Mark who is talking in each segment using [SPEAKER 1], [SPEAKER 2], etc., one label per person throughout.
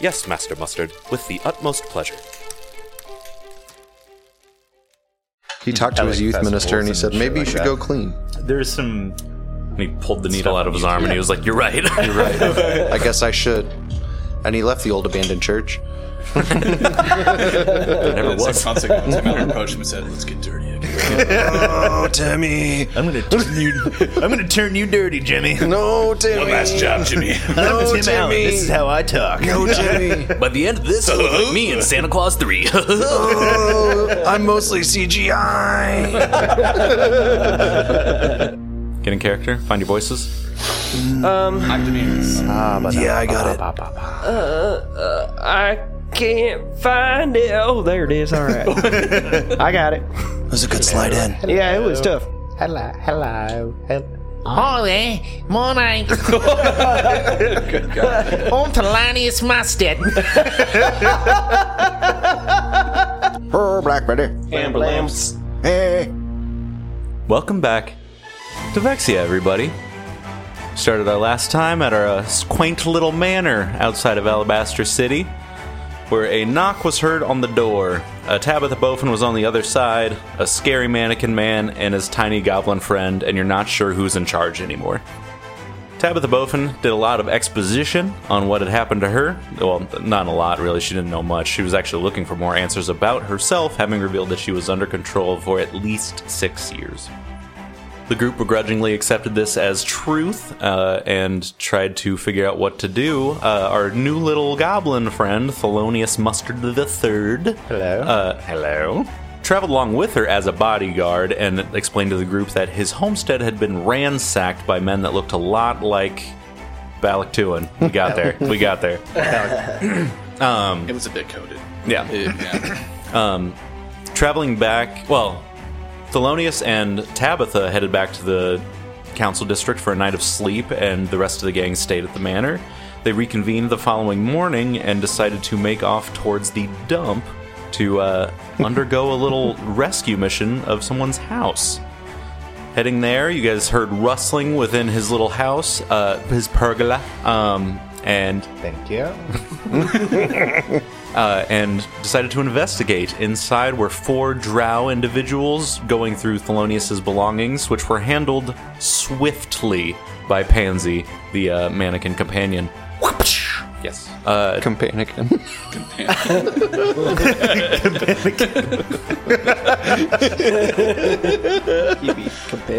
[SPEAKER 1] Yes, Master Mustard, with the utmost pleasure.
[SPEAKER 2] He talked to
[SPEAKER 3] I
[SPEAKER 2] his
[SPEAKER 3] like
[SPEAKER 2] youth minister and he
[SPEAKER 3] festivals
[SPEAKER 2] said,
[SPEAKER 3] and
[SPEAKER 2] maybe you
[SPEAKER 3] shit
[SPEAKER 2] should
[SPEAKER 3] like
[SPEAKER 2] go
[SPEAKER 3] that."
[SPEAKER 2] clean.
[SPEAKER 3] There's some. And he pulled the needle
[SPEAKER 4] fell out of his arm and he was like, "You're right." You're right.
[SPEAKER 2] I guess I should. And he left the old abandoned church.
[SPEAKER 4] never was.
[SPEAKER 5] Six months ago, Tim Miller approached him and said, "Let's get dirty." Again.
[SPEAKER 2] Oh, Timmy.
[SPEAKER 4] I'm gonna turn you. I'm gonna turn you dirty, Jimmy.
[SPEAKER 2] No, Timmy.
[SPEAKER 5] Last job, Jimmy.
[SPEAKER 4] I'm
[SPEAKER 2] No,
[SPEAKER 4] Tim Allen.
[SPEAKER 2] Timmy.
[SPEAKER 4] This is how I talk.
[SPEAKER 2] No, Timmy.
[SPEAKER 4] By the end of this, it'll look like me in Santa Claus Three.
[SPEAKER 2] Oh, I'm mostly CGI.
[SPEAKER 4] Get in character. Find your voices.
[SPEAKER 2] yeah, I got it.
[SPEAKER 6] I can't find it. Oh, there it is. All right. I got it.
[SPEAKER 2] It was a good slide in.
[SPEAKER 6] Yeah, it was tough.
[SPEAKER 7] Hello, hello. hel- Holy morning. I'm Thelonious Mustard.
[SPEAKER 2] Oh, Blackberry.
[SPEAKER 6] Amber lamps.
[SPEAKER 2] Hey.
[SPEAKER 4] Welcome back to Vexia, everybody. Started our last time at our uh, quaint little manor outside of Alabaster City, where a knock was heard on the door. Uh, Tabitha Bofin was on the other side, a scary mannequin man, and his tiny goblin friend, and you're not sure who's in charge anymore. Tabitha Bofin did a lot of exposition on what had happened to her. Well, not a lot, really. She didn't know much. She was actually looking for more answers about herself, having revealed that she was under control for at least six years. The group begrudgingly accepted this as truth uh, and tried to figure out what to do. Uh, our new little goblin friend, Thelonious Mustard the Third,
[SPEAKER 7] Hello.
[SPEAKER 4] uh, hello. Traveled along with her as a bodyguard and explained to the group that his homestead had been ransacked by men that looked a lot like Balaktuan. We got there. we got there.
[SPEAKER 5] It was a bit coded.
[SPEAKER 4] Yeah.
[SPEAKER 5] It- yeah.
[SPEAKER 4] traveling back, well, Thelonious and Tabitha headed back to the council district for a night of sleep, and the rest of the gang stayed at the manor. They reconvened the following morning and decided to make off towards the dump to uh, undergo a little rescue mission of someone's house. Heading there, you guys heard rustling within his little house, uh, his pergola, um, and
[SPEAKER 7] Thank you.
[SPEAKER 4] uh, and decided to investigate. Inside were four drow individuals going through Thelonious's belongings, which were handled swiftly by Pansy, the uh, mannequin companion. Yes. Uh,
[SPEAKER 2] Companion.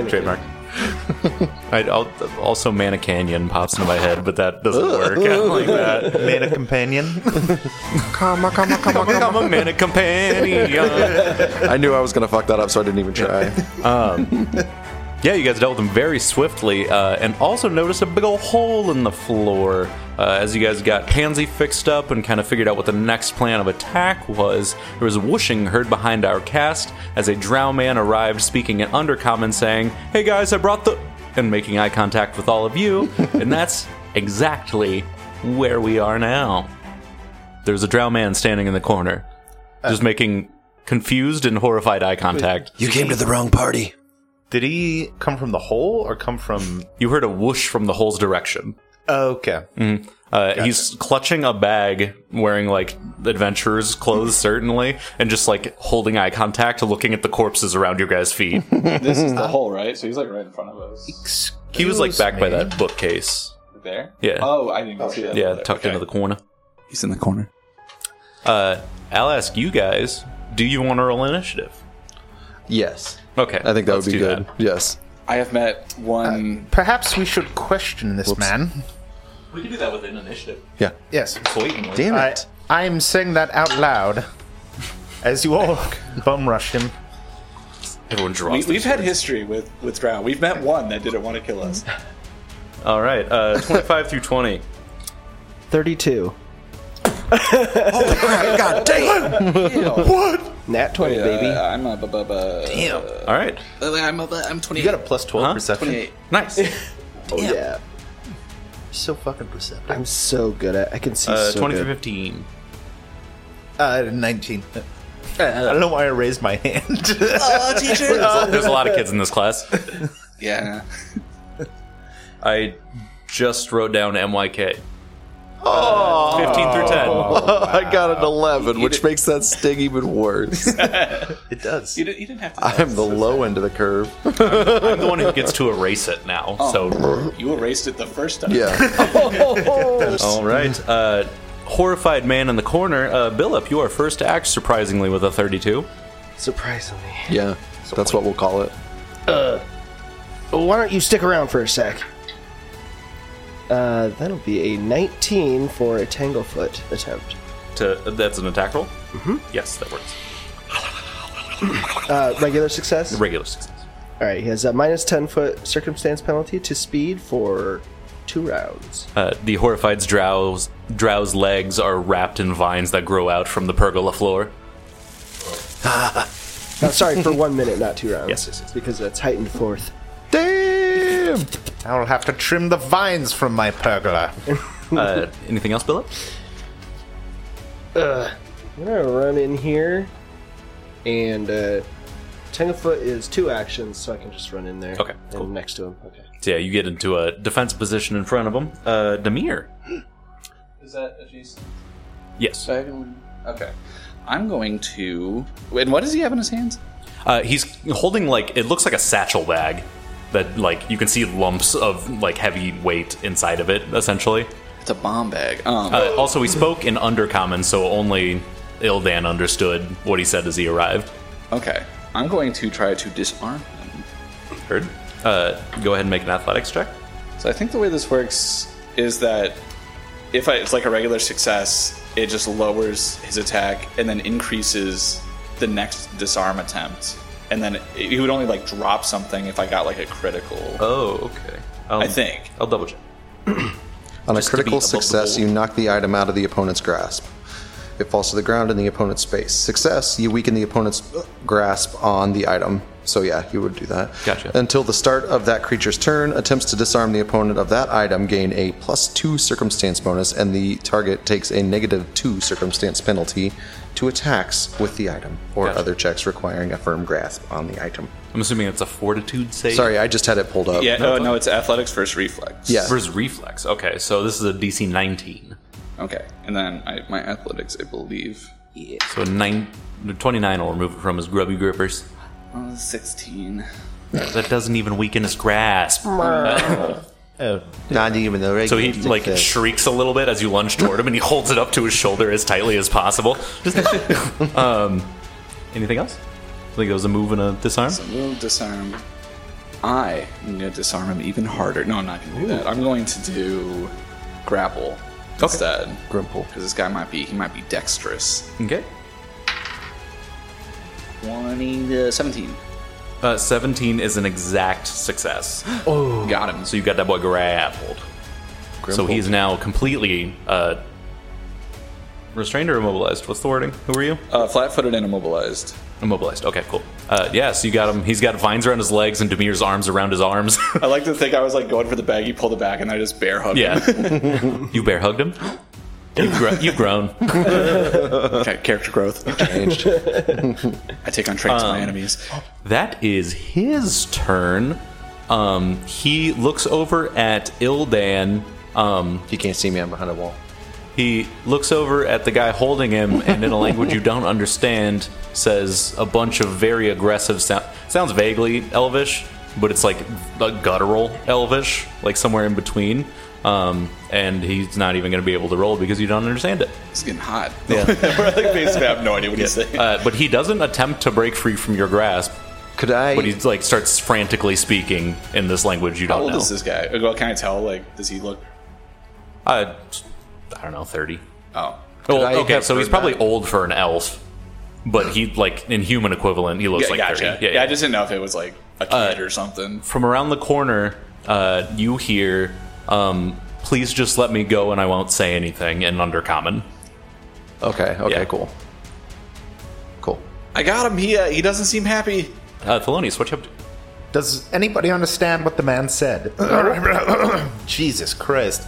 [SPEAKER 4] trademark. I'd al- also Manacanion pops into my head, but that doesn't work. I don't like that.
[SPEAKER 8] Mana companion.
[SPEAKER 2] Come on, come on, come on, come
[SPEAKER 4] I'm a Manacanion.
[SPEAKER 2] on. I knew I was going to fuck that up, so I didn't even try.
[SPEAKER 4] Yeah, you guys dealt with them very swiftly, uh, and also noticed a big old hole in the floor. Uh, as you guys got Pansy fixed up and kind of figured out what the next plan of attack was, there was a whooshing heard behind our cast as a drow man arrived speaking in Undercommon saying, Hey guys, I brought the. and making eye contact with all of you, and that's exactly where we are now. There's a drow man standing in the corner, just making confused and horrified eye contact.
[SPEAKER 2] you came to the wrong party.
[SPEAKER 8] Did he come from the hole or come from?
[SPEAKER 4] You heard a whoosh from the hole's direction.
[SPEAKER 2] Oh,
[SPEAKER 8] Okay.
[SPEAKER 4] Uh, He's clutching a bag, wearing like adventurer's clothes, certainly, and just like holding eye contact, looking at the corpses around your guys' feet.
[SPEAKER 5] This is the hole, right? So he's like right in front of us.
[SPEAKER 4] he was like back by
[SPEAKER 8] me?
[SPEAKER 4] that bookcase.
[SPEAKER 5] There.
[SPEAKER 4] Yeah.
[SPEAKER 5] Oh, I didn't even see that.
[SPEAKER 4] Yeah, tucked into the corner.
[SPEAKER 5] He's in the corner.
[SPEAKER 4] Uh, I'll ask you guys do you want to roll initiative?
[SPEAKER 2] Yes.
[SPEAKER 4] Okay.
[SPEAKER 2] I think that
[SPEAKER 4] let's
[SPEAKER 2] would be
[SPEAKER 4] do
[SPEAKER 2] good.
[SPEAKER 4] that.
[SPEAKER 2] Yes.
[SPEAKER 5] I have met one.
[SPEAKER 8] Perhaps we should question this man.
[SPEAKER 4] We can do that with an initiative.
[SPEAKER 2] Yeah.
[SPEAKER 8] Yes.
[SPEAKER 4] Sweet.
[SPEAKER 2] Damn
[SPEAKER 8] I
[SPEAKER 2] it.
[SPEAKER 8] I am saying that out loud. As you all bum rush him.
[SPEAKER 4] Everyone
[SPEAKER 5] We,
[SPEAKER 4] draws.
[SPEAKER 5] we've had history with with Drow. We've met one that didn't want to kill us.
[SPEAKER 4] All right. Uh, 25 through 20.
[SPEAKER 6] Thirty-two.
[SPEAKER 2] God damn.
[SPEAKER 6] Nat twenty,
[SPEAKER 5] Uh,
[SPEAKER 6] baby.
[SPEAKER 5] I'm a bu- bu- bu-
[SPEAKER 4] All right.
[SPEAKER 5] Uh, I'm a bu- I'm 28.
[SPEAKER 8] You got a plus twelve
[SPEAKER 4] Huh?
[SPEAKER 8] perception.
[SPEAKER 5] Twenty-eight.
[SPEAKER 4] Nice.
[SPEAKER 6] yeah.
[SPEAKER 8] So fucking perceptive.
[SPEAKER 6] I'm so good at. I can see
[SPEAKER 4] Uh,
[SPEAKER 6] so
[SPEAKER 4] 20 through
[SPEAKER 6] good.
[SPEAKER 4] 15.
[SPEAKER 8] Uh, nineteen. I don't know why I raised my hand.
[SPEAKER 5] Oh, teacher.
[SPEAKER 4] There's a lot of kids in this class.
[SPEAKER 5] yeah.
[SPEAKER 4] I just wrote down MYK. Oh, 15 through 10.
[SPEAKER 2] I got an 11, which makes that sting even worse.
[SPEAKER 8] It does.
[SPEAKER 5] You, didn't, you didn't have to.
[SPEAKER 2] I'm the low end of the curve.
[SPEAKER 4] I'm the one who gets to erase it now. So,
[SPEAKER 5] You erased it the first time.
[SPEAKER 2] Yeah.
[SPEAKER 4] all right. Uh, horrified man in the corner, uh, Billup, you are first to act surprisingly with a 32.
[SPEAKER 9] Surprisingly.
[SPEAKER 2] Yeah. That's what we'll call it.
[SPEAKER 9] Why don't you stick around for a sec? Uh, that'll be a 19 for a Tanglefoot attempt.
[SPEAKER 4] To that's an attack roll. Mm-hmm. Yes, that works.
[SPEAKER 9] Uh, regular success?
[SPEAKER 4] Regular success.
[SPEAKER 9] All right, he has a minus 10 foot circumstance penalty to speed for two rounds.
[SPEAKER 4] Uh, the horrified's drow's, drow's legs are wrapped in vines that grow out from the pergola floor.
[SPEAKER 9] Uh, sorry, for one minute, not two rounds.
[SPEAKER 4] Yes, yes, yes.
[SPEAKER 9] Because that's heightened fourth.
[SPEAKER 8] Damn! I'll have to trim the vines from my pergola.
[SPEAKER 4] Uh, anything else, Billup?
[SPEAKER 9] I'm gonna run in here, and uh, Tanglefoot is two actions, so I can just run in there.
[SPEAKER 4] Okay,
[SPEAKER 9] and
[SPEAKER 4] cool.
[SPEAKER 9] next to him. Okay.
[SPEAKER 4] So, yeah, you get into a defensive position in front of him. Uh, Demir.
[SPEAKER 5] Is that adjacent?
[SPEAKER 4] Yes.
[SPEAKER 5] Uh, Okay. I'm going to. And what does he have in his hands?
[SPEAKER 4] Uh, he's holding like it looks like a satchel bag that like you can see lumps of like heavy weight inside of it. Essentially.
[SPEAKER 5] It's a bomb bag. Um,
[SPEAKER 4] Uh, also, he spoke in Undercommon, so only Ildan understood what he said as he arrived.
[SPEAKER 5] okay. I'm going to try to disarm him.
[SPEAKER 4] Heard. Uh, go ahead and make an athletics check.
[SPEAKER 5] So I think the way this works is that if I, it's like a regular success, it just lowers his attack and then increases the next disarm attempt. And then it, he would only like drop something if I got like a critical.
[SPEAKER 4] Oh, okay. Um,
[SPEAKER 5] I think.
[SPEAKER 4] I'll double check.
[SPEAKER 2] On a
[SPEAKER 4] Just to be
[SPEAKER 2] critical
[SPEAKER 4] above the
[SPEAKER 2] success,
[SPEAKER 4] bowl.
[SPEAKER 2] you knock the item out of the opponent's grasp. It falls to the ground in the opponent's space. Success, you weaken the opponent's uh, grasp on the item. So yeah, you would do that.
[SPEAKER 4] Gotcha.
[SPEAKER 2] Until the start of that creature's turn, attempts to disarm the opponent of that item gain a plus two circumstance bonus, and the target takes a negative two circumstance penalty to attacks with the item or
[SPEAKER 4] Gotcha.
[SPEAKER 2] other checks requiring a firm grasp on the item.
[SPEAKER 4] I'm assuming it's a fortitude save.
[SPEAKER 2] Sorry, I just had it pulled up.
[SPEAKER 5] yeah, oh, no, no, it's athletics versus reflex.
[SPEAKER 2] Yeah.
[SPEAKER 4] Versus reflex. Okay, so this is a DC 19.
[SPEAKER 5] Okay. And then I, my athletics, I believe,
[SPEAKER 4] So a nine, 29 will remove it from his grubby grippers.
[SPEAKER 5] uh, 16.
[SPEAKER 4] That doesn't even weaken his grasp.
[SPEAKER 2] Not even the
[SPEAKER 4] So he like shrieks a little bit as you lunge toward him, and he holds it up to his shoulder as tightly as possible. Just- um, anything else? I think that was a move and a disarm.
[SPEAKER 5] We'll disarm. I am going to disarm him even harder. No, I'm not going to do that. I'm going to do grapple instead.
[SPEAKER 2] Grimple.
[SPEAKER 5] Because this guy might be, he might be dexterous.
[SPEAKER 4] Okay.
[SPEAKER 5] 20 to 17.
[SPEAKER 4] Uh, 17 is an exact success.
[SPEAKER 5] Got him.
[SPEAKER 4] So you got that boy grappled. So he's now completely uh, restrained or immobilized. What's the wording? Who are you?
[SPEAKER 5] Uh, flat-footed and immobilized.
[SPEAKER 4] Immobilized. Okay, cool. Uh, yeah, so you got him. He's got vines around his legs and Demir's arms around his arms.
[SPEAKER 5] I like to think I was like going for the bag, you pulled it back, and I just bear hugged him.
[SPEAKER 4] yeah. you bear hugged him? You've, gro- you've grown.
[SPEAKER 5] Okay, character growth.
[SPEAKER 2] changed.
[SPEAKER 5] I take on traits of my enemies.
[SPEAKER 4] That is his turn. Um, he looks over at Ildan. Um,
[SPEAKER 2] You can't see me. I'm behind a wall.
[SPEAKER 4] he looks over at the guy holding him, and in a language you don't understand, says a bunch of very aggressive sound. Sounds vaguely Elvish, but it's like a guttural Elvish, like somewhere in between. Um, and he's not even going to be able to roll because you don't understand it.
[SPEAKER 5] It's getting hot. Yeah. We're like basically, I have no idea what he's saying.
[SPEAKER 4] Uh, but he doesn't attempt to break free from your grasp.
[SPEAKER 2] Could I?
[SPEAKER 4] But he like starts frantically speaking in this language you
[SPEAKER 5] How
[SPEAKER 4] don't
[SPEAKER 5] old
[SPEAKER 4] know.
[SPEAKER 5] is this guy? Well, can I tell? Like, does he look?
[SPEAKER 4] Uh, I don't know, thirty.
[SPEAKER 5] Oh,
[SPEAKER 4] Well,
[SPEAKER 2] I
[SPEAKER 4] okay,
[SPEAKER 2] have
[SPEAKER 4] so he's
[SPEAKER 2] heard
[SPEAKER 4] probably
[SPEAKER 2] that?
[SPEAKER 4] old for an elf, but he like in human equivalent, he looks
[SPEAKER 5] Yeah,
[SPEAKER 4] like
[SPEAKER 5] gotcha.
[SPEAKER 4] thirty.
[SPEAKER 5] Yeah, I just didn't know if it was like a kid or something.
[SPEAKER 4] From around the corner, uh, you hear, um, "Please just let me go, and I won't say anything." In Undercommon,
[SPEAKER 2] Okay. Okay.
[SPEAKER 4] Yeah.
[SPEAKER 2] Cool. Cool.
[SPEAKER 5] I got him. He uh, he doesn't seem happy.
[SPEAKER 4] uh, Thelonious, what you up to?
[SPEAKER 8] Does anybody understand what the man said? Jesus Christ.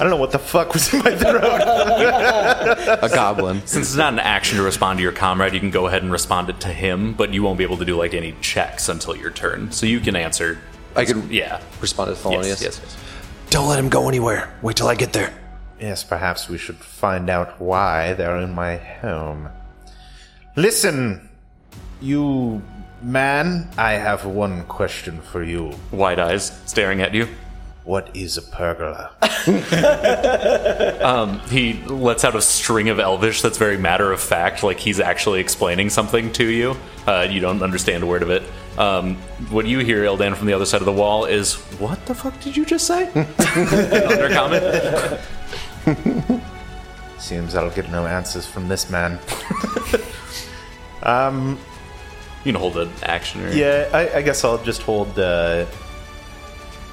[SPEAKER 8] I don't know what the fuck was in my throat.
[SPEAKER 2] A goblin.
[SPEAKER 4] Since it's not an action to respond to your comrade, you can go ahead and respond it to him, but you won't be able to do like any checks until your turn. So you can answer.
[SPEAKER 2] I could
[SPEAKER 4] Yeah.
[SPEAKER 2] respond to Thelonious.
[SPEAKER 4] Yes, yes, yes.
[SPEAKER 2] Don't let him go anywhere. Wait till I get there.
[SPEAKER 8] Yes, perhaps we should find out why they're in my home. Listen, you man, I have one question for you.
[SPEAKER 4] Wide eyes staring at you.
[SPEAKER 8] What is a pergola?
[SPEAKER 4] He lets out a string of Elvish that's very matter of fact, like he's actually explaining something to you. Uh, you don't understand a word of it. Um, what you hear, Eldan, from the other side of the wall is, "What the fuck did you just say?" Under comment.
[SPEAKER 8] Seems I'll get no answers from this man.
[SPEAKER 4] You can hold an action. Or...
[SPEAKER 8] Yeah, I, I guess I'll just hold uh,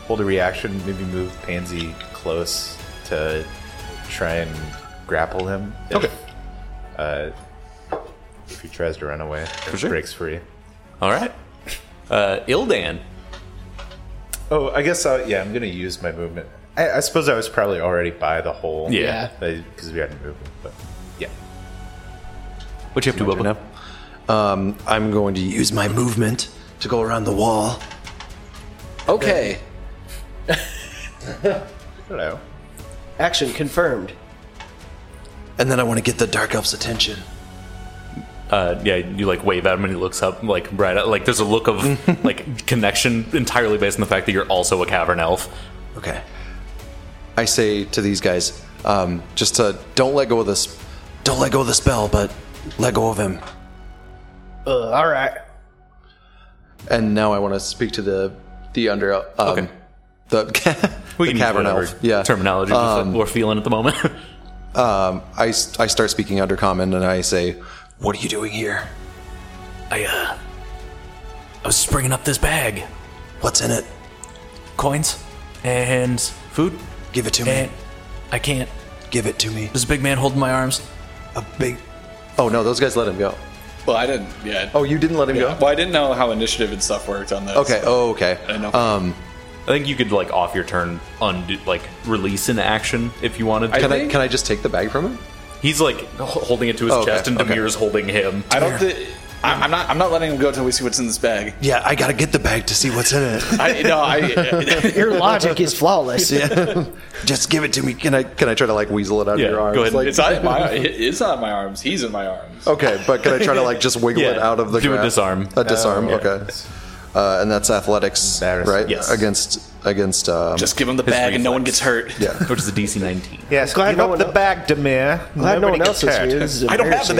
[SPEAKER 8] hold a reaction. Maybe move Pansy close to try and grapple him. If, okay. Uh, if he tries to run away, or
[SPEAKER 4] sure.
[SPEAKER 8] breaks free.
[SPEAKER 4] All right. Uh, Ildan.
[SPEAKER 8] Oh, I guess I, yeah, I'm gonna use my movement. I, I suppose I was probably already by the hole.
[SPEAKER 4] Yeah.
[SPEAKER 8] because we hadn't moved, but yeah.
[SPEAKER 4] What you up to, Bubba?
[SPEAKER 2] Um, I'm going to use my movement to go around the wall. Okay.
[SPEAKER 8] Hello.
[SPEAKER 9] Action confirmed.
[SPEAKER 2] And then I want to get the Dark Elf's attention.
[SPEAKER 4] uh, yeah, you like wave at him and he looks up, like right, at, like there's a look of like connection entirely based on the fact that you're also a cavern elf.
[SPEAKER 2] Okay. I say to these guys, um, just to don't let go of this, don't let go of the spell, but let go of him.
[SPEAKER 9] Uh, all right.
[SPEAKER 2] And now I want to speak to the the under um,
[SPEAKER 4] Okay.
[SPEAKER 2] the,
[SPEAKER 4] We
[SPEAKER 2] the
[SPEAKER 4] can use
[SPEAKER 2] cavern
[SPEAKER 4] whatever
[SPEAKER 2] elf. Yeah,
[SPEAKER 4] terminology
[SPEAKER 2] Um,
[SPEAKER 4] we're feeling at the moment.
[SPEAKER 2] um, I s- I start speaking undercommon and I say, "What are you doing here?
[SPEAKER 7] I, uh, I was just bringing up this bag.
[SPEAKER 2] What's in it?
[SPEAKER 7] Coins and food.
[SPEAKER 2] Give it to me.
[SPEAKER 7] And I can't.
[SPEAKER 2] Give it to me.
[SPEAKER 7] There's a big man holding my arms.
[SPEAKER 2] A big. Oh no, those guys let him go.
[SPEAKER 5] Well, I didn't. Yeah.
[SPEAKER 2] Oh, you didn't let him go.
[SPEAKER 5] Well, I didn't know how initiative and stuff worked on this.
[SPEAKER 2] Okay. Oh, okay.
[SPEAKER 5] I know.
[SPEAKER 2] Um,
[SPEAKER 4] I think you could like off your turn, undo like release an action if you wanted.
[SPEAKER 2] can
[SPEAKER 4] To.
[SPEAKER 2] I can I just take the bag from him?
[SPEAKER 4] He's like h- holding it to his
[SPEAKER 2] Oh, Okay,
[SPEAKER 4] chest, and
[SPEAKER 2] okay.
[SPEAKER 4] Demir's holding him.
[SPEAKER 5] I don't think. I'm not. I'm not letting him go till we see what's in this bag.
[SPEAKER 2] Yeah, I gotta get the bag to see what's in it.
[SPEAKER 5] I no. I.
[SPEAKER 9] Your logic is flawless.
[SPEAKER 2] just give it to me. Can I can I try to like weasel it out
[SPEAKER 4] Yeah,
[SPEAKER 2] of your arms?
[SPEAKER 4] go ahead.
[SPEAKER 2] Like,
[SPEAKER 5] It's not in my. It's not in my arms. He's in my arms.
[SPEAKER 2] okay, but can I try to like just wiggle
[SPEAKER 4] Yeah,
[SPEAKER 2] it out of the
[SPEAKER 4] do a
[SPEAKER 2] grasp?
[SPEAKER 4] disarm.
[SPEAKER 2] A disarm.
[SPEAKER 8] yeah.
[SPEAKER 2] Okay. Uh, and that's athletics,
[SPEAKER 8] Embarrassing.
[SPEAKER 2] right?
[SPEAKER 4] Yes.
[SPEAKER 2] Against against. Um,
[SPEAKER 5] Just give him the bag, and no one gets hurt.
[SPEAKER 2] yeah.
[SPEAKER 4] Which is a DC 19.
[SPEAKER 8] Yes,
[SPEAKER 9] Glad
[SPEAKER 8] give
[SPEAKER 9] no
[SPEAKER 8] up
[SPEAKER 9] one
[SPEAKER 8] the
[SPEAKER 9] el-
[SPEAKER 8] bag, Demir.
[SPEAKER 9] Glad no
[SPEAKER 8] Nobody
[SPEAKER 9] one
[SPEAKER 8] gets
[SPEAKER 9] else is
[SPEAKER 8] hurt.
[SPEAKER 9] here. This is
[SPEAKER 5] I don't have the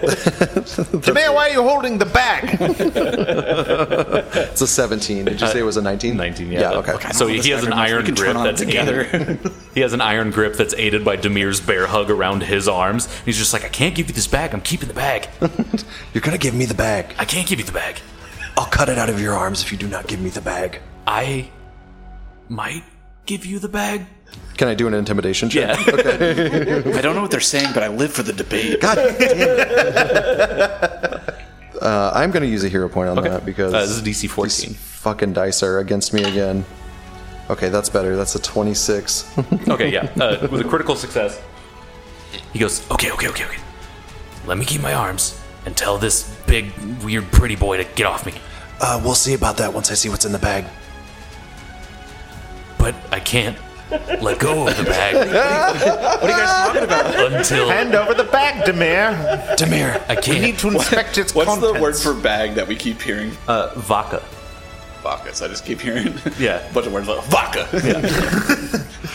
[SPEAKER 9] embarrassing.
[SPEAKER 5] bag.
[SPEAKER 8] Demir, why are you holding the bag?
[SPEAKER 2] It's a seventeen. Did you say it was a Uh, nineteen?
[SPEAKER 4] 19, yeah.
[SPEAKER 2] Yeah. Okay.
[SPEAKER 4] So he has an iron
[SPEAKER 5] can
[SPEAKER 4] grip
[SPEAKER 5] turn on
[SPEAKER 4] that's
[SPEAKER 5] together.
[SPEAKER 4] aided. he has an iron grip that's aided by Demir's bear hug around his arms. He's just like, I can't give you this bag. I'm keeping the bag.
[SPEAKER 2] You're gonna give me the bag.
[SPEAKER 7] I can't give you the bag.
[SPEAKER 2] I'll cut it out of your arms if you do not give me the bag.
[SPEAKER 7] I might give you the bag.
[SPEAKER 2] Can I do an intimidation check?
[SPEAKER 4] Yeah.
[SPEAKER 5] I don't know what they're saying, but I live for the debate.
[SPEAKER 2] God damn. uh, I'm going to use a hero point on that because
[SPEAKER 4] Uh, this is DC 14.
[SPEAKER 2] these fucking dice are against me again. Okay, that's better. That's a 26.
[SPEAKER 4] okay, yeah. Uh, with a critical success.
[SPEAKER 7] He goes, okay, okay, okay, okay. Let me keep my arms and tell this big, weird, pretty boy to get off me.
[SPEAKER 2] uh, we'll see about that once I see what's in the bag.
[SPEAKER 7] But I can't let go of the bag. what are you guys talking about? Until
[SPEAKER 8] Hand over the bag, Demir.
[SPEAKER 2] Demir,
[SPEAKER 7] I
[SPEAKER 8] We
[SPEAKER 7] can't.
[SPEAKER 8] need to inspect its
[SPEAKER 5] What's
[SPEAKER 8] contents.
[SPEAKER 5] the word for bag that we keep hearing?
[SPEAKER 4] Uh, Vaka.
[SPEAKER 5] Vodkas. I just keep hearing.
[SPEAKER 4] Yeah.
[SPEAKER 5] a bunch of words like vodka.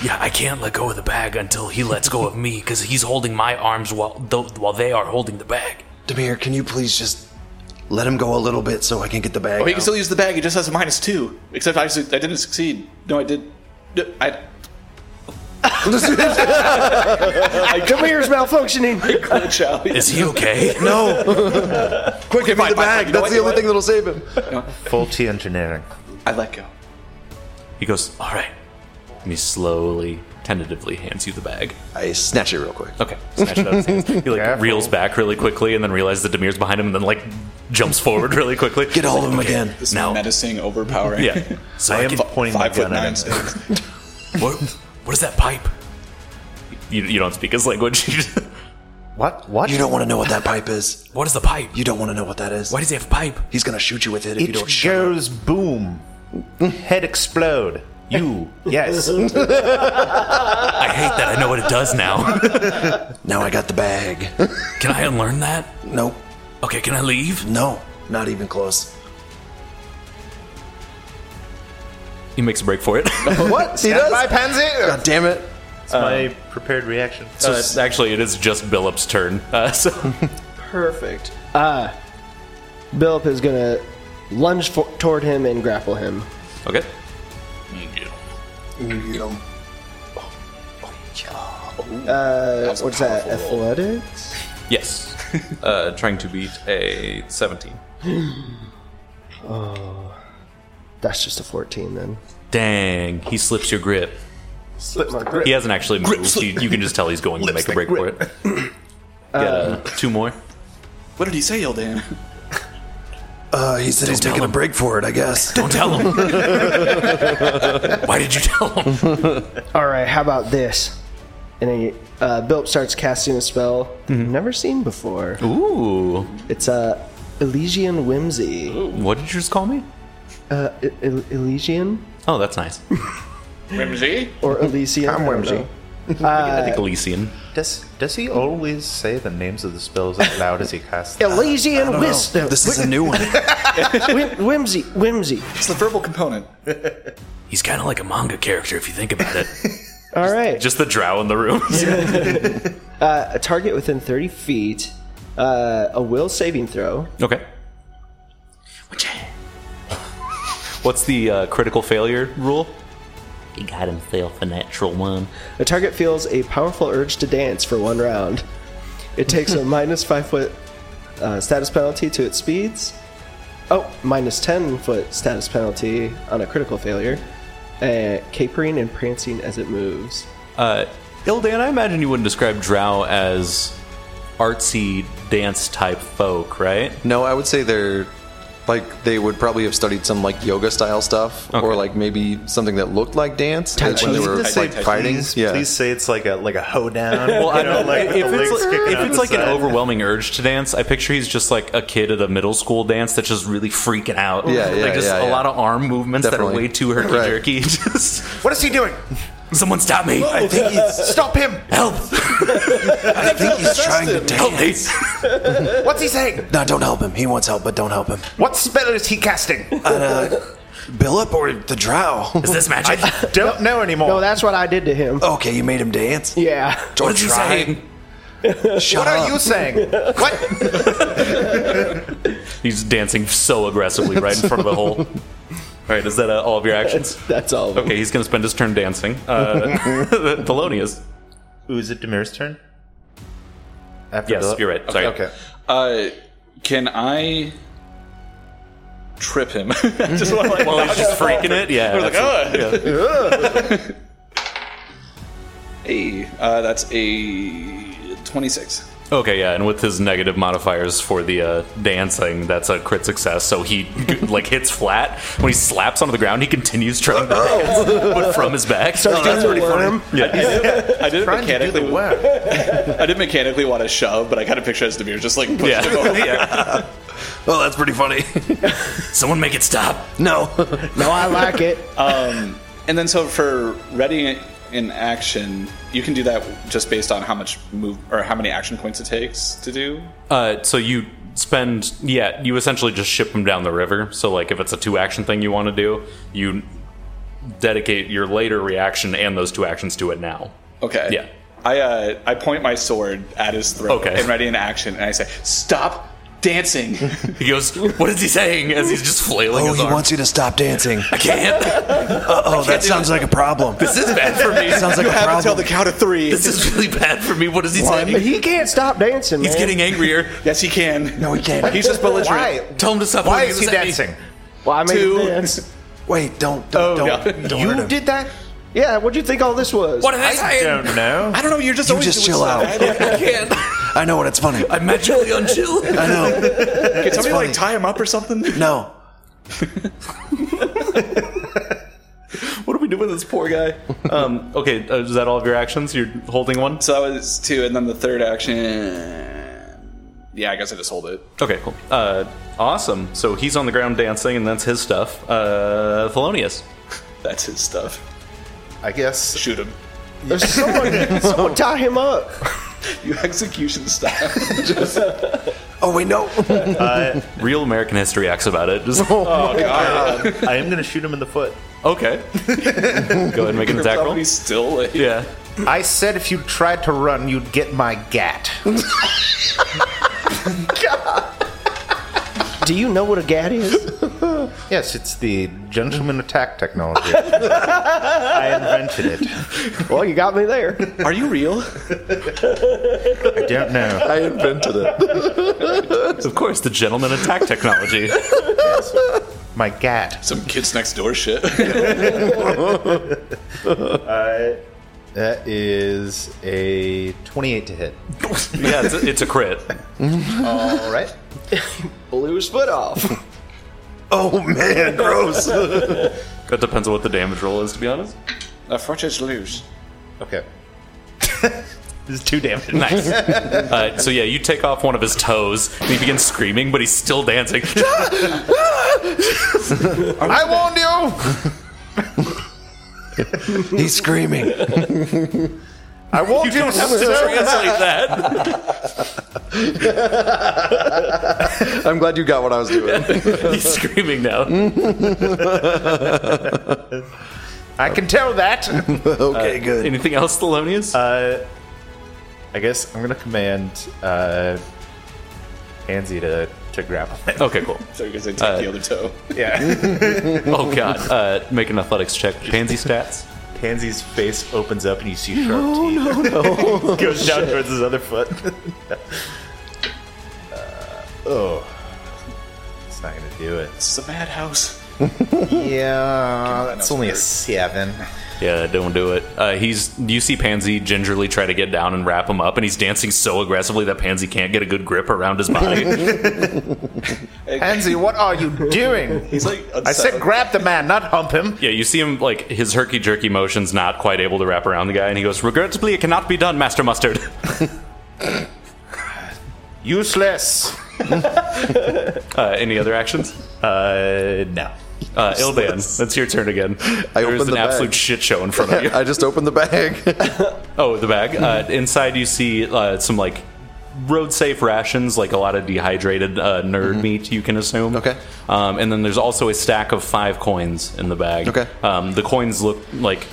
[SPEAKER 7] Yeah, I can't let go of the bag until he lets go of me because he's holding my arms while th- while they are holding the bag.
[SPEAKER 2] Demir, can you please just let him go a little bit so I can get the bag?
[SPEAKER 5] Oh, he can
[SPEAKER 2] out?
[SPEAKER 5] still use the bag. He just has a minus two. Except I, su- I didn't succeed. No, I did. no, I.
[SPEAKER 9] Demir's malfunctioning.
[SPEAKER 5] Glitch out.
[SPEAKER 7] Is he okay?
[SPEAKER 2] no. Quick, give me
[SPEAKER 5] fine,
[SPEAKER 2] the bag. That's
[SPEAKER 5] fine, fine. You know what,
[SPEAKER 2] the
[SPEAKER 5] you know
[SPEAKER 2] only
[SPEAKER 5] what?
[SPEAKER 2] thing that'll save him.
[SPEAKER 8] Full T engineering.
[SPEAKER 5] I let go.
[SPEAKER 4] He goes, all right. And he slowly, tentatively hands you the bag.
[SPEAKER 2] I snatch it real quick.
[SPEAKER 4] Okay. Snatch it out of his hands. He like
[SPEAKER 8] Careful.
[SPEAKER 4] reels back really quickly and then realizes that Demir's behind him and then like jumps forward really quickly.
[SPEAKER 2] Get a hold of him again.
[SPEAKER 5] This
[SPEAKER 7] Now-
[SPEAKER 5] menacing, overpowering.
[SPEAKER 4] Yeah.
[SPEAKER 7] So I, can.
[SPEAKER 5] F-
[SPEAKER 8] pointing my
[SPEAKER 5] five foot
[SPEAKER 8] gun at
[SPEAKER 5] nine
[SPEAKER 8] him.
[SPEAKER 5] six.
[SPEAKER 7] What, what is that pipe?
[SPEAKER 4] You, you don't speak his language.
[SPEAKER 8] What? What?
[SPEAKER 2] You don't want to know what that pipe is.
[SPEAKER 7] What is the pipe?
[SPEAKER 2] You don't want to know what that is.
[SPEAKER 7] Why does he have a pipe?
[SPEAKER 2] He's going to shoot you with it if you
[SPEAKER 8] it
[SPEAKER 2] don't shut up.
[SPEAKER 8] goes boom. Head explode.
[SPEAKER 10] You. Yes.
[SPEAKER 6] I hate that. I know what it does now.
[SPEAKER 2] Now I got the bag.
[SPEAKER 6] Can I unlearn that?
[SPEAKER 2] nope.
[SPEAKER 6] Okay, can I leave?
[SPEAKER 2] No. Not even close.
[SPEAKER 4] He makes a break for it.
[SPEAKER 2] What? He does?
[SPEAKER 10] My pansy.
[SPEAKER 2] God damn it.
[SPEAKER 10] It's
[SPEAKER 8] Uh,
[SPEAKER 10] my prepared reaction.
[SPEAKER 4] Uh, actually, it is just Billup's turn. Uh, so
[SPEAKER 9] Perfect. Uh, Billip is gonna lunge for- toward him and grapple him.
[SPEAKER 4] okay,
[SPEAKER 9] Uh, what's that? Athletics.
[SPEAKER 4] yes, uh, trying to beat a seventeen.
[SPEAKER 9] That's just a fourteen then.
[SPEAKER 4] Dang, he slips your grip.
[SPEAKER 9] My grip.
[SPEAKER 4] He hasn't actually moved. You, you can just tell he's going to make a break for it. Got uh, two more.
[SPEAKER 5] What did he say, Eldan?
[SPEAKER 2] Uh, he said he's making a break for it, I guess.
[SPEAKER 6] Don't tell him. Why did you tell him?
[SPEAKER 9] All right. How about this? And he, uh, Billip starts casting a spell never seen before.
[SPEAKER 4] Ooh,
[SPEAKER 9] It's a uh, Elysian whimsy.
[SPEAKER 4] what did you just call me?
[SPEAKER 9] Uh, E- E- Elysian
[SPEAKER 4] Oh, that's nice.
[SPEAKER 5] Whimsy?
[SPEAKER 9] or Elysian? I'm
[SPEAKER 2] whimsy.
[SPEAKER 4] I
[SPEAKER 2] Uh,
[SPEAKER 4] think Elysian.
[SPEAKER 10] Does does he always say the names of the spells as loud as he casts? them?
[SPEAKER 9] Elysian wisdom.
[SPEAKER 2] This is a new one.
[SPEAKER 9] Whim- whimsy, whimsy.
[SPEAKER 5] It's the verbal component.
[SPEAKER 6] He's kind of like a manga character if you think about it.
[SPEAKER 9] All right.
[SPEAKER 4] Just the drow in the room.
[SPEAKER 9] a target within 30 feet, uh, a will saving throw.
[SPEAKER 4] okay. What's the uh, critical failure rule? He got himself a natural one.
[SPEAKER 9] A target feels a powerful urge to dance for one round. It takes a minus 5 foot uh, status penalty to its speeds. Oh, minus 10 foot status penalty on a critical failure. Uh, capering and prancing as it moves.
[SPEAKER 4] Uh, Ildan, I imagine you wouldn't describe drow as artsy dance type folk, right?
[SPEAKER 2] No, I would say they're like they would probably have studied some like yoga style stuff or like maybe something that looked like dance
[SPEAKER 9] Tai
[SPEAKER 2] like, when they
[SPEAKER 10] Please
[SPEAKER 2] were
[SPEAKER 10] just say
[SPEAKER 2] like fighting.
[SPEAKER 10] Please,
[SPEAKER 2] yeah.
[SPEAKER 10] please say it's like a like a hoedown.
[SPEAKER 4] Well, I
[SPEAKER 10] you know,
[SPEAKER 4] don't
[SPEAKER 10] like with
[SPEAKER 4] if
[SPEAKER 10] the legs
[SPEAKER 4] it's,
[SPEAKER 10] kicking
[SPEAKER 4] if
[SPEAKER 10] out
[SPEAKER 4] it's
[SPEAKER 10] the
[SPEAKER 4] like an
[SPEAKER 10] side.
[SPEAKER 4] overwhelming urge to dance, I picture he's just like a kid at a middle school dance that's just really freaking out.
[SPEAKER 2] Yeah, yeah,
[SPEAKER 4] like just
[SPEAKER 2] yeah,
[SPEAKER 4] a
[SPEAKER 2] yeah.
[SPEAKER 4] lot of arm movements that are
[SPEAKER 2] Definitely.
[SPEAKER 4] way too herky
[SPEAKER 2] Right.
[SPEAKER 4] jerky. Just
[SPEAKER 10] What is he doing?
[SPEAKER 6] Someone stop me!
[SPEAKER 2] I think he's,
[SPEAKER 10] Stop him!
[SPEAKER 6] Help!
[SPEAKER 2] I think he's trying to
[SPEAKER 6] Help
[SPEAKER 2] dance.
[SPEAKER 6] me!
[SPEAKER 10] What's he saying?
[SPEAKER 2] No, don't help him. He wants help, but don't help him.
[SPEAKER 10] What spell is he casting?
[SPEAKER 2] Billup or the drow?
[SPEAKER 6] Is this magic?
[SPEAKER 10] Don't know anymore.
[SPEAKER 9] Oh, that's what I did to him.
[SPEAKER 2] okay, you made him dance.
[SPEAKER 9] Yeah.
[SPEAKER 6] what did you say?
[SPEAKER 2] Shut
[SPEAKER 10] what
[SPEAKER 2] up.
[SPEAKER 10] are you saying? what?
[SPEAKER 4] He's dancing so aggressively right in front of the hole. All right, is that uh, all of your actions?
[SPEAKER 9] That's all. of them.
[SPEAKER 4] Okay, he's going to spend his turn dancing. Uh, Thelonious.
[SPEAKER 10] Ooh, is it Demir's turn? After
[SPEAKER 4] Yes,
[SPEAKER 10] Bill-
[SPEAKER 4] you're right. Sorry.
[SPEAKER 10] Okay.
[SPEAKER 5] Uh, can I trip him? I just want to like,
[SPEAKER 4] Well, Oh, he's just freaking it. Yeah.
[SPEAKER 5] like,
[SPEAKER 4] absolutely. Yeah.
[SPEAKER 5] hey, uh, that's a 26.
[SPEAKER 4] Okay, yeah, and with his negative modifiers for the uh, dancing, that's a crit success. So he like hits flat. When he slaps onto the ground, he continues trying to dance, but from his back. Oh,
[SPEAKER 9] Doing the worm.
[SPEAKER 5] I did
[SPEAKER 10] Trying to do
[SPEAKER 5] mechanically.
[SPEAKER 10] the work.
[SPEAKER 5] I did mechanically want to shove, but I kind of picture as Demir just like pushing
[SPEAKER 4] Yeah.
[SPEAKER 5] him over.
[SPEAKER 4] yeah.
[SPEAKER 2] Oh, that's pretty funny.
[SPEAKER 6] Someone make it stop.
[SPEAKER 2] no.
[SPEAKER 9] No, I like it.
[SPEAKER 4] Uh,
[SPEAKER 5] Um, and then so for ready in action, you can do that just based on how much move or how many action points it takes to do.
[SPEAKER 4] Uh, so you spend yeah, you essentially just ship him down the river. So like if it's a two action thing you want to do, you dedicate your later reaction and those two actions to it now.
[SPEAKER 5] Okay.
[SPEAKER 4] Yeah.
[SPEAKER 5] I uh, I point my sword at his throat
[SPEAKER 4] Okay.
[SPEAKER 5] and ready in action, and I say, "Stop dancing."
[SPEAKER 4] He goes, "What is he saying?" As he's just flailing
[SPEAKER 2] Oh,
[SPEAKER 4] his
[SPEAKER 2] he
[SPEAKER 4] arm.
[SPEAKER 2] wants you to stop dancing.
[SPEAKER 4] I can't.
[SPEAKER 2] Oh, that sounds like a problem.
[SPEAKER 4] This is bad for me.
[SPEAKER 2] Sounds like a problem.
[SPEAKER 5] count of three.
[SPEAKER 4] this is really bad for me. What is he saying?
[SPEAKER 9] He can't stop dancing.
[SPEAKER 4] He's
[SPEAKER 9] man.
[SPEAKER 4] getting angrier.
[SPEAKER 5] yes, he can.
[SPEAKER 2] no, he can't.
[SPEAKER 5] He's just belligerent.
[SPEAKER 10] Why?
[SPEAKER 4] Tell him to stop.
[SPEAKER 10] Why
[SPEAKER 4] looking
[SPEAKER 10] is he
[SPEAKER 4] at me.
[SPEAKER 10] dancing?
[SPEAKER 9] Well, I made him
[SPEAKER 5] Two.
[SPEAKER 9] dance.
[SPEAKER 2] Wait, don't, don't, don't.
[SPEAKER 5] Oh, yeah.
[SPEAKER 2] don't hurt
[SPEAKER 10] You
[SPEAKER 2] him.
[SPEAKER 10] did that?
[SPEAKER 9] Yeah, what'd you think all this was?
[SPEAKER 6] What are they saying?
[SPEAKER 10] Don't know.
[SPEAKER 5] I don't know. You're just
[SPEAKER 2] You
[SPEAKER 5] always
[SPEAKER 2] just
[SPEAKER 5] doing
[SPEAKER 2] chill out.
[SPEAKER 5] stuff.
[SPEAKER 6] I can't.
[SPEAKER 2] I know what it's funny.
[SPEAKER 6] I'm magically unchill.
[SPEAKER 2] I know.
[SPEAKER 5] Can somebody
[SPEAKER 2] funny.
[SPEAKER 5] like tie him up or something?
[SPEAKER 2] No.
[SPEAKER 4] What do we do with this poor guy? um, okay, uh, is that all of your actions? You're holding one.
[SPEAKER 5] So that was two, and then the third action. Yeah, I guess I just hold it.
[SPEAKER 4] Okay, cool. Uh, awesome. So he's on the ground dancing, and that's his stuff. Uh, Thelonious.
[SPEAKER 5] That's his stuff.
[SPEAKER 8] I guess
[SPEAKER 5] Shoot him.
[SPEAKER 9] There's someone, someone tie him up.
[SPEAKER 5] You execution style. Just-
[SPEAKER 2] Oh wait, no.
[SPEAKER 4] Real American History acts about it. Just- uh,
[SPEAKER 8] I am going to shoot him in the foot.
[SPEAKER 4] okay. Go ahead and make an attack roll.
[SPEAKER 5] Probably still like,
[SPEAKER 4] Yeah.
[SPEAKER 8] I said if you tried to run, you'd get my gat.
[SPEAKER 9] Do you know what a gat is?
[SPEAKER 8] yes, it's the gentleman attack technology. I invented it.
[SPEAKER 9] Well, you got me there.
[SPEAKER 5] Are you real?
[SPEAKER 8] I don't know.
[SPEAKER 2] I invented it.
[SPEAKER 4] Of course, the gentleman attack technology.
[SPEAKER 8] My gat.
[SPEAKER 5] Some kids next door shit.
[SPEAKER 8] Uh, That is a 28 to hit.
[SPEAKER 4] yeah, it's a, it's a crit.
[SPEAKER 8] All right.
[SPEAKER 9] Blew his foot off.
[SPEAKER 2] Oh man, gross.
[SPEAKER 4] That depends on what the damage roll is, to be honest.
[SPEAKER 5] A foot is loose.
[SPEAKER 8] Okay. this is two damage.
[SPEAKER 4] Nice. Uh, so yeah, you take off one of his toes, and he begins screaming, but he's still dancing.
[SPEAKER 8] I warned you!
[SPEAKER 2] He's screaming.
[SPEAKER 8] I warned you, sister!
[SPEAKER 4] Translate that.
[SPEAKER 2] I'm glad you got what I was doing.
[SPEAKER 4] He's screaming now.
[SPEAKER 8] I can tell that!
[SPEAKER 2] okay, good.
[SPEAKER 4] Anything else, Thelonious?
[SPEAKER 8] Uh, I guess I'm gonna command uh, Pansy to to grapple. him.
[SPEAKER 4] okay, cool.
[SPEAKER 5] So you guys take the other toe.
[SPEAKER 8] yeah.
[SPEAKER 4] Oh god. Uh, make an athletics check. Pansy stats.
[SPEAKER 8] Pansy's face opens up and you see sharp teeth. No, no, Goes down towards his other foot. uh, oh, it's not gonna do it.
[SPEAKER 5] This is a madhouse.
[SPEAKER 8] Yeah,
[SPEAKER 5] that's
[SPEAKER 8] it's only a
[SPEAKER 5] weird.
[SPEAKER 8] seven.
[SPEAKER 4] Yeah, don't do it. Uh, he's. You see Pansy gingerly try to get down and wrap him up, and he's dancing so aggressively that Pansy can't get a good grip around his body.
[SPEAKER 8] Pansy, what are you doing?
[SPEAKER 5] He's like,
[SPEAKER 8] I said grab the man, not hump him.
[SPEAKER 4] yeah, you see him like his herky jerky motions, not quite able to wrap around the guy, and he goes, "Regrettably, it cannot be done, Master Mustard."
[SPEAKER 8] Useless.
[SPEAKER 4] Uh, any other actions?
[SPEAKER 8] Uh, no.
[SPEAKER 4] Uh, Ildan, it's your turn again.
[SPEAKER 2] I
[SPEAKER 4] There's
[SPEAKER 2] opened
[SPEAKER 4] an
[SPEAKER 2] the bag.
[SPEAKER 4] absolute shit show in front of you.
[SPEAKER 2] I just opened the bag.
[SPEAKER 4] Oh, the bag. Uh, inside, you see uh, some like road safe rations, like a lot of dehydrated uh, nerd meat. You can assume.
[SPEAKER 2] Mm-hmm. Okay.
[SPEAKER 4] Um, and then there's also a stack of five coins in the bag.
[SPEAKER 2] Okay.
[SPEAKER 4] Um, the coins look like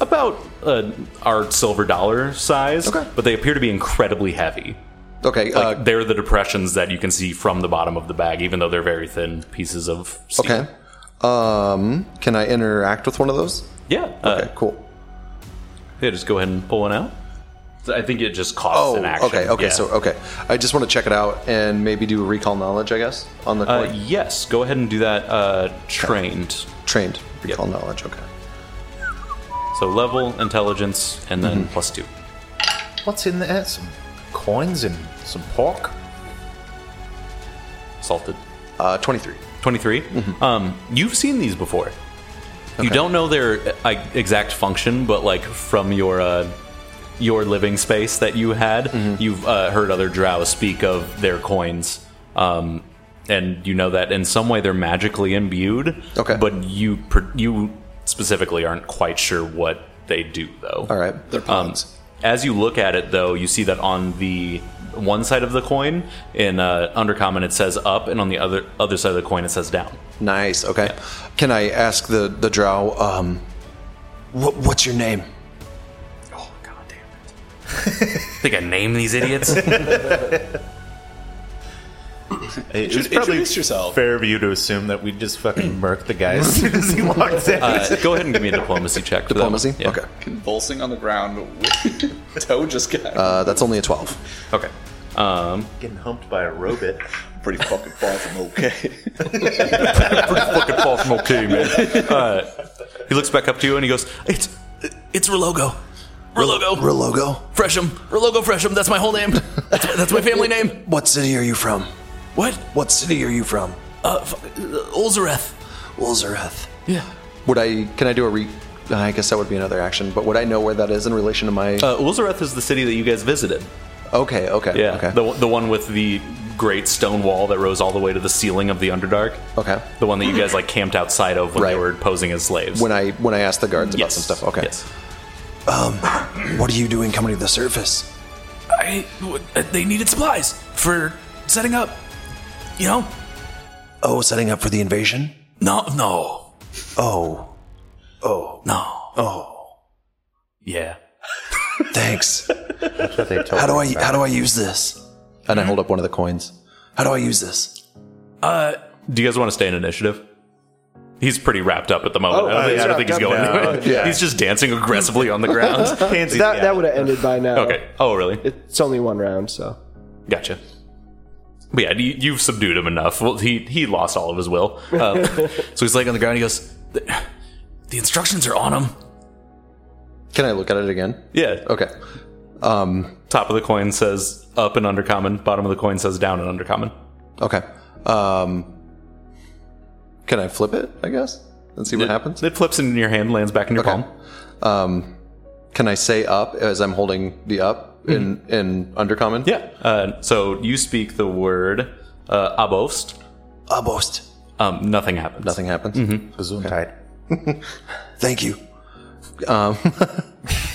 [SPEAKER 4] about uh, our silver dollar size,
[SPEAKER 2] Okay.
[SPEAKER 4] but they appear to be incredibly heavy.
[SPEAKER 2] okay,
[SPEAKER 4] Like
[SPEAKER 2] uh,
[SPEAKER 4] they're the depressions that you can see from the bottom of the bag, even though they're very thin pieces of steel.
[SPEAKER 2] okay. Um, can I interact with one of those?
[SPEAKER 4] Yeah.
[SPEAKER 2] Okay,
[SPEAKER 4] Uh,
[SPEAKER 2] cool.
[SPEAKER 4] yeah. Just go ahead and pull one out. I think it just costs
[SPEAKER 2] Oh,
[SPEAKER 4] an action.
[SPEAKER 2] okay, okay.
[SPEAKER 4] yeah.
[SPEAKER 2] So, okay, I just want to check it out and maybe do a recall knowledge, I guess, on the
[SPEAKER 4] Uh,
[SPEAKER 2] coin.
[SPEAKER 4] yes, go ahead and do that. Uh, trained.
[SPEAKER 2] trained recall knowledge. Okay,
[SPEAKER 4] So level, intelligence, and then
[SPEAKER 2] Mm-hmm.
[SPEAKER 4] plus two.
[SPEAKER 8] What's in there? Some coins and some pork.
[SPEAKER 4] Salted.
[SPEAKER 2] uh, twenty-three.
[SPEAKER 4] 23.
[SPEAKER 2] Mm-hmm.
[SPEAKER 4] Um, you've seen these before. You don't know their uh, exact function, but like from your uh, your living space that you had,
[SPEAKER 2] Mm-hmm.
[SPEAKER 4] you've uh, heard other drow speak of their coins. Um, and you know that in some way they're magically imbued.
[SPEAKER 2] Okay.
[SPEAKER 4] But you per- you specifically aren't quite sure what they do, though.
[SPEAKER 2] All right. Um,
[SPEAKER 5] They're pawns.
[SPEAKER 4] Um, As you look at it, though, you see that on the one side of the coin, in uh, undercommon, it says up, and on the other other side of the coin, it says down.
[SPEAKER 2] Nice. Okay. Can I ask the the drow? Um, what, what's your name?
[SPEAKER 4] Oh god damn it! Think I name these idiots?
[SPEAKER 8] It's
[SPEAKER 5] Just introduce yourself.
[SPEAKER 8] fair of you to assume that we just fucking murk the guy as soon as he walks in.
[SPEAKER 4] Uh, go ahead and give me a diplomacy check. for that one.
[SPEAKER 2] Diplomacy.
[SPEAKER 4] Yeah.
[SPEAKER 2] Okay.
[SPEAKER 5] Convulsing on the ground. toe just got
[SPEAKER 2] Uh, that's only a twelve.
[SPEAKER 4] Okay. Um,
[SPEAKER 8] Getting humped by a robot.
[SPEAKER 5] pretty fucking far from okay.
[SPEAKER 4] fucking fall from okay, man. Uh, he looks back up to you and he goes, "It's it's Relogo, Relogo,
[SPEAKER 2] Real logo.
[SPEAKER 4] Fresham, Relogo Fresham. That's my whole name. That's my, that's my family name.
[SPEAKER 2] What city are you from?
[SPEAKER 4] What?
[SPEAKER 2] What city are you from?
[SPEAKER 4] Uh, f- uh, Ulzareth.
[SPEAKER 2] Ulzareth.
[SPEAKER 4] Yeah.
[SPEAKER 2] Would I? Can I do a re? I guess that would be another action. But would I know where that is in relation to my?
[SPEAKER 4] Uh, Ulzareth is the city that you guys visited.
[SPEAKER 2] okay. Okay.
[SPEAKER 4] Yeah,
[SPEAKER 2] Okay.
[SPEAKER 4] the the one with the great stone wall that rose all the way to the ceiling of the Underdark.
[SPEAKER 2] Okay.
[SPEAKER 4] The one that you guys like camped outside of when they
[SPEAKER 2] Right.
[SPEAKER 4] were posing as slaves.
[SPEAKER 2] When I when I asked the guards about
[SPEAKER 4] yes.
[SPEAKER 2] some stuff. Okay.
[SPEAKER 4] Yes.
[SPEAKER 2] What are you doing coming to the surface?
[SPEAKER 6] I, w- they needed supplies for setting up. You know?
[SPEAKER 2] Oh, setting up for the invasion?
[SPEAKER 6] No, no,
[SPEAKER 2] Oh,
[SPEAKER 6] no.
[SPEAKER 2] oh,
[SPEAKER 6] Yeah.
[SPEAKER 2] thanks.
[SPEAKER 10] That they told
[SPEAKER 2] How do
[SPEAKER 10] us
[SPEAKER 2] I
[SPEAKER 10] about.
[SPEAKER 2] how do I use this? And I
[SPEAKER 4] Mm-hmm.
[SPEAKER 2] hold up one of the coins. How do I use this?
[SPEAKER 6] Uh,
[SPEAKER 4] Do you guys want to stay in initiative? He's pretty wrapped up at the moment.
[SPEAKER 9] Oh,
[SPEAKER 4] I don't, think- I don't think he's
[SPEAKER 10] he's
[SPEAKER 4] going
[SPEAKER 10] wrapped up
[SPEAKER 4] anywhere. He's just dancing aggressively on the ground.
[SPEAKER 10] Pansy's
[SPEAKER 9] That,
[SPEAKER 10] yeah.
[SPEAKER 9] that would have ended by now.
[SPEAKER 4] okay. Oh, really?
[SPEAKER 9] It's only one round, so.
[SPEAKER 4] Gotcha. But yeah, you, you've subdued him enough. Well, he he lost all of his will, um, so he's laying on the ground. He goes,
[SPEAKER 6] the instructions are on them.
[SPEAKER 2] Can I look at it again?
[SPEAKER 4] "Yeah."
[SPEAKER 2] Okay. Um.
[SPEAKER 4] Top of the coin says up and undercommon. Bottom of the coin says down and undercommon.
[SPEAKER 2] Okay. Um. Can I flip it? I guess and see what happens.
[SPEAKER 4] It flips in your hand, lands back in your
[SPEAKER 2] Okay.
[SPEAKER 4] palm.
[SPEAKER 2] Um. Can I say up as I'm holding the up in in undercommon?
[SPEAKER 4] Mm-hmm. Yeah. Uh, so you speak the word uh, abost.
[SPEAKER 2] Abost.
[SPEAKER 4] Um, nothing happens.
[SPEAKER 2] Nothing happens.
[SPEAKER 4] Mm-hmm.
[SPEAKER 10] Gesundheit.
[SPEAKER 2] Thank you. Um.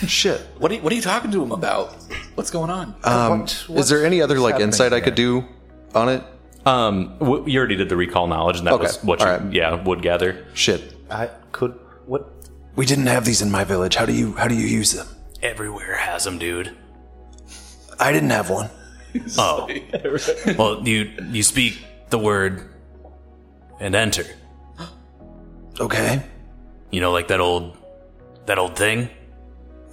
[SPEAKER 2] shit.
[SPEAKER 5] What are, you, what are you talking to him about? What's going on?
[SPEAKER 7] Uh,
[SPEAKER 2] Um,
[SPEAKER 10] What-
[SPEAKER 2] is there
[SPEAKER 10] what's-
[SPEAKER 2] any other
[SPEAKER 10] what's
[SPEAKER 2] like
[SPEAKER 10] happening
[SPEAKER 2] insight I
[SPEAKER 10] here?
[SPEAKER 2] could do on it?
[SPEAKER 4] Um, w- you already did the recall knowledge, and that
[SPEAKER 2] Okay.
[SPEAKER 4] was what you
[SPEAKER 2] All right.
[SPEAKER 4] yeah would gather.
[SPEAKER 2] Shit.
[SPEAKER 10] I could. What?
[SPEAKER 2] We didn't have these in my village. How do you how do you use them?
[SPEAKER 6] Everywhere has them, dude.
[SPEAKER 2] I didn't have one.
[SPEAKER 6] Oh. well, you you speak the word and enter.
[SPEAKER 2] Okay.
[SPEAKER 6] You know, like that old that old thing.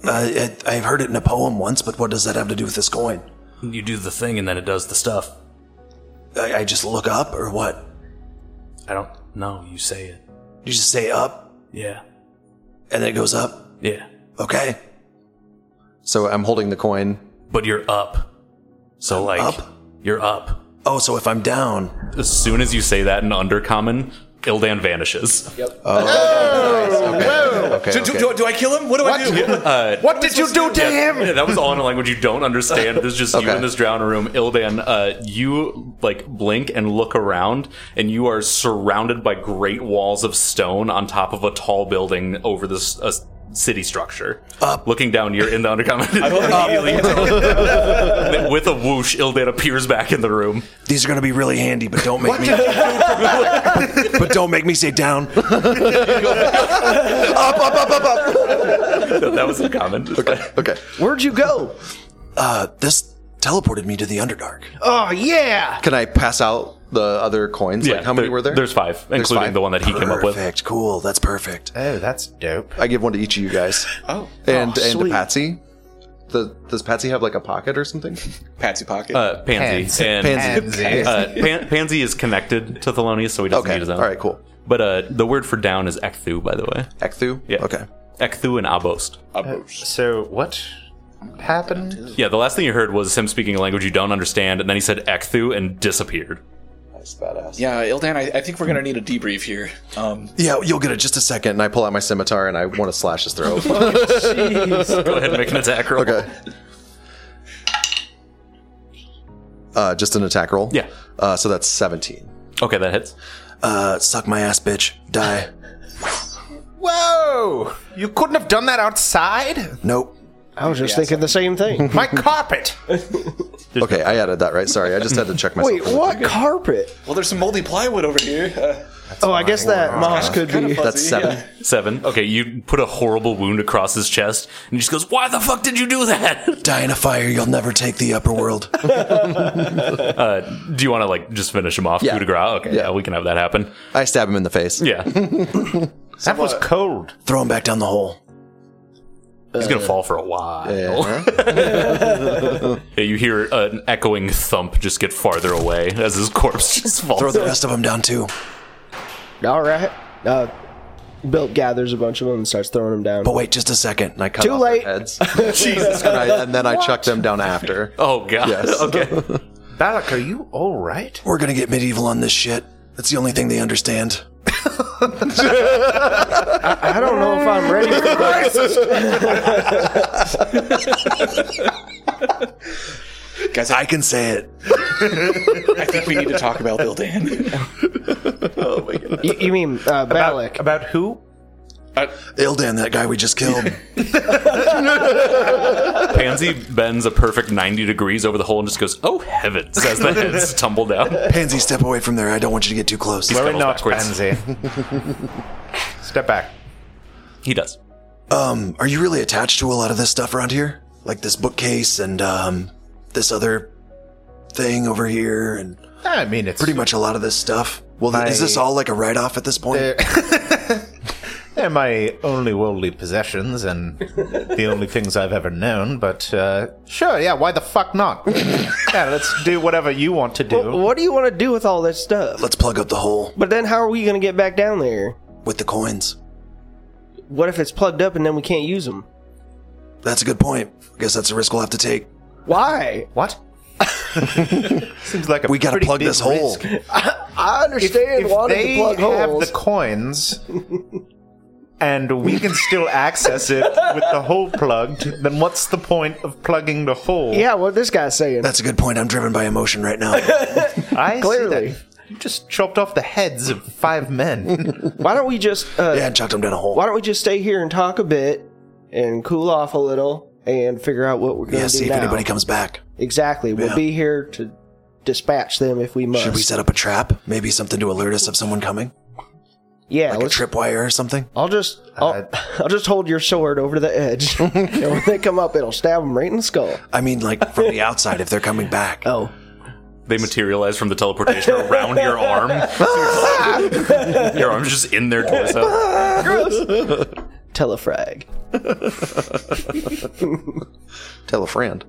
[SPEAKER 2] Uh, it, I've heard it in a poem once, but what does that have to do with this coin?
[SPEAKER 6] You do the thing, and then it does the stuff.
[SPEAKER 2] I, I just look up or what?
[SPEAKER 6] I don't know. You say it.
[SPEAKER 2] You just say up
[SPEAKER 6] Yeah.
[SPEAKER 2] and it goes up.
[SPEAKER 6] Yeah.
[SPEAKER 2] Okay. So I'm holding the coin.
[SPEAKER 6] But you're up. So like
[SPEAKER 2] up?
[SPEAKER 6] you're up.
[SPEAKER 2] Oh, so if I'm down.
[SPEAKER 4] As soon as you say that in undercommon, Ildan vanishes.
[SPEAKER 2] Okay.
[SPEAKER 5] do, do, do, do I kill him? What do I do?
[SPEAKER 2] uh,
[SPEAKER 4] What did you do to him? that was all in a language you don't understand. There's just you
[SPEAKER 2] Okay.
[SPEAKER 4] in this drown room. Ildan, uh, you like blink and look around, and you are surrounded by great walls of stone on top of a tall building over this uh, city structure. Looking down, you're in the undercommon. With a whoosh, Ildan appears back in the room.
[SPEAKER 2] These are going to be really handy, but don't make me. but don't make me say down. up, up, up, up, up.
[SPEAKER 4] that was a comment.
[SPEAKER 2] Okay.
[SPEAKER 9] Where'd you go?
[SPEAKER 2] Uh, this teleported me to the Underdark.
[SPEAKER 9] Oh, yeah!
[SPEAKER 2] Can I pass out the other coins? like, how many were there?
[SPEAKER 4] There's five, including
[SPEAKER 2] five?
[SPEAKER 4] the one that he came up with.
[SPEAKER 2] Perfect. Cool. That's perfect.
[SPEAKER 10] Oh, that's dope.
[SPEAKER 2] I give one to each of you guys. Oh. And
[SPEAKER 9] Oh,
[SPEAKER 2] and to
[SPEAKER 9] sweet.
[SPEAKER 2] Patsy. The, does Patsy have like a pocket or something?
[SPEAKER 5] Patsy Pocket.
[SPEAKER 4] Uh, Pansy.
[SPEAKER 10] Pans.
[SPEAKER 4] And
[SPEAKER 10] Pansy.
[SPEAKER 4] Uh, Pan- Pansy is connected to Thelonious, so he doesn't need
[SPEAKER 2] Okay.
[SPEAKER 4] his
[SPEAKER 2] All
[SPEAKER 4] own.
[SPEAKER 2] right. Cool.
[SPEAKER 4] But uh, the word for down is ekthu, by the way.
[SPEAKER 2] Ekthu.
[SPEAKER 4] Yeah.
[SPEAKER 2] Okay.
[SPEAKER 4] Ekthu and abost.
[SPEAKER 10] So what happened?
[SPEAKER 4] Yeah, the last thing you heard was him speaking a language you don't understand, and then he said ekthu and disappeared.
[SPEAKER 5] yeah, Ildan, I, I think we're gonna need a debrief here. Um,
[SPEAKER 2] Yeah, you'll get it just a second. And I pull out my scimitar and I want to slash his throat.
[SPEAKER 4] Go ahead and make an attack roll.
[SPEAKER 2] okay. Uh, just an attack roll.
[SPEAKER 4] Yeah.
[SPEAKER 2] Uh, so that's seventeen.
[SPEAKER 4] Okay, that hits.
[SPEAKER 2] Uh, suck my ass, bitch. Die.
[SPEAKER 8] Whoa! You couldn't have done that outside?
[SPEAKER 2] nope.
[SPEAKER 9] I was just thinking the same thing.
[SPEAKER 8] My carpet!
[SPEAKER 2] Okay, I added that right. Sorry, I just had to check myself.
[SPEAKER 9] Wait, what carpet?
[SPEAKER 5] well, there's some moldy plywood over here. Uh,
[SPEAKER 9] Oh, I guess that moss could
[SPEAKER 5] kinda
[SPEAKER 9] be.
[SPEAKER 5] fuzzy,
[SPEAKER 2] That's seven.
[SPEAKER 5] yeah.
[SPEAKER 4] Seven. Okay, you put a horrible wound across his chest, and he just goes, Why the fuck did you do that?
[SPEAKER 2] Die in a fire. You'll never take the upper world.
[SPEAKER 4] do you want to, like, just finish him off?
[SPEAKER 2] Yeah.
[SPEAKER 4] Coup de grace? Okay, yeah.
[SPEAKER 2] Yeah.
[SPEAKER 4] we can have that happen.
[SPEAKER 2] I stab him in the face.
[SPEAKER 4] Yeah. He's
[SPEAKER 8] That was cold.
[SPEAKER 2] Throw him back down the hole.
[SPEAKER 4] going to fall for a while.
[SPEAKER 2] Uh, Yeah.
[SPEAKER 4] Yeah, you hear uh, an echoing thump just get farther away as his corpse just falls.
[SPEAKER 2] Throw the rest of them down too.
[SPEAKER 9] All right. Uh, Bill gathers a bunch of them and starts throwing them down.
[SPEAKER 2] But wait, just a second. And I cut
[SPEAKER 9] Too
[SPEAKER 2] off their
[SPEAKER 9] late.
[SPEAKER 2] heads. Jesus and, I, and then I chucked them down after.
[SPEAKER 4] oh god.
[SPEAKER 2] Yes.
[SPEAKER 4] Okay.
[SPEAKER 8] Balak, are you alright?
[SPEAKER 2] We're gonna get medieval on this shit. That's the only thing they understand.
[SPEAKER 9] I don't know if I'm ready for that.
[SPEAKER 5] Guys,
[SPEAKER 2] I can say it.
[SPEAKER 5] I think we need to talk about Ildan. Oh
[SPEAKER 9] You, you mean uh, Balak?
[SPEAKER 8] About who?
[SPEAKER 7] Ildan, that guy we just killed.
[SPEAKER 4] Pansy bends a perfect 90 degrees over the hole and just goes, Oh heavens, as the heads tumble down.
[SPEAKER 7] Pansy, step away from there. I don't want you to get too close.
[SPEAKER 4] Where- Scuttles
[SPEAKER 8] We're not
[SPEAKER 4] backwards.
[SPEAKER 8] Banzi. Step back.
[SPEAKER 4] He does.
[SPEAKER 7] Um, are you really attached to a lot of this stuff around here? Like this bookcase and um, this other thing over here, and
[SPEAKER 8] I mean, it's
[SPEAKER 7] pretty much a lot of this stuff. Well, th- is
[SPEAKER 8] My-
[SPEAKER 7] this all like a write-off at this point?
[SPEAKER 8] They're my only worldly possessions and the only things I've ever known, but uh, sure, yeah, why the fuck not? yeah, let's do whatever you want to do.
[SPEAKER 9] what do you want to do with all that stuff?
[SPEAKER 7] Let's plug up the hole
[SPEAKER 9] But then how are we going to get back down there?
[SPEAKER 7] with the coins.
[SPEAKER 9] What if it's plugged up and then we can't use them?
[SPEAKER 7] That's a good point. I guess that's a risk we'll have to take.
[SPEAKER 9] Why?
[SPEAKER 8] What? Seems like a
[SPEAKER 7] We gotta
[SPEAKER 8] pretty
[SPEAKER 7] plug
[SPEAKER 8] big
[SPEAKER 7] this hole.
[SPEAKER 8] risk.
[SPEAKER 9] I
[SPEAKER 8] If,
[SPEAKER 9] understand
[SPEAKER 8] if
[SPEAKER 9] wanting
[SPEAKER 8] they
[SPEAKER 9] to plug
[SPEAKER 8] have
[SPEAKER 9] holes.
[SPEAKER 8] the coins and we can still access it with the hole plugged, then what's the point of plugging the hole?
[SPEAKER 9] yeah, what this guy's saying.
[SPEAKER 7] That's a good point. I'm driven by emotion right now.
[SPEAKER 8] I
[SPEAKER 9] Clearly.
[SPEAKER 8] See that. You just chopped off the heads of five men.
[SPEAKER 9] Why don't we just uh,
[SPEAKER 7] yeah, and chucked him down a hole.
[SPEAKER 9] Why don't we just stay here and talk a bit and cool off a little and figure out what we're going to
[SPEAKER 7] yeah,
[SPEAKER 9] do
[SPEAKER 7] see if
[SPEAKER 9] now?
[SPEAKER 7] anybody comes back.
[SPEAKER 9] exactly. We'll
[SPEAKER 7] Yeah.
[SPEAKER 9] be here to dispatch them if we must.
[SPEAKER 7] Should we set up a trap? Maybe something to alert us of someone coming?
[SPEAKER 9] yeah,
[SPEAKER 7] Like a
[SPEAKER 9] let's-
[SPEAKER 7] tripwire or something?
[SPEAKER 9] I'll just I'll, I'll just hold your sword over to the edge, and when they come up, it'll stab them right in the skull.
[SPEAKER 7] I mean, like from the outside if they're coming back.
[SPEAKER 9] Oh,
[SPEAKER 4] They materialize from the teleportation around your arm. your arm's just in their torso.
[SPEAKER 9] telefrag.
[SPEAKER 7] Tell a friend.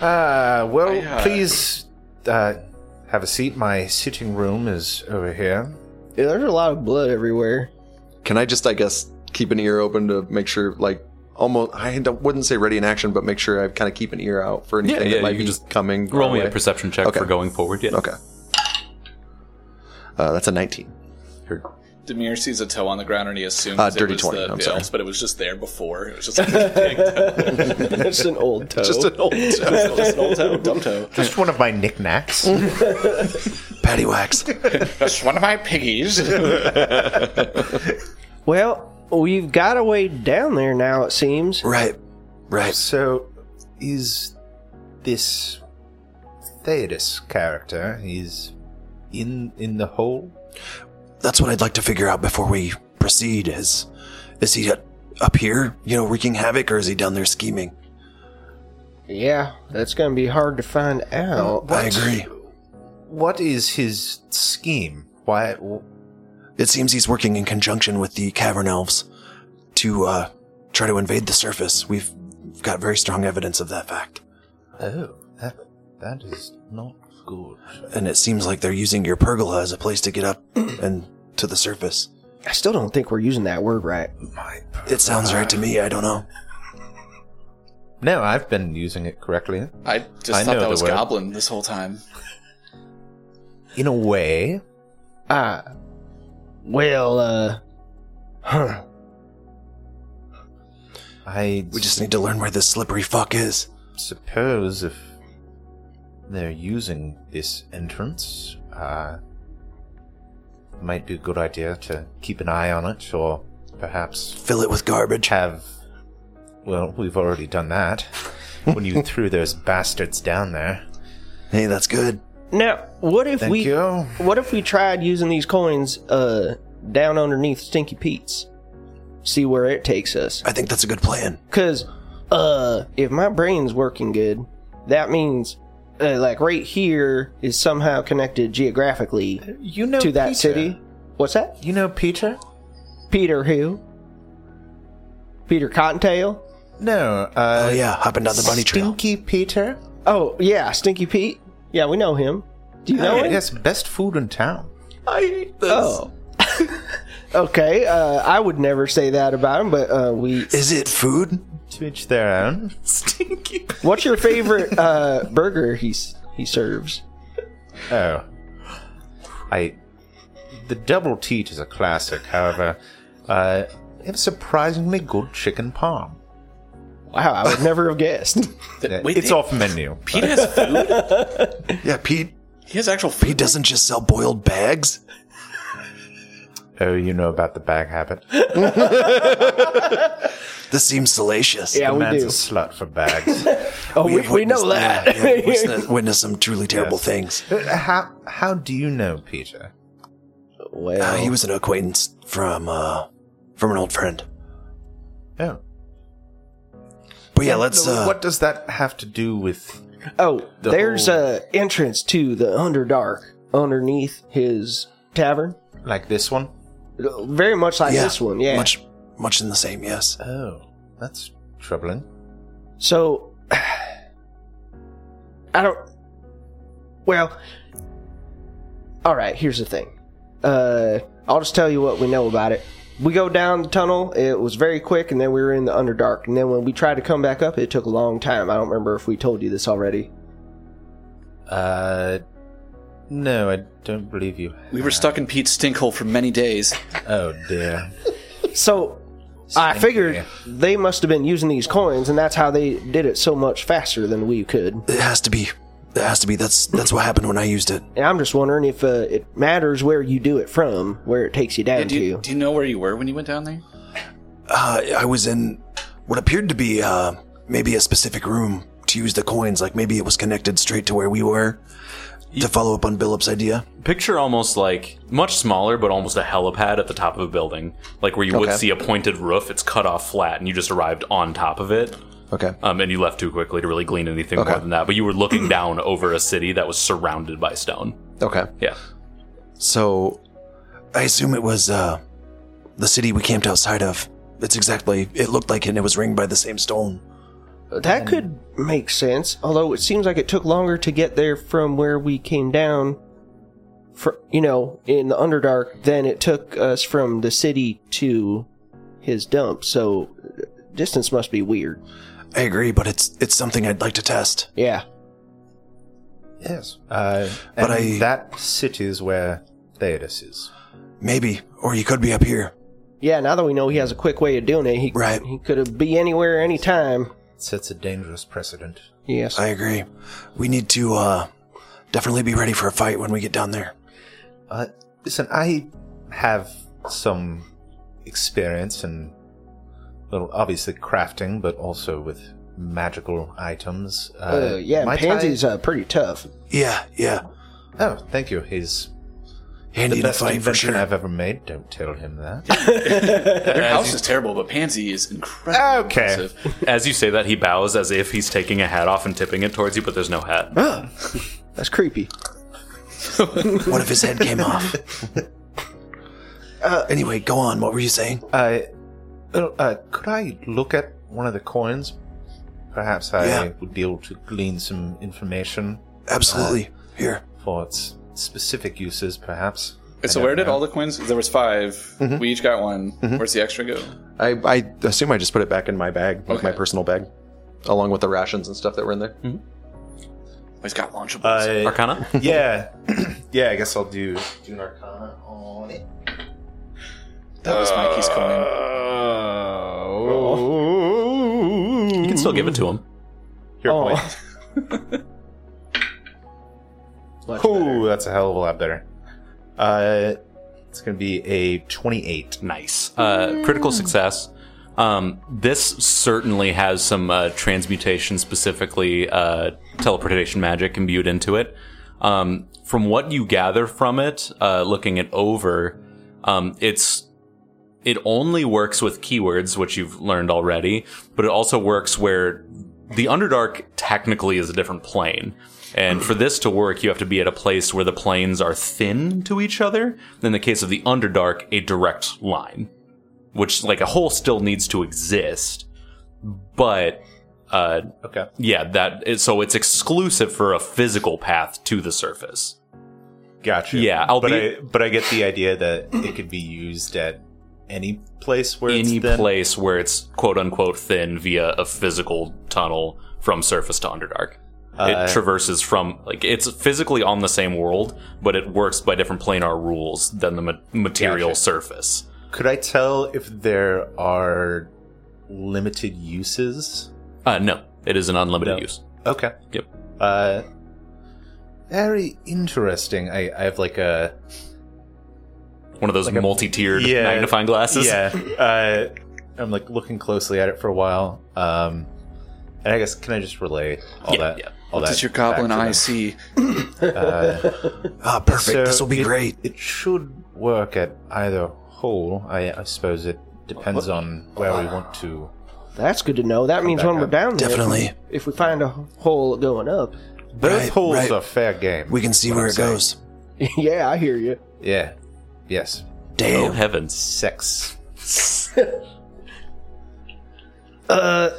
[SPEAKER 8] Uh, well,
[SPEAKER 5] uh,
[SPEAKER 8] please uh, have a seat. My sitting room is over here.
[SPEAKER 9] Yeah, there's a lot of blood everywhere.
[SPEAKER 7] Can I just, I guess, keep an ear open to make sure, like, almost, I don't- wouldn't say ready in action, but make sure I kind of keep an ear out for anything
[SPEAKER 4] yeah,
[SPEAKER 7] that might
[SPEAKER 4] you
[SPEAKER 7] be
[SPEAKER 4] can just
[SPEAKER 7] coming.
[SPEAKER 4] Roll
[SPEAKER 7] our
[SPEAKER 4] me a
[SPEAKER 7] way.
[SPEAKER 4] perception check
[SPEAKER 7] Okay.
[SPEAKER 4] for going forward. Yeah.
[SPEAKER 7] Okay. Uh, that's a 19.
[SPEAKER 5] Demir sees a toe on the ground and he assumes
[SPEAKER 7] Uh,
[SPEAKER 5] it
[SPEAKER 7] dirty
[SPEAKER 5] was
[SPEAKER 7] 20,
[SPEAKER 5] the
[SPEAKER 7] I'm
[SPEAKER 5] bills,
[SPEAKER 7] sorry.
[SPEAKER 5] but it was just there before. It was just like a
[SPEAKER 9] It's an old toe.
[SPEAKER 7] Just an old
[SPEAKER 5] toe, just an old toe, dumb toe.
[SPEAKER 8] Just one of my knickknacks.
[SPEAKER 7] patty wax.
[SPEAKER 5] Just one of my piggies.
[SPEAKER 9] well, we've got a way down there now. It seems.
[SPEAKER 7] right. Right.
[SPEAKER 8] so, is this Theodos character? He's in in the hole.
[SPEAKER 7] That's what I'd like to figure out before we proceed is is he up here, you know, wreaking havoc or is he down there scheming?
[SPEAKER 9] Yeah, that's going to be hard to find out.
[SPEAKER 7] I agree.
[SPEAKER 8] What is his scheme? Why? oh,
[SPEAKER 7] It seems he's working in conjunction with the cavern elves to uh, try to invade the surface. We've got very strong evidence of that fact.
[SPEAKER 8] Oh, that, that is not good.
[SPEAKER 7] And it seems like they're using your pergola as a place to get up and to the surface.
[SPEAKER 9] I still don't think we're using that word right.
[SPEAKER 7] It sounds right to me. I don't know.
[SPEAKER 8] No, I've been using it correctly.
[SPEAKER 5] I just
[SPEAKER 8] I know
[SPEAKER 5] thought
[SPEAKER 8] the
[SPEAKER 5] that was
[SPEAKER 8] word.
[SPEAKER 5] Goblin this whole time.
[SPEAKER 8] In a way,
[SPEAKER 9] Ah, well, uh,
[SPEAKER 8] I
[SPEAKER 7] We just need to learn where this slippery fuck is.
[SPEAKER 8] suppose if they're using this entrance, uh, might be a good idea to keep an eye on it, or perhaps
[SPEAKER 7] Fill it with garbage.
[SPEAKER 8] have. Well, we've already done that when you threw those bastards down there.
[SPEAKER 7] Hey, that's good.
[SPEAKER 9] now what if
[SPEAKER 8] Thank
[SPEAKER 9] we
[SPEAKER 8] you.
[SPEAKER 9] what if we tried using these coins uh down underneath Stinky Pete's, see where it takes us?
[SPEAKER 7] I think that's a good plan.
[SPEAKER 9] Cause uh, if my brain's working good, that means uh, like right here is somehow connected geographically
[SPEAKER 8] You know
[SPEAKER 9] to that
[SPEAKER 8] Peter.
[SPEAKER 9] city. What's that?
[SPEAKER 8] You know Peter?
[SPEAKER 9] Peter who? Peter Cottontail.
[SPEAKER 8] No. Uh,
[SPEAKER 7] Oh yeah, hopping down the bunny trail.
[SPEAKER 8] Stinky Peter.
[SPEAKER 9] Oh yeah, Stinky Pete. Yeah, we know him. Do you know him?
[SPEAKER 8] Uh, Yes, best food in town.
[SPEAKER 9] Oh. okay, uh, I would never say that about him, but uh, we.
[SPEAKER 7] Is it food?
[SPEAKER 8] To each their own.
[SPEAKER 9] What's your favorite uh, burger he s- he serves?
[SPEAKER 8] Oh. I. The double teat is a classic, however. Uh, they have surprisingly good chicken palm. Uh,
[SPEAKER 9] Wow, I would never have guessed.
[SPEAKER 5] Wait,
[SPEAKER 8] it's
[SPEAKER 5] they-
[SPEAKER 8] off menu.
[SPEAKER 5] Pete has food.
[SPEAKER 7] Yeah, Pete.
[SPEAKER 5] He has actual food.
[SPEAKER 7] Pete doesn't just sell boiled bags.
[SPEAKER 8] Oh, you know about the bag habit.
[SPEAKER 7] This seems salacious.
[SPEAKER 9] yeah,
[SPEAKER 8] the
[SPEAKER 9] we
[SPEAKER 8] man's
[SPEAKER 9] do.
[SPEAKER 8] a slut for bags.
[SPEAKER 9] Oh, we,
[SPEAKER 7] have
[SPEAKER 9] we know
[SPEAKER 7] witnessed-
[SPEAKER 9] that.
[SPEAKER 7] yeah, yeah, witnessed, witnessed some truly terrible things.
[SPEAKER 8] Uh, how how do you know, Peter?
[SPEAKER 9] Well,
[SPEAKER 7] Uh, he was an acquaintance from uh, from an old friend.
[SPEAKER 8] Oh,
[SPEAKER 7] But yeah, let's.
[SPEAKER 8] No,
[SPEAKER 7] Uh,
[SPEAKER 8] what does that have to do with?
[SPEAKER 9] oh,
[SPEAKER 8] the
[SPEAKER 9] there's
[SPEAKER 8] whole-
[SPEAKER 9] a entrance to the Underdark underneath his tavern.
[SPEAKER 8] Like this one?
[SPEAKER 9] Very much like
[SPEAKER 7] yeah,
[SPEAKER 9] this one, yeah.
[SPEAKER 7] Much, much in the same. Yes.
[SPEAKER 8] Oh, that's troubling.
[SPEAKER 9] So, I don't. Well, all right. Here's the thing. Uh, I'll just tell you what we know about it. We go down the tunnel. It was very quick, and then we were in the underdark. And then when we tried to come back up, it took a long time. I don't remember if we told you this already.
[SPEAKER 8] Uh, no, I don't believe you.
[SPEAKER 5] We were stuck in Pete's stinkhole for many days.
[SPEAKER 8] Oh dear.
[SPEAKER 9] So I figured they must have been using these coins, and that's how they did it so much faster than we could.
[SPEAKER 7] It has to be. It has to be. That's that's what happened when I used it.
[SPEAKER 9] And I'm just wondering if uh, it matters where you do it from, where it takes you down
[SPEAKER 5] Do you,
[SPEAKER 9] to.
[SPEAKER 5] do you know where you were when you went down there?
[SPEAKER 7] Uh, I was in what appeared to be uh, maybe a specific room to use the coins. Like maybe it was connected straight to where we were. To follow up on Billup's idea,
[SPEAKER 4] Picture almost like much smaller, but almost a helipad at the top of a building, like where you would
[SPEAKER 7] Okay.
[SPEAKER 4] see a pointed roof. It's cut off flat, and you just arrived on top of it.
[SPEAKER 7] okay,
[SPEAKER 4] Um, and you left too quickly to really glean anything more
[SPEAKER 7] Okay.
[SPEAKER 4] than that. But you were looking down over a city that was surrounded by stone.
[SPEAKER 7] okay.
[SPEAKER 4] Yeah.
[SPEAKER 7] So, I assume it was uh, the city we camped outside of. It's exactly. It looked like it, and it was ringed by the same stone.
[SPEAKER 9] That could make sense, although it seems like it took longer to get there from where we came down, for, you know, in the Underdark than it took us from the city to his dump. So uh, distance must be weird.
[SPEAKER 7] I agree, but it's it's something I'd like to test.
[SPEAKER 9] Yeah.
[SPEAKER 8] Yes. Uh,
[SPEAKER 7] But
[SPEAKER 8] but
[SPEAKER 7] I-
[SPEAKER 8] that city is where Theodos is.
[SPEAKER 7] Maybe, or you could be up here.
[SPEAKER 9] Yeah, now that we know he has a quick way of doing it, he
[SPEAKER 7] Right.
[SPEAKER 9] he could have be anywhere anytime.
[SPEAKER 8] Sets a dangerous precedent.
[SPEAKER 9] Yes.
[SPEAKER 7] I agree. We need to uh, definitely be ready for a fight when we get down there.
[SPEAKER 8] Uh, listen, I have some experience in, well, obviously crafting, but also with magical items.
[SPEAKER 9] uh, yeah,
[SPEAKER 8] might I-
[SPEAKER 9] Pansy's uh, pretty tough.
[SPEAKER 7] Yeah, yeah.
[SPEAKER 8] Oh, thank you. He's
[SPEAKER 7] Handy
[SPEAKER 8] the
[SPEAKER 7] in a
[SPEAKER 8] best
[SPEAKER 7] fight for
[SPEAKER 8] invention
[SPEAKER 7] sure.
[SPEAKER 8] I've ever made. Don't tell him that.
[SPEAKER 5] Their house is terrible, but Pansy is incredible.
[SPEAKER 8] Okay.
[SPEAKER 5] Impressive.
[SPEAKER 4] As you say that, he bows as if he's taking a hat off and tipping it towards you, but there's no hat.
[SPEAKER 9] That's creepy.
[SPEAKER 7] What if his head came off? Uh, anyway, go on. What were you saying?
[SPEAKER 8] Uh, well, uh, could I look at one of the coins? Perhaps I
[SPEAKER 7] Yeah.
[SPEAKER 8] would be able to glean some information Uh,
[SPEAKER 7] Absolutely. Here.
[SPEAKER 8] for its specific uses, perhaps. I
[SPEAKER 5] So
[SPEAKER 8] don't
[SPEAKER 5] where did
[SPEAKER 8] know. Mm-hmm.
[SPEAKER 5] all the coins? There was 5 We each got one. Where's the extra go?
[SPEAKER 7] I, I assume I just put it back in my bag, like
[SPEAKER 5] my
[SPEAKER 7] personal bag, along with the rations and stuff that were in there.
[SPEAKER 5] He's got launchables.
[SPEAKER 8] Uh,
[SPEAKER 4] Arcana?
[SPEAKER 8] yeah, yeah. I guess I'll do do an Arcana on it.
[SPEAKER 5] that was Mikey's coin.
[SPEAKER 8] uh,
[SPEAKER 4] You can still give it to him.
[SPEAKER 8] Your
[SPEAKER 9] Oh.
[SPEAKER 8] point. Ooh, that's a hell of a lot better. Uh, it's gonna be a twenty-eight.
[SPEAKER 4] Nice. Uh, critical success. Um, this certainly has some uh, transmutation, specifically uh, teleportation magic imbued into it. Um, from what you gather from it, uh, looking it over, um, it's it only works with keywords, which you've learned already, but it also works where the Underdark technically is a different plane. And for this to work, you have to be at a place where the planes are thin to each other. In the case of the Underdark, a direct line, which, like, a hole still needs to exist. But, uh,
[SPEAKER 8] Okay.
[SPEAKER 4] yeah, that is, so it's exclusive for a physical path to the surface.
[SPEAKER 8] Gotcha.
[SPEAKER 4] Yeah, I'll
[SPEAKER 8] but
[SPEAKER 4] be-
[SPEAKER 8] I, but I get the idea that it could be used at any place where
[SPEAKER 4] Any
[SPEAKER 8] it's thin.
[SPEAKER 4] place where it's quote unquote thin via a physical tunnel from surface to Underdark.
[SPEAKER 8] Uh,
[SPEAKER 4] it traverses from like it's physically on the same world, but it works by different planar rules than the ma- material
[SPEAKER 8] Gotcha.
[SPEAKER 4] surface.
[SPEAKER 8] Could I tell if there are limited uses
[SPEAKER 4] Uh, no, it is an unlimited use.
[SPEAKER 8] Okay.
[SPEAKER 4] Yep.
[SPEAKER 8] Uh, very interesting. I, I have like a
[SPEAKER 4] One of those multi-tiered
[SPEAKER 8] Yeah.
[SPEAKER 4] magnifying glasses.
[SPEAKER 8] yeah. Uh, I'm like looking closely at it for a while. Um, and I guess can I just relay all
[SPEAKER 4] Yeah,
[SPEAKER 8] that?
[SPEAKER 4] yeah.
[SPEAKER 8] All that
[SPEAKER 5] Does your
[SPEAKER 8] back
[SPEAKER 5] goblin
[SPEAKER 8] to them?
[SPEAKER 5] eye see?
[SPEAKER 2] Ah, perfect.
[SPEAKER 8] So
[SPEAKER 2] this will be
[SPEAKER 8] it-
[SPEAKER 2] great.
[SPEAKER 8] It should work at either hole. I, I suppose it depends on where we want to.
[SPEAKER 9] That's good to know. That means when we're down there,
[SPEAKER 2] Definitely.
[SPEAKER 9] if we, if we find a hole going up.
[SPEAKER 8] Both
[SPEAKER 2] Right,
[SPEAKER 8] holes
[SPEAKER 2] right.
[SPEAKER 8] are fair game.
[SPEAKER 2] We can see
[SPEAKER 8] what
[SPEAKER 2] where
[SPEAKER 8] I'm
[SPEAKER 2] it
[SPEAKER 8] saying.
[SPEAKER 2] goes.
[SPEAKER 9] yeah, I hear you.
[SPEAKER 8] Yeah. Yes.
[SPEAKER 4] Oh
[SPEAKER 2] Damn.
[SPEAKER 4] heavens!
[SPEAKER 8] Sex.
[SPEAKER 9] Can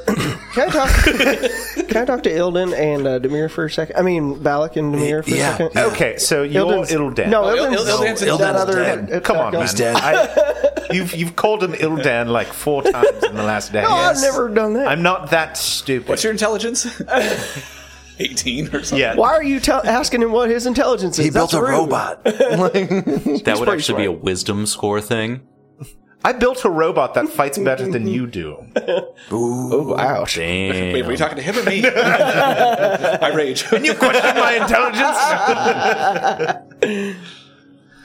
[SPEAKER 9] I talk? can I talk to Ilden and uh, Demir for a second? I mean, Balak and Demir for
[SPEAKER 2] Yeah.
[SPEAKER 9] a second.
[SPEAKER 8] Okay, so you're
[SPEAKER 9] Ilden's-
[SPEAKER 8] it'll dance.
[SPEAKER 9] No,
[SPEAKER 5] Il-
[SPEAKER 9] Ilden's,
[SPEAKER 5] Il- Ilden's
[SPEAKER 9] that
[SPEAKER 2] dead.
[SPEAKER 9] other.
[SPEAKER 2] Ilden's
[SPEAKER 9] uh,
[SPEAKER 8] Come on,
[SPEAKER 9] no.
[SPEAKER 8] man.
[SPEAKER 2] He's dead.
[SPEAKER 8] I, you've you've called him Ildan like four times in the last day.
[SPEAKER 9] No, Oh, I've never done that.
[SPEAKER 8] I'm not that stupid.
[SPEAKER 5] What's your intelligence? 18 or something.
[SPEAKER 8] yeah?
[SPEAKER 9] Why are you tell asking him what his intelligence is?
[SPEAKER 2] He built
[SPEAKER 9] That's
[SPEAKER 2] a
[SPEAKER 9] rude.
[SPEAKER 2] robot.
[SPEAKER 4] That would actually be a wisdom score thing.
[SPEAKER 8] I built a robot that fights better than you do.
[SPEAKER 9] Oh, ouch.
[SPEAKER 4] Damn.
[SPEAKER 5] Wait, were you talking to him or me? I rage.
[SPEAKER 8] Question my intelligence.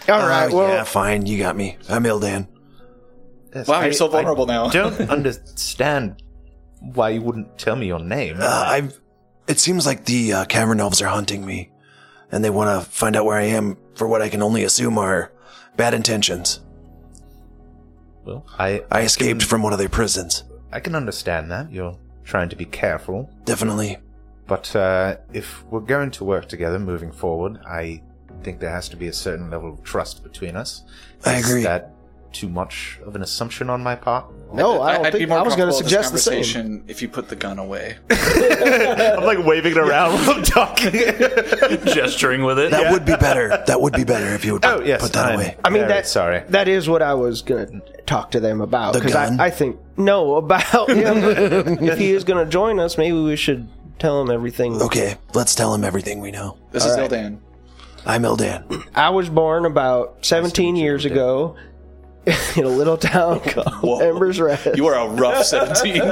[SPEAKER 9] All right.
[SPEAKER 2] Oh,
[SPEAKER 9] well,
[SPEAKER 2] yeah, fine. You got me. I'm Ildan.
[SPEAKER 5] wow, you're so vulnerable now.
[SPEAKER 8] I don't understand why you wouldn't tell me your name.
[SPEAKER 2] Uh, I've. It seems like the uh, cavern elves are hunting me, and they want to find out where I am for what I can only assume are bad intentions.
[SPEAKER 8] Well, I
[SPEAKER 2] I escaped from one of their prisons.
[SPEAKER 8] I can understand that you're trying to be careful.
[SPEAKER 2] Definitely.
[SPEAKER 8] But uh, if we're going to work together moving forward, I think there has to be a certain level of trust between us.
[SPEAKER 2] I agree.
[SPEAKER 8] Is that too much of an assumption on my part?
[SPEAKER 9] no, I don't
[SPEAKER 5] I'd be
[SPEAKER 9] think
[SPEAKER 5] more
[SPEAKER 9] I was going to
[SPEAKER 5] comfortable with this
[SPEAKER 9] suggest the same.
[SPEAKER 5] conversation if you put the gun away.
[SPEAKER 8] I'm like waving it around while I'm talking.
[SPEAKER 4] gesturing with it?
[SPEAKER 2] That would be better. That would be better if you would
[SPEAKER 8] oh yes,
[SPEAKER 2] put that
[SPEAKER 8] I'm
[SPEAKER 2] away.
[SPEAKER 9] I mean,
[SPEAKER 8] very
[SPEAKER 9] that
[SPEAKER 8] sorry.
[SPEAKER 9] That is what I was going to talk to them about
[SPEAKER 2] The
[SPEAKER 9] because
[SPEAKER 2] gun?
[SPEAKER 9] I, I think no about him. if he is going to join us, maybe we should tell him everything.
[SPEAKER 2] Okay, let's tell him everything we know.
[SPEAKER 5] This is Ildan.
[SPEAKER 2] I'm Ildan.
[SPEAKER 9] I was born about 17 years ago in a little town called Embers Rest.
[SPEAKER 5] You are a rough 17.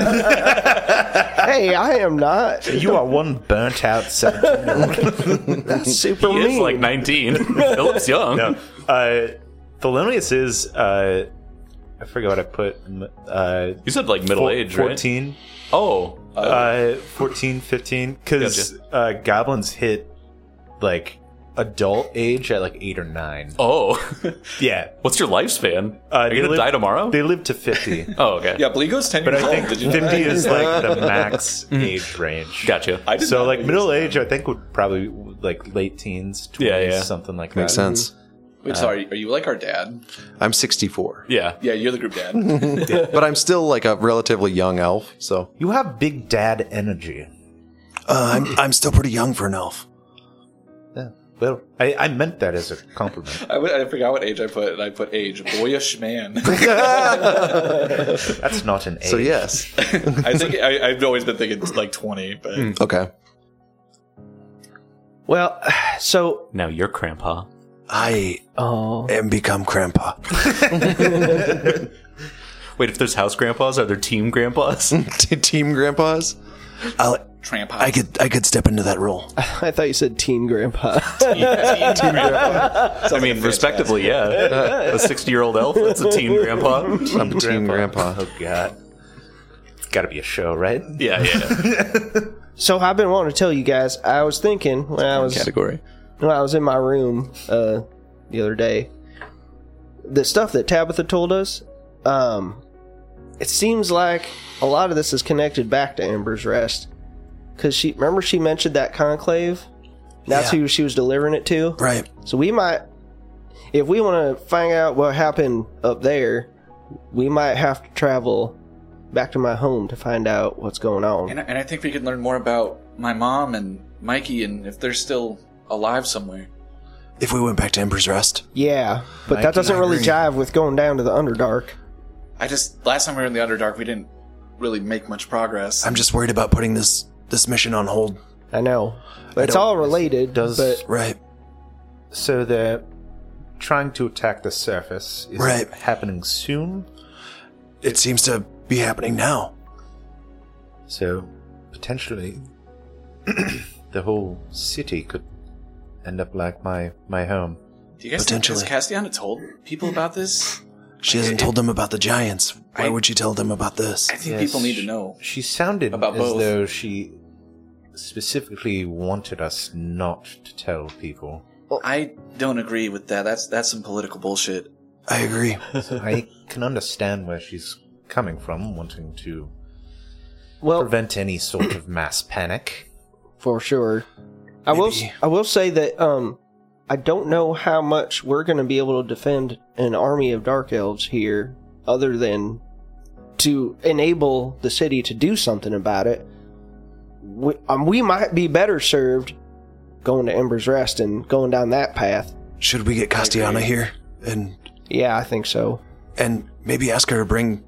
[SPEAKER 9] hey, I am not.
[SPEAKER 8] You are one burnt out seventeen.
[SPEAKER 9] That's super
[SPEAKER 4] He is
[SPEAKER 9] mean.
[SPEAKER 4] like 19. Philip's young.
[SPEAKER 8] uh, Thelonious is uh, I forget what I put. Uh,
[SPEAKER 4] You said like middle age, right?
[SPEAKER 8] fourteen.
[SPEAKER 4] Oh,
[SPEAKER 8] uh 14 15 because uh goblins hit like adult age at like eight or nine.
[SPEAKER 4] oh.
[SPEAKER 8] yeah
[SPEAKER 4] What's your lifespan?
[SPEAKER 8] Uh,
[SPEAKER 4] Are
[SPEAKER 8] they
[SPEAKER 4] you gonna
[SPEAKER 8] live-
[SPEAKER 4] die tomorrow?
[SPEAKER 8] they live to 50
[SPEAKER 4] oh, okay.
[SPEAKER 5] yeah, Bligo's 10
[SPEAKER 8] but
[SPEAKER 5] years
[SPEAKER 8] i think
[SPEAKER 5] old. Oh, Did you know
[SPEAKER 8] 50
[SPEAKER 5] that?
[SPEAKER 8] is like the max
[SPEAKER 2] Mm-hmm.
[SPEAKER 8] age range
[SPEAKER 4] Gotcha.
[SPEAKER 5] I did
[SPEAKER 8] so
[SPEAKER 5] not
[SPEAKER 8] like
[SPEAKER 5] know
[SPEAKER 8] middle
[SPEAKER 5] you-
[SPEAKER 8] age i think would probably like late teens 20s
[SPEAKER 4] Yeah, yeah.
[SPEAKER 8] something like
[SPEAKER 2] Makes
[SPEAKER 8] that
[SPEAKER 2] sense.
[SPEAKER 5] Wait, sorry, are you like our dad?
[SPEAKER 2] Mm-hmm. I'm 64,
[SPEAKER 4] yeah.
[SPEAKER 5] Yeah, you're the group dad.
[SPEAKER 2] but I'm still like a relatively young elf. So
[SPEAKER 8] you have big dad energy
[SPEAKER 2] uh, I'm I'm still pretty young for an elf.
[SPEAKER 8] yeah. well I, I meant that as a compliment
[SPEAKER 5] I, w- I forgot what age I put, and I put age. Boyish man.
[SPEAKER 8] that's not an age
[SPEAKER 2] So yes.
[SPEAKER 5] I think I, I've always been thinking like 20, but
[SPEAKER 8] Hmm.
[SPEAKER 2] Okay.
[SPEAKER 9] well, so
[SPEAKER 4] Now you're Grandpa.
[SPEAKER 2] I
[SPEAKER 9] oh,
[SPEAKER 2] am become Grandpa.
[SPEAKER 4] Wait, if there's house grandpas, are there team grandpas?
[SPEAKER 2] Team Grandpas. I'll,
[SPEAKER 5] tramp
[SPEAKER 2] I could I could step into that role.
[SPEAKER 9] I thought you said teen grandpa.
[SPEAKER 4] I mean, respectively, yeah. A 60 year old elf, that's a team grandpa.
[SPEAKER 2] I'm Team Grandpa.
[SPEAKER 8] oh god it's got to be a show right
[SPEAKER 4] Yeah, yeah. yeah.
[SPEAKER 9] so I've been wanting to tell you guys. I was thinking when I was
[SPEAKER 5] category.
[SPEAKER 9] when I was in my room uh, the other day, the stuff that Tabitha told us, um, it seems like a lot of this is connected back to Amber's Rest. Because she, remember, she mentioned that conclave? That's
[SPEAKER 2] Yeah.
[SPEAKER 9] who she was delivering it to?
[SPEAKER 2] Right.
[SPEAKER 9] So we might, if we want to find out what happened up there, we might have to travel back to my home to find out what's going on.
[SPEAKER 5] And I, and I think we can learn more about my mom and Mikey, and if they're still alive somewhere.
[SPEAKER 2] If we went back to Ember's Rest.
[SPEAKER 9] yeah, but that doesn't really jive with going down to the Underdark.
[SPEAKER 5] I just last time we were in the Underdark, we didn't really make much progress.
[SPEAKER 2] I'm just worried about putting this this mission on hold.
[SPEAKER 9] I know. But it's
[SPEAKER 2] don't-
[SPEAKER 9] all related.
[SPEAKER 8] does-
[SPEAKER 9] but
[SPEAKER 2] Right.
[SPEAKER 8] So they're trying to attack the surface. Is
[SPEAKER 2] Right.
[SPEAKER 8] it happening soon?
[SPEAKER 2] It seems to be happening now.
[SPEAKER 8] So potentially the whole city could end up like my, my home.
[SPEAKER 5] Do you guys think has
[SPEAKER 7] Potentially.
[SPEAKER 5] Castiana told people about this?
[SPEAKER 7] She hasn't told them about the giants. Why would she tell them about this?
[SPEAKER 5] I think
[SPEAKER 8] Yes,
[SPEAKER 5] people need to
[SPEAKER 8] sh-
[SPEAKER 5] know.
[SPEAKER 8] She sounded
[SPEAKER 5] about
[SPEAKER 8] as
[SPEAKER 5] both.
[SPEAKER 8] though she specifically wanted us not to tell people.
[SPEAKER 5] I don't agree with that. That's that's some political bullshit.
[SPEAKER 7] I agree.
[SPEAKER 8] I can understand where she's coming from, wanting to
[SPEAKER 9] Well,
[SPEAKER 8] prevent any sort of mass panic.
[SPEAKER 9] for sure. I will.
[SPEAKER 7] Maybe.
[SPEAKER 9] I will say that um, I don't know how much we're going to be able to defend an army of dark elves here, other than to enable the city to do something about it. We, um, we might be better served going to Ember's Rest and going down that path.
[SPEAKER 7] Should we get Castiana here and
[SPEAKER 9] Yeah, I think so.
[SPEAKER 7] and maybe ask her to bring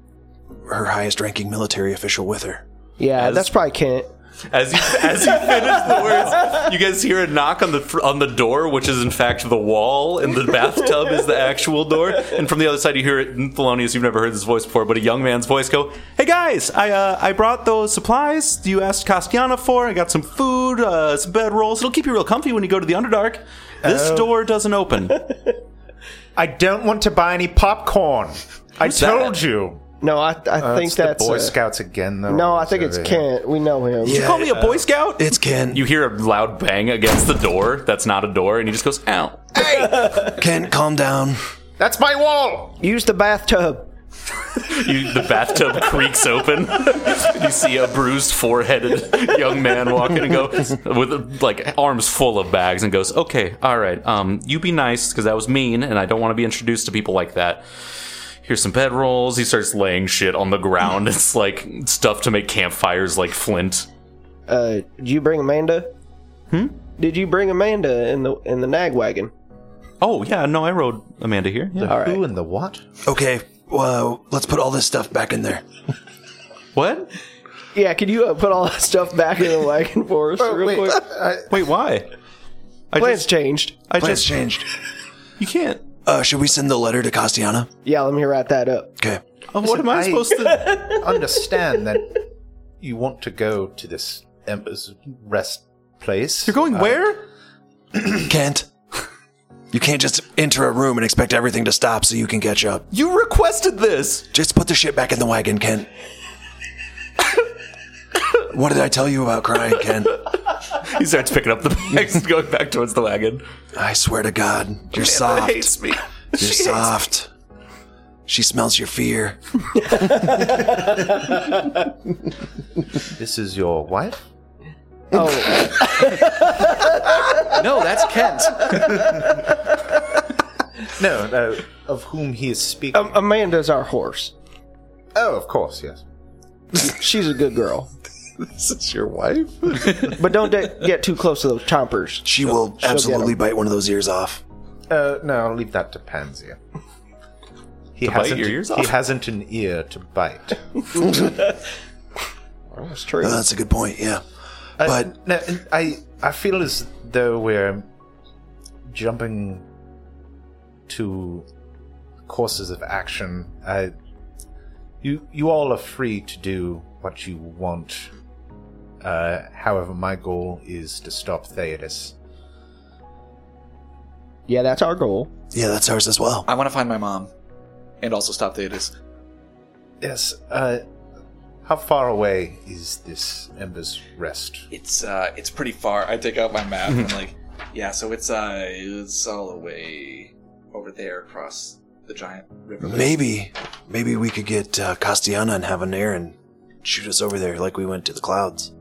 [SPEAKER 7] her highest-ranking military official with her?
[SPEAKER 9] Yeah,
[SPEAKER 4] As-
[SPEAKER 9] that's probably Kent.
[SPEAKER 4] As you as you finish the words, you guys hear a knock on the fr- on the door, which is in fact the wall, and the bathtub is the actual door. And from the other side, you hear it. "Mm, Thelonious, you've never heard this voice before, but a young man's voice go, "Hey guys, I uh, I brought those supplies you asked Castiana for. I got some food, uh, some bed rolls. It'll keep you real comfy when you go to the Underdark.
[SPEAKER 2] Oh.
[SPEAKER 4] This door doesn't open.
[SPEAKER 10] I don't want to buy any popcorn. I
[SPEAKER 4] that?
[SPEAKER 10] told you.
[SPEAKER 9] No, I, I think
[SPEAKER 8] It's the
[SPEAKER 9] that's
[SPEAKER 8] Boy
[SPEAKER 9] uh,
[SPEAKER 8] Scouts again, though.
[SPEAKER 9] No, I think it's
[SPEAKER 8] over here.
[SPEAKER 9] Kent. We know him.
[SPEAKER 7] Yeah,
[SPEAKER 4] Call me a Boy Scout."
[SPEAKER 7] it's Ken.
[SPEAKER 4] Uh, you hear a loud bang against the door. That's not a door, and he just goes, "Ow."
[SPEAKER 7] Ken, calm down.
[SPEAKER 10] That's my wall.
[SPEAKER 9] Use the bathtub.
[SPEAKER 4] You, the bathtub creaks open. you see a bruised, four-headed young man walk in and go with like arms full of bags and goes, "Okay, all right. Um, you be nice because that was mean, and I don't want to be introduced to people like that." Here's some bed rolls. He starts laying shit on the ground. It's like stuff to make campfires, like flint.
[SPEAKER 9] Uh, did you bring Amanda? Hmm? Did you bring Amanda in the in the nag wagon?
[SPEAKER 4] Oh yeah, no, I rode Amanda here. Yeah.
[SPEAKER 8] The who and the what?
[SPEAKER 7] Okay, well, let's put all this stuff back in there.
[SPEAKER 4] What?
[SPEAKER 9] Yeah, could you uh, put all that stuff back in the wagon for us real quick?
[SPEAKER 4] Wait, why? I
[SPEAKER 9] Plans
[SPEAKER 4] just,
[SPEAKER 9] changed.
[SPEAKER 4] I
[SPEAKER 7] Plans
[SPEAKER 4] just,
[SPEAKER 7] changed.
[SPEAKER 4] you can't.
[SPEAKER 7] Uh, should we send the letter to Castiana?
[SPEAKER 9] Yeah, let me write that up.
[SPEAKER 7] Okay.
[SPEAKER 4] Oh, what am I
[SPEAKER 8] I-
[SPEAKER 4] supposed to?
[SPEAKER 8] understand that you want to go to this ember's rest place. Uh,
[SPEAKER 4] You're going where?
[SPEAKER 7] Kent, you can't just enter a room and expect everything to stop so you can catch up.
[SPEAKER 4] You requested this.
[SPEAKER 7] Just put the shit back in the wagon, Kent. what did I tell you about crying, Kent?
[SPEAKER 4] He starts picking up the bags and going back towards the wagon.
[SPEAKER 7] I swear to God, you're soft. You're
[SPEAKER 4] me.
[SPEAKER 7] soft. She smells your fear.
[SPEAKER 8] This is your wife?
[SPEAKER 9] Oh,
[SPEAKER 5] No, that's Kent.
[SPEAKER 8] No, no. Of whom he is speaking.
[SPEAKER 9] um, Amanda's our horse.
[SPEAKER 8] oh, of course, yes.
[SPEAKER 9] She's a good girl,
[SPEAKER 2] This is your wife?
[SPEAKER 9] but don't de- get too close to those chompers.
[SPEAKER 7] She will
[SPEAKER 9] get
[SPEAKER 7] absolutely
[SPEAKER 9] him.
[SPEAKER 7] bite one of those ears off.
[SPEAKER 8] Uh, no, I'll leave that to Pansia. He
[SPEAKER 4] bite your ears
[SPEAKER 8] he
[SPEAKER 4] off?
[SPEAKER 8] hasn't an ear to bite.
[SPEAKER 9] That's true.
[SPEAKER 7] Oh, that's a good point, yeah.
[SPEAKER 8] Uh,
[SPEAKER 7] But
[SPEAKER 8] no, I I feel as though we're jumping to courses of action. I, you you all are free to do what you want. Uh, however, my goal is to stop Theodos.
[SPEAKER 9] Yeah, that's our goal.
[SPEAKER 7] yeah, that's ours as well.
[SPEAKER 5] I want to find my mom, and also stop Theodos.
[SPEAKER 8] Yes. Uh, how far away is this Ember's Rest?
[SPEAKER 5] It's uh, it's pretty far. I take out my map and I'm like, yeah. So it's uh, it's all the way over there across the giant river.
[SPEAKER 7] Maybe, maybe we could get uh, Castiana and have an errand shoot us over there like we went to the clouds.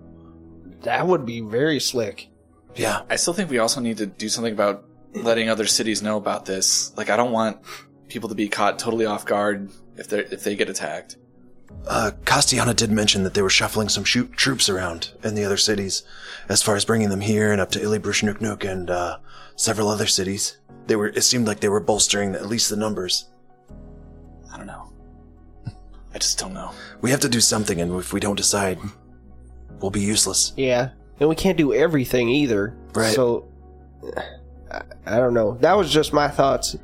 [SPEAKER 9] That would be very slick.
[SPEAKER 7] Yeah,
[SPEAKER 5] I still think we also need to do something about letting other cities know about this. Like, I don't want people to be caught totally off guard if they if they get attacked.
[SPEAKER 7] uh, Castiana did mention that they were shuffling some shoot troops around in the other cities, as far as bringing them here and up to Illybrushnuknuk and uh, several other cities. They were. It seemed like they were bolstering at least the numbers.
[SPEAKER 5] I don't know. I just don't know.
[SPEAKER 7] We have to do something, and if we don't decide, we'll be useless.
[SPEAKER 9] Yeah, and we can't do everything either.
[SPEAKER 7] Right.
[SPEAKER 9] So, I, I don't know. That was just my thoughts.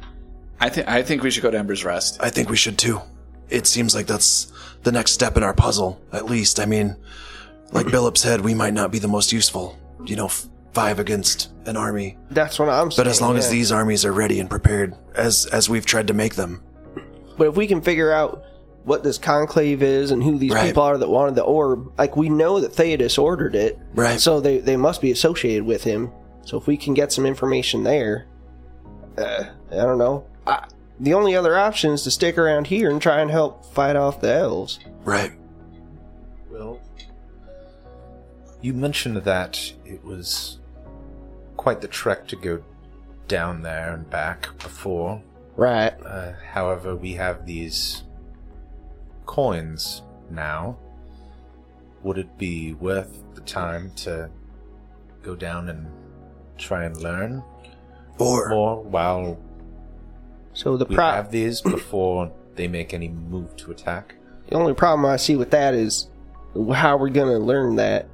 [SPEAKER 5] I think I think we should go to Ember's Rest.
[SPEAKER 7] I think we should too. It seems like that's the next step in our puzzle, at least. I mean, Like Billup said, we might not be the most useful. You know, f- five against an army.
[SPEAKER 9] That's what I'm saying.
[SPEAKER 7] But as long as
[SPEAKER 9] yeah.
[SPEAKER 7] these armies are ready and prepared, as as we've tried to make them,
[SPEAKER 9] But if we can figure out what this conclave is and who these
[SPEAKER 7] Right.
[SPEAKER 9] people are that wanted the orb, like we know that Theodos ordered it,
[SPEAKER 7] Right.
[SPEAKER 9] So they they must be associated with him. So if we can get some information there, uh, I don't know. I, the only other option is to stick around here and try and help fight off the elves.
[SPEAKER 7] right?
[SPEAKER 8] Well, you mentioned that it was quite the trek to go down there and back before.
[SPEAKER 9] Right.
[SPEAKER 8] Uh, however, we have these coins now. Would it be worth the time to go down and try and learn
[SPEAKER 7] Or
[SPEAKER 8] more while
[SPEAKER 9] So the
[SPEAKER 8] we
[SPEAKER 9] pro-
[SPEAKER 8] have these before they make any move to attack?
[SPEAKER 9] the only problem I see with that is how we're gonna learn that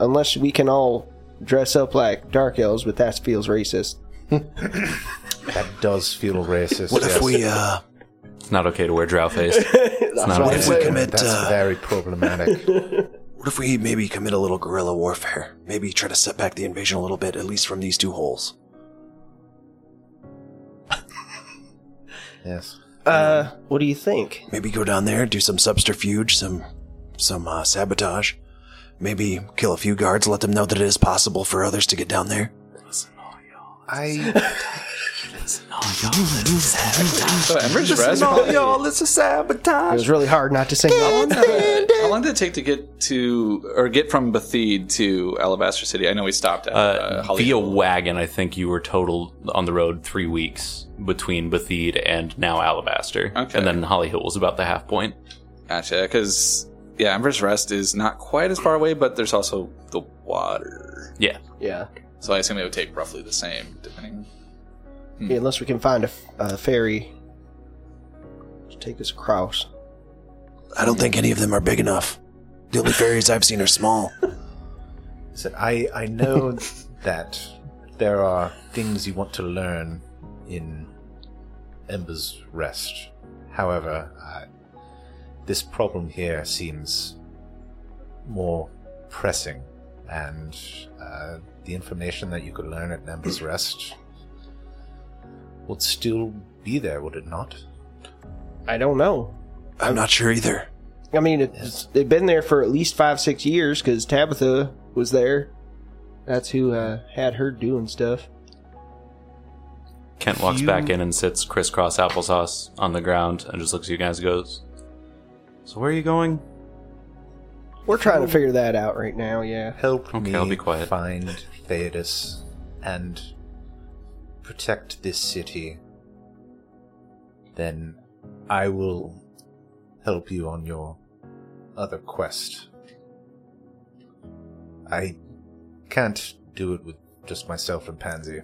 [SPEAKER 9] unless we can all dress up like dark elves, but that feels racist.
[SPEAKER 8] That does feel racist.
[SPEAKER 7] what
[SPEAKER 8] yes.
[SPEAKER 7] if we uh
[SPEAKER 4] It's not okay to wear drow face.
[SPEAKER 9] That's
[SPEAKER 4] not
[SPEAKER 7] what
[SPEAKER 9] what I'm
[SPEAKER 7] if we
[SPEAKER 9] saying.
[SPEAKER 7] commit
[SPEAKER 8] That's
[SPEAKER 7] uh,
[SPEAKER 8] very problematic.
[SPEAKER 7] what if we maybe commit a little guerrilla warfare? Maybe try to set back the invasion a little bit, at least from these two holes.
[SPEAKER 8] yes.
[SPEAKER 9] Uh, what do you think?
[SPEAKER 7] Maybe go down there, do some subterfuge, some some uh, sabotage. Maybe kill a few guards, let them know that it is possible for others to get down there.
[SPEAKER 8] I
[SPEAKER 5] So Ember's Rest. How
[SPEAKER 9] It was really hard not to sing that one.
[SPEAKER 5] long did it take to get to or get from Bethede to Alabaster City? I know we stopped at uh,
[SPEAKER 4] Uh,
[SPEAKER 5] Holly-
[SPEAKER 4] via wagon, I think you were total on the road three weeks between Bethede and now Alabaster.
[SPEAKER 5] Okay.
[SPEAKER 4] And then Holly Hill was about the half point.
[SPEAKER 5] Gotcha, because yeah, Ember's Rest is not quite as far away, but there's also the water.
[SPEAKER 4] Yeah.
[SPEAKER 9] Yeah.
[SPEAKER 5] So I assume it would take roughly the same, depending.
[SPEAKER 9] Yeah, Unless we can find a, f- a ferry to take us across.
[SPEAKER 7] I don't think any of them are big enough. The only fairies I've seen are small.
[SPEAKER 8] said I I know that there are things you want to learn in Ember's Rest. However, I, this problem here seems more pressing, and uh, the information that you could learn at Ember's Rest would still be there, would it not?
[SPEAKER 9] I don't know.
[SPEAKER 7] I'm not sure either.
[SPEAKER 9] I mean, it's, they've been there for at least five, six years because Tabitha was there. That's who uh, had her doing stuff.
[SPEAKER 4] Kent walks back in and sits crisscross applesauce on the ground and just looks at you guys and goes, So where are you going?
[SPEAKER 9] We're trying to figure that out right now. Yeah.
[SPEAKER 8] Help
[SPEAKER 4] Okay,
[SPEAKER 8] me
[SPEAKER 4] I'll be quiet.
[SPEAKER 8] find Theodos and protect this city. Then I will help you on your other quest. I can't do it with just myself and Pansy,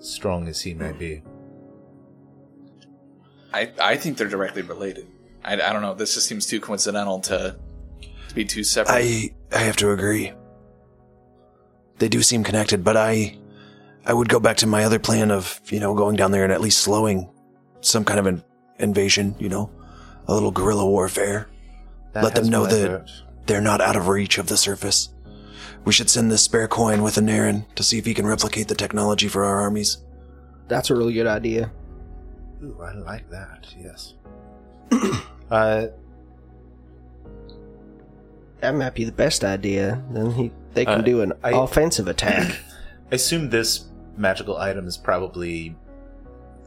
[SPEAKER 8] strong as he may
[SPEAKER 7] Hmm.
[SPEAKER 8] be.
[SPEAKER 5] I I think they're directly related. I, I don't know. This just seems too coincidental to to be two separate.
[SPEAKER 7] I I have to agree. They do seem connected, but I I would go back to my other plan of, you know, going down there and at least slowing some kind of an invasion, you know, a little guerrilla warfare.
[SPEAKER 8] That
[SPEAKER 7] Let them
[SPEAKER 8] has
[SPEAKER 7] know
[SPEAKER 8] my
[SPEAKER 7] that-
[SPEAKER 8] vote.
[SPEAKER 7] They're not out of reach of the surface. We should send this spare coin with Anarin to see if he can replicate the technology for our armies.
[SPEAKER 9] That's a really good idea.
[SPEAKER 8] Ooh, I like that. Yes. uh,
[SPEAKER 9] That might be the best idea. Then he, they
[SPEAKER 4] Uh,
[SPEAKER 9] can do an
[SPEAKER 8] I-
[SPEAKER 9] offensive attack.
[SPEAKER 8] I assume this magical item is probably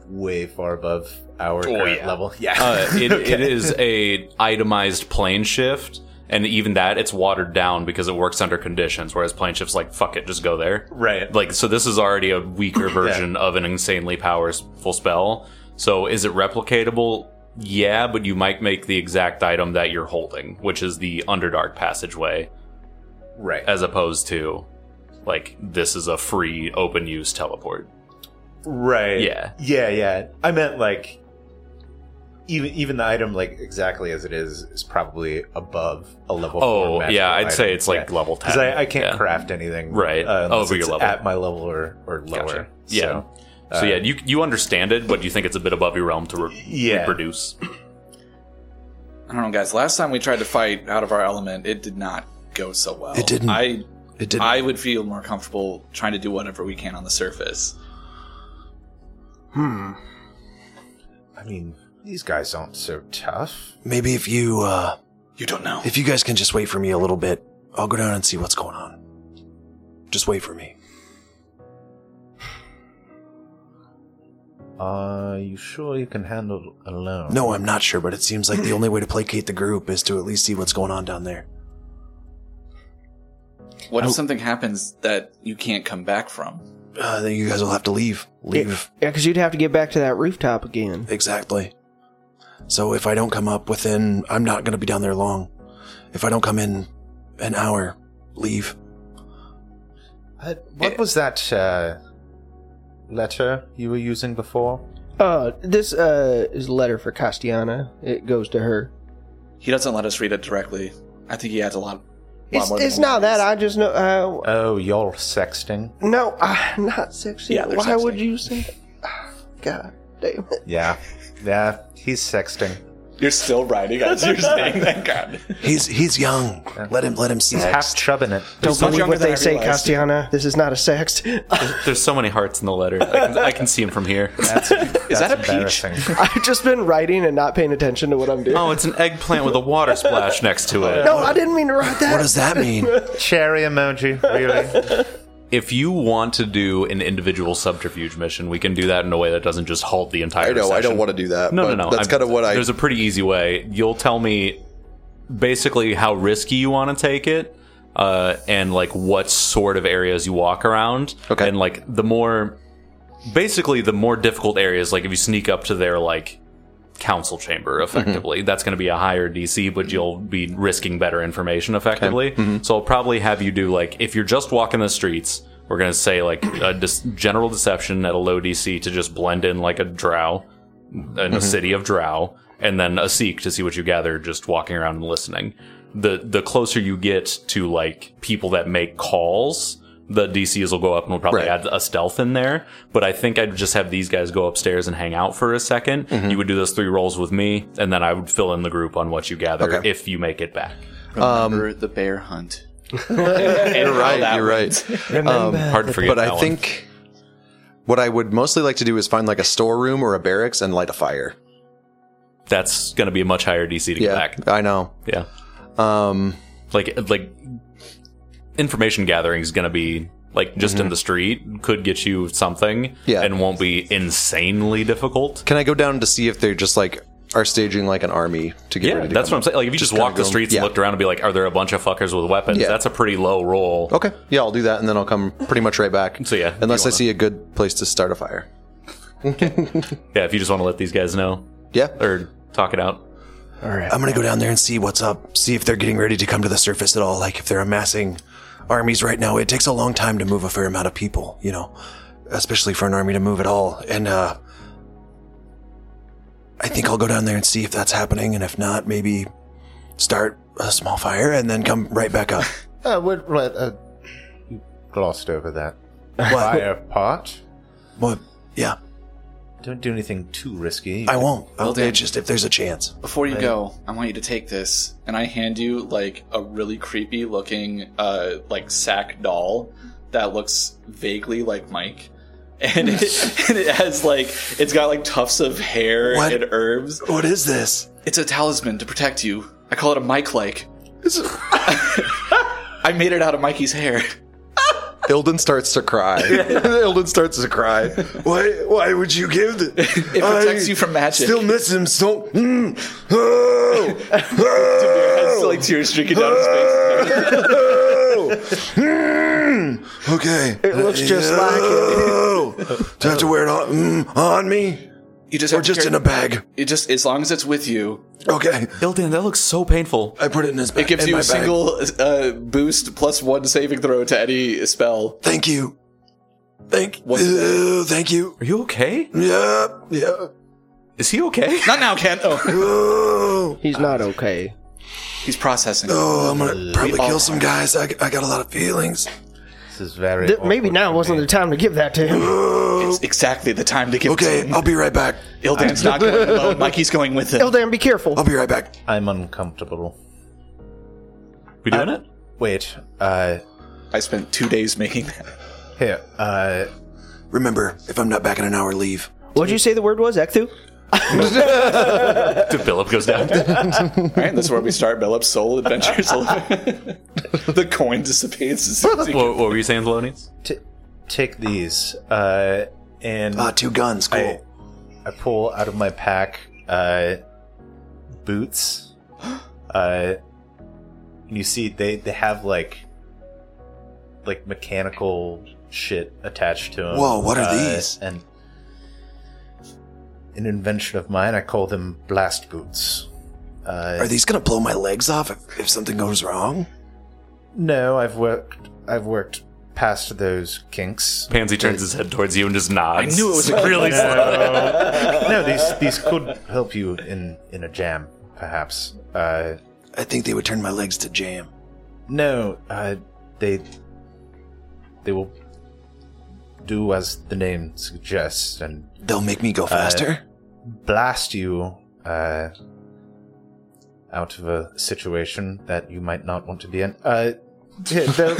[SPEAKER 8] way far above our current level. Yeah,
[SPEAKER 4] Oh, Uh, it, it
[SPEAKER 8] Okay.
[SPEAKER 4] is a itemized plane shift, and even that it's watered down because it works under conditions. Whereas plane shift's like fuck it, just go there.
[SPEAKER 8] right.
[SPEAKER 4] Like so, this is already a weaker version of an insanely powerful spell. So is it replicatable? Yeah, but you might make the exact item that you're holding, which is the Underdark passageway,
[SPEAKER 8] right,
[SPEAKER 4] as opposed to like this is a free open use teleport.
[SPEAKER 8] right.
[SPEAKER 4] Yeah.
[SPEAKER 8] yeah, yeah. I meant like even even the item like exactly as it is is probably above a level.
[SPEAKER 4] Oh,
[SPEAKER 8] four magical
[SPEAKER 4] yeah, I'd
[SPEAKER 8] item.
[SPEAKER 4] say it's, like, level
[SPEAKER 8] because
[SPEAKER 4] 10,
[SPEAKER 8] I, I can't
[SPEAKER 4] yeah.
[SPEAKER 8] craft anything
[SPEAKER 4] Right,
[SPEAKER 8] uh, unless
[SPEAKER 4] over your
[SPEAKER 8] it's
[SPEAKER 4] level.
[SPEAKER 8] at my level or or lower.
[SPEAKER 4] Gotcha. Yeah.
[SPEAKER 8] So, uh,
[SPEAKER 4] So, yeah, you you understand it, but you think it's a bit above your realm to re-
[SPEAKER 8] Yeah.
[SPEAKER 4] reproduce.
[SPEAKER 5] I don't know, guys. Last time we tried to fight out of our element, it did not go so well.
[SPEAKER 7] It didn't.
[SPEAKER 5] I
[SPEAKER 7] It didn't.
[SPEAKER 5] I would feel more comfortable trying to do whatever we can on the surface.
[SPEAKER 8] I mean, these guys aren't so tough.
[SPEAKER 7] Maybe if you, uh,
[SPEAKER 5] You don't know.
[SPEAKER 7] if you guys can just wait for me a little bit, I'll go down and see what's going on. Just wait for me.
[SPEAKER 8] Are Uh, you sure you can handle alone?
[SPEAKER 7] No, I'm not sure, but it seems like the only way to placate the group is to at least see what's going on down there.
[SPEAKER 5] What if something happens that you can't come back from?
[SPEAKER 7] Uh, then you guys will have to leave. Leave.
[SPEAKER 9] Yeah, because you'd have to get back to that rooftop again.
[SPEAKER 7] Exactly. So if I don't come up within, I'm not going to be down there long. If I don't come in an hour, leave.
[SPEAKER 8] Uh, what was that uh, letter you were using before?
[SPEAKER 9] Uh, this uh is a letter for Castiana. It goes to her.
[SPEAKER 5] He doesn't let us read it directly. I think he adds a lot. lot
[SPEAKER 9] It's,
[SPEAKER 5] more than
[SPEAKER 9] it's not
[SPEAKER 5] one reads.
[SPEAKER 9] that. I just know. Uh,
[SPEAKER 8] Oh, you're sexting.
[SPEAKER 9] no, I'm not sexy.
[SPEAKER 5] Yeah, they're
[SPEAKER 9] Why would
[SPEAKER 5] sexting.
[SPEAKER 9] you say? God damn it!
[SPEAKER 8] Yeah, yeah, he's sexting.
[SPEAKER 5] You're still writing as you're saying that. God.
[SPEAKER 7] He's he's young. Let him let him see.
[SPEAKER 8] He's half chubbing it.
[SPEAKER 9] Don't
[SPEAKER 5] much
[SPEAKER 9] believe
[SPEAKER 5] younger
[SPEAKER 9] what
[SPEAKER 5] than
[SPEAKER 9] they
[SPEAKER 5] I
[SPEAKER 9] say,
[SPEAKER 5] realized.
[SPEAKER 9] Castiana. This is not a sext.
[SPEAKER 4] There's so many hearts in the letter. I can, I can see him from here.
[SPEAKER 5] Is that a peach?
[SPEAKER 8] Embarrassing.
[SPEAKER 9] I've just been writing and not paying attention to what I'm doing.
[SPEAKER 4] Oh, it's an eggplant with a water splash next to it.
[SPEAKER 9] no, I didn't mean to write
[SPEAKER 7] What
[SPEAKER 9] that.
[SPEAKER 7] does that mean?
[SPEAKER 8] Cherry emoji, really?
[SPEAKER 4] If you want to do an individual subterfuge mission, we can do that in a way that doesn't just halt the entire.
[SPEAKER 2] I know. I
[SPEAKER 4] session.
[SPEAKER 2] don't want to do that.
[SPEAKER 4] No,
[SPEAKER 2] but
[SPEAKER 4] no, no.
[SPEAKER 2] That's
[SPEAKER 4] I'm-
[SPEAKER 2] kind of what I.
[SPEAKER 4] There's a pretty easy way. You'll tell me basically how risky you want to take it, uh, and like what sort of areas you walk around.
[SPEAKER 2] Okay.
[SPEAKER 4] And like the more, basically, the more difficult areas. Like if you sneak up to their like council chamber,
[SPEAKER 2] Mm-hmm.
[SPEAKER 4] effectively, that's going to be a higher DC, but you'll be risking better information, effectively.
[SPEAKER 2] Mm-hmm.
[SPEAKER 4] So I'll probably have you do like if you're just walking the streets. We're gonna say like a dis- general deception at a low DC to just blend in like a drow, in
[SPEAKER 2] Mm-hmm.
[SPEAKER 4] a city of drow and then a seek to see what you gather just walking around and listening the the closer you get to like people that make calls the DCs will go up and we'll probably
[SPEAKER 2] Right.
[SPEAKER 4] add a stealth in there. But I think I'd just have these guys go upstairs and hang out for a 2nd
[SPEAKER 2] Mm-hmm.
[SPEAKER 4] You would do those three rolls with me, and then I would fill in the group on what you gather
[SPEAKER 2] Okay.
[SPEAKER 4] if you make it back.
[SPEAKER 5] Remember
[SPEAKER 7] Um,
[SPEAKER 5] the bear hunt.
[SPEAKER 2] you're right. You're right.
[SPEAKER 4] Hard to forget.
[SPEAKER 2] but
[SPEAKER 4] that
[SPEAKER 2] I
[SPEAKER 4] one.
[SPEAKER 2] think what I would mostly like to do is find like a storeroom or a barracks and light a fire.
[SPEAKER 4] that's going to be a much higher DC to
[SPEAKER 2] Yeah,
[SPEAKER 4] get back.
[SPEAKER 2] I know.
[SPEAKER 4] Yeah,
[SPEAKER 2] Um,
[SPEAKER 4] like like information gathering is going to be like just in the street could get you something
[SPEAKER 2] Mm-hmm. Yeah.
[SPEAKER 4] and won't be insanely difficult
[SPEAKER 2] can I go down to see if they're just like are staging like an army to get
[SPEAKER 4] yeah
[SPEAKER 2] ready? to
[SPEAKER 4] that's what
[SPEAKER 2] come?
[SPEAKER 4] i'm saying like if you just, walk
[SPEAKER 2] kinda
[SPEAKER 4] the
[SPEAKER 2] go-
[SPEAKER 4] streets
[SPEAKER 2] yeah.
[SPEAKER 4] and looked around and be like are there a bunch of fuckers with weapons
[SPEAKER 2] Yeah. Oh.
[SPEAKER 4] that's a pretty low roll
[SPEAKER 2] Okay, yeah, I'll do that, and then I'll come pretty much right back.
[SPEAKER 4] So, yeah,
[SPEAKER 2] unless
[SPEAKER 4] you
[SPEAKER 2] I
[SPEAKER 4] wanna-
[SPEAKER 2] see a good place to start a fire.
[SPEAKER 4] yeah if you just want to let these guys know
[SPEAKER 2] Yeah,
[SPEAKER 4] or talk it out
[SPEAKER 7] I'm gonna go down there and see what's up. See if they're getting ready to come to the surface at all. Like if they're amassing armies right now, it takes a long time to move a fair amount of people. You know, especially for an army to move at all. And uh, I think I'll go down there and see if that's happening. And if not, maybe start a small fire and then come right back up.
[SPEAKER 8] Uh, what, what, uh, you glossed over that.
[SPEAKER 7] What?
[SPEAKER 8] Fire part.
[SPEAKER 7] what? Yeah,
[SPEAKER 8] Don't do anything too risky.
[SPEAKER 7] I won't. I'll
[SPEAKER 5] Dan.
[SPEAKER 7] it's just if there's a chance.
[SPEAKER 5] Before you go, I want you to take this, and I hand you like a really creepy looking uh like sack doll that looks vaguely like Mike. And it, and it has like it's got like tufts of hair
[SPEAKER 7] What?
[SPEAKER 5] and herbs.
[SPEAKER 7] What is this?
[SPEAKER 5] It's a talisman to protect you. I call it a Mike like. I made it out of Mikey's hair.
[SPEAKER 2] Ilden starts to cry. Ilden starts to cry.
[SPEAKER 7] Why? Why would you give the?
[SPEAKER 5] It protects you from magic.
[SPEAKER 7] Still miss him so. Mm. Oh,
[SPEAKER 5] It has, like tears streaking down his face.
[SPEAKER 7] oh. Mm. Okay. It
[SPEAKER 9] looks just like it.
[SPEAKER 7] it. Do I have to wear it on, mm, on me
[SPEAKER 5] You just
[SPEAKER 7] or
[SPEAKER 5] have to
[SPEAKER 7] just
[SPEAKER 5] carry-
[SPEAKER 7] in a bag?
[SPEAKER 5] It just as long as it's with you,
[SPEAKER 7] Okay.
[SPEAKER 4] ildan that looks so painful
[SPEAKER 7] I put it in his bag.
[SPEAKER 5] it gives
[SPEAKER 7] in
[SPEAKER 5] you
[SPEAKER 7] my
[SPEAKER 5] a
[SPEAKER 7] bag.
[SPEAKER 5] single uh, boost plus one saving throw to any spell.
[SPEAKER 7] Thank you. Thank. Uh, thank you.
[SPEAKER 4] are you okay
[SPEAKER 7] Yeah. Yeah.
[SPEAKER 4] is he okay
[SPEAKER 5] Not now, Ken. Oh,
[SPEAKER 7] Oh.
[SPEAKER 9] He's not okay.
[SPEAKER 5] he's processing.
[SPEAKER 7] Oh, I'm gonna probably kill some guys. I, I got a lot of feelings.
[SPEAKER 8] This is very.
[SPEAKER 9] Th- maybe
[SPEAKER 8] awkward
[SPEAKER 9] now
[SPEAKER 8] for
[SPEAKER 9] wasn't
[SPEAKER 8] me.
[SPEAKER 9] the time to give that to him.
[SPEAKER 7] Oh.
[SPEAKER 5] It's exactly the time to give. it to
[SPEAKER 7] Okay,
[SPEAKER 5] him.
[SPEAKER 7] I'll be right back.
[SPEAKER 5] Ildan's not going alone. Mikey's going with him.
[SPEAKER 7] Oh.
[SPEAKER 9] Eldan, be careful.
[SPEAKER 7] I'll be right back.
[SPEAKER 8] I'm uncomfortable.
[SPEAKER 4] we doing it
[SPEAKER 8] Wait. Uh,
[SPEAKER 5] I spent two days making that.
[SPEAKER 8] here. Uh,
[SPEAKER 7] Remember, if I'm not back in an hour, leave.
[SPEAKER 9] What'd you say the word was, Ekthu?
[SPEAKER 4] Philip goes down.
[SPEAKER 5] All right, this is where we start Bellup's solo adventures. the coin dissipates as soon as you
[SPEAKER 4] what, what were you saying, Thelonious?
[SPEAKER 8] t- take these. Uh, and
[SPEAKER 7] Ah, two guns. Cool.
[SPEAKER 8] I, I pull out of my pack uh, boots. Uh, and you see they, they have like like mechanical shit attached to them.
[SPEAKER 7] Whoa, what are these?
[SPEAKER 8] And an invention of mine, I call them blast boots.
[SPEAKER 7] Are these gonna blow my legs off if, if something goes wrong?
[SPEAKER 8] No, I've worked I've worked past those kinks.
[SPEAKER 4] Pansy turns his head towards you and just nods.
[SPEAKER 6] I knew it was a
[SPEAKER 4] really
[SPEAKER 8] no, these these could help you in in a jam, perhaps. Uh,
[SPEAKER 7] I think they would turn my legs to jam.
[SPEAKER 8] no, uh, they they will do as the name suggests and
[SPEAKER 7] They'll make me go faster.
[SPEAKER 8] blast you uh, out of a situation that you might not want to be in. Uh, yeah, they'll,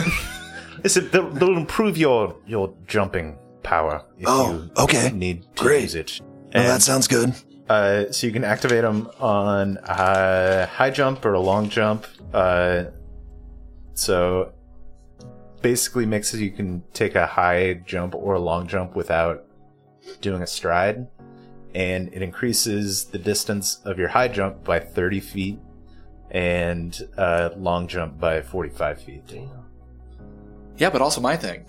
[SPEAKER 8] listen, they'll, they'll improve your your jumping power if
[SPEAKER 7] Oh,
[SPEAKER 8] you
[SPEAKER 7] okay.
[SPEAKER 8] need to
[SPEAKER 7] Great.
[SPEAKER 8] use it.
[SPEAKER 7] well,
[SPEAKER 8] And-
[SPEAKER 7] Oh, that sounds good.
[SPEAKER 8] Uh, so you can activate them on a high jump or a long jump. Uh, so basically makes it you can take a high jump or a long jump without doing a stride. And it increases the distance of your high jump by 30 feet and uh, long jump by 45 feet.
[SPEAKER 5] Yeah, but also my thing.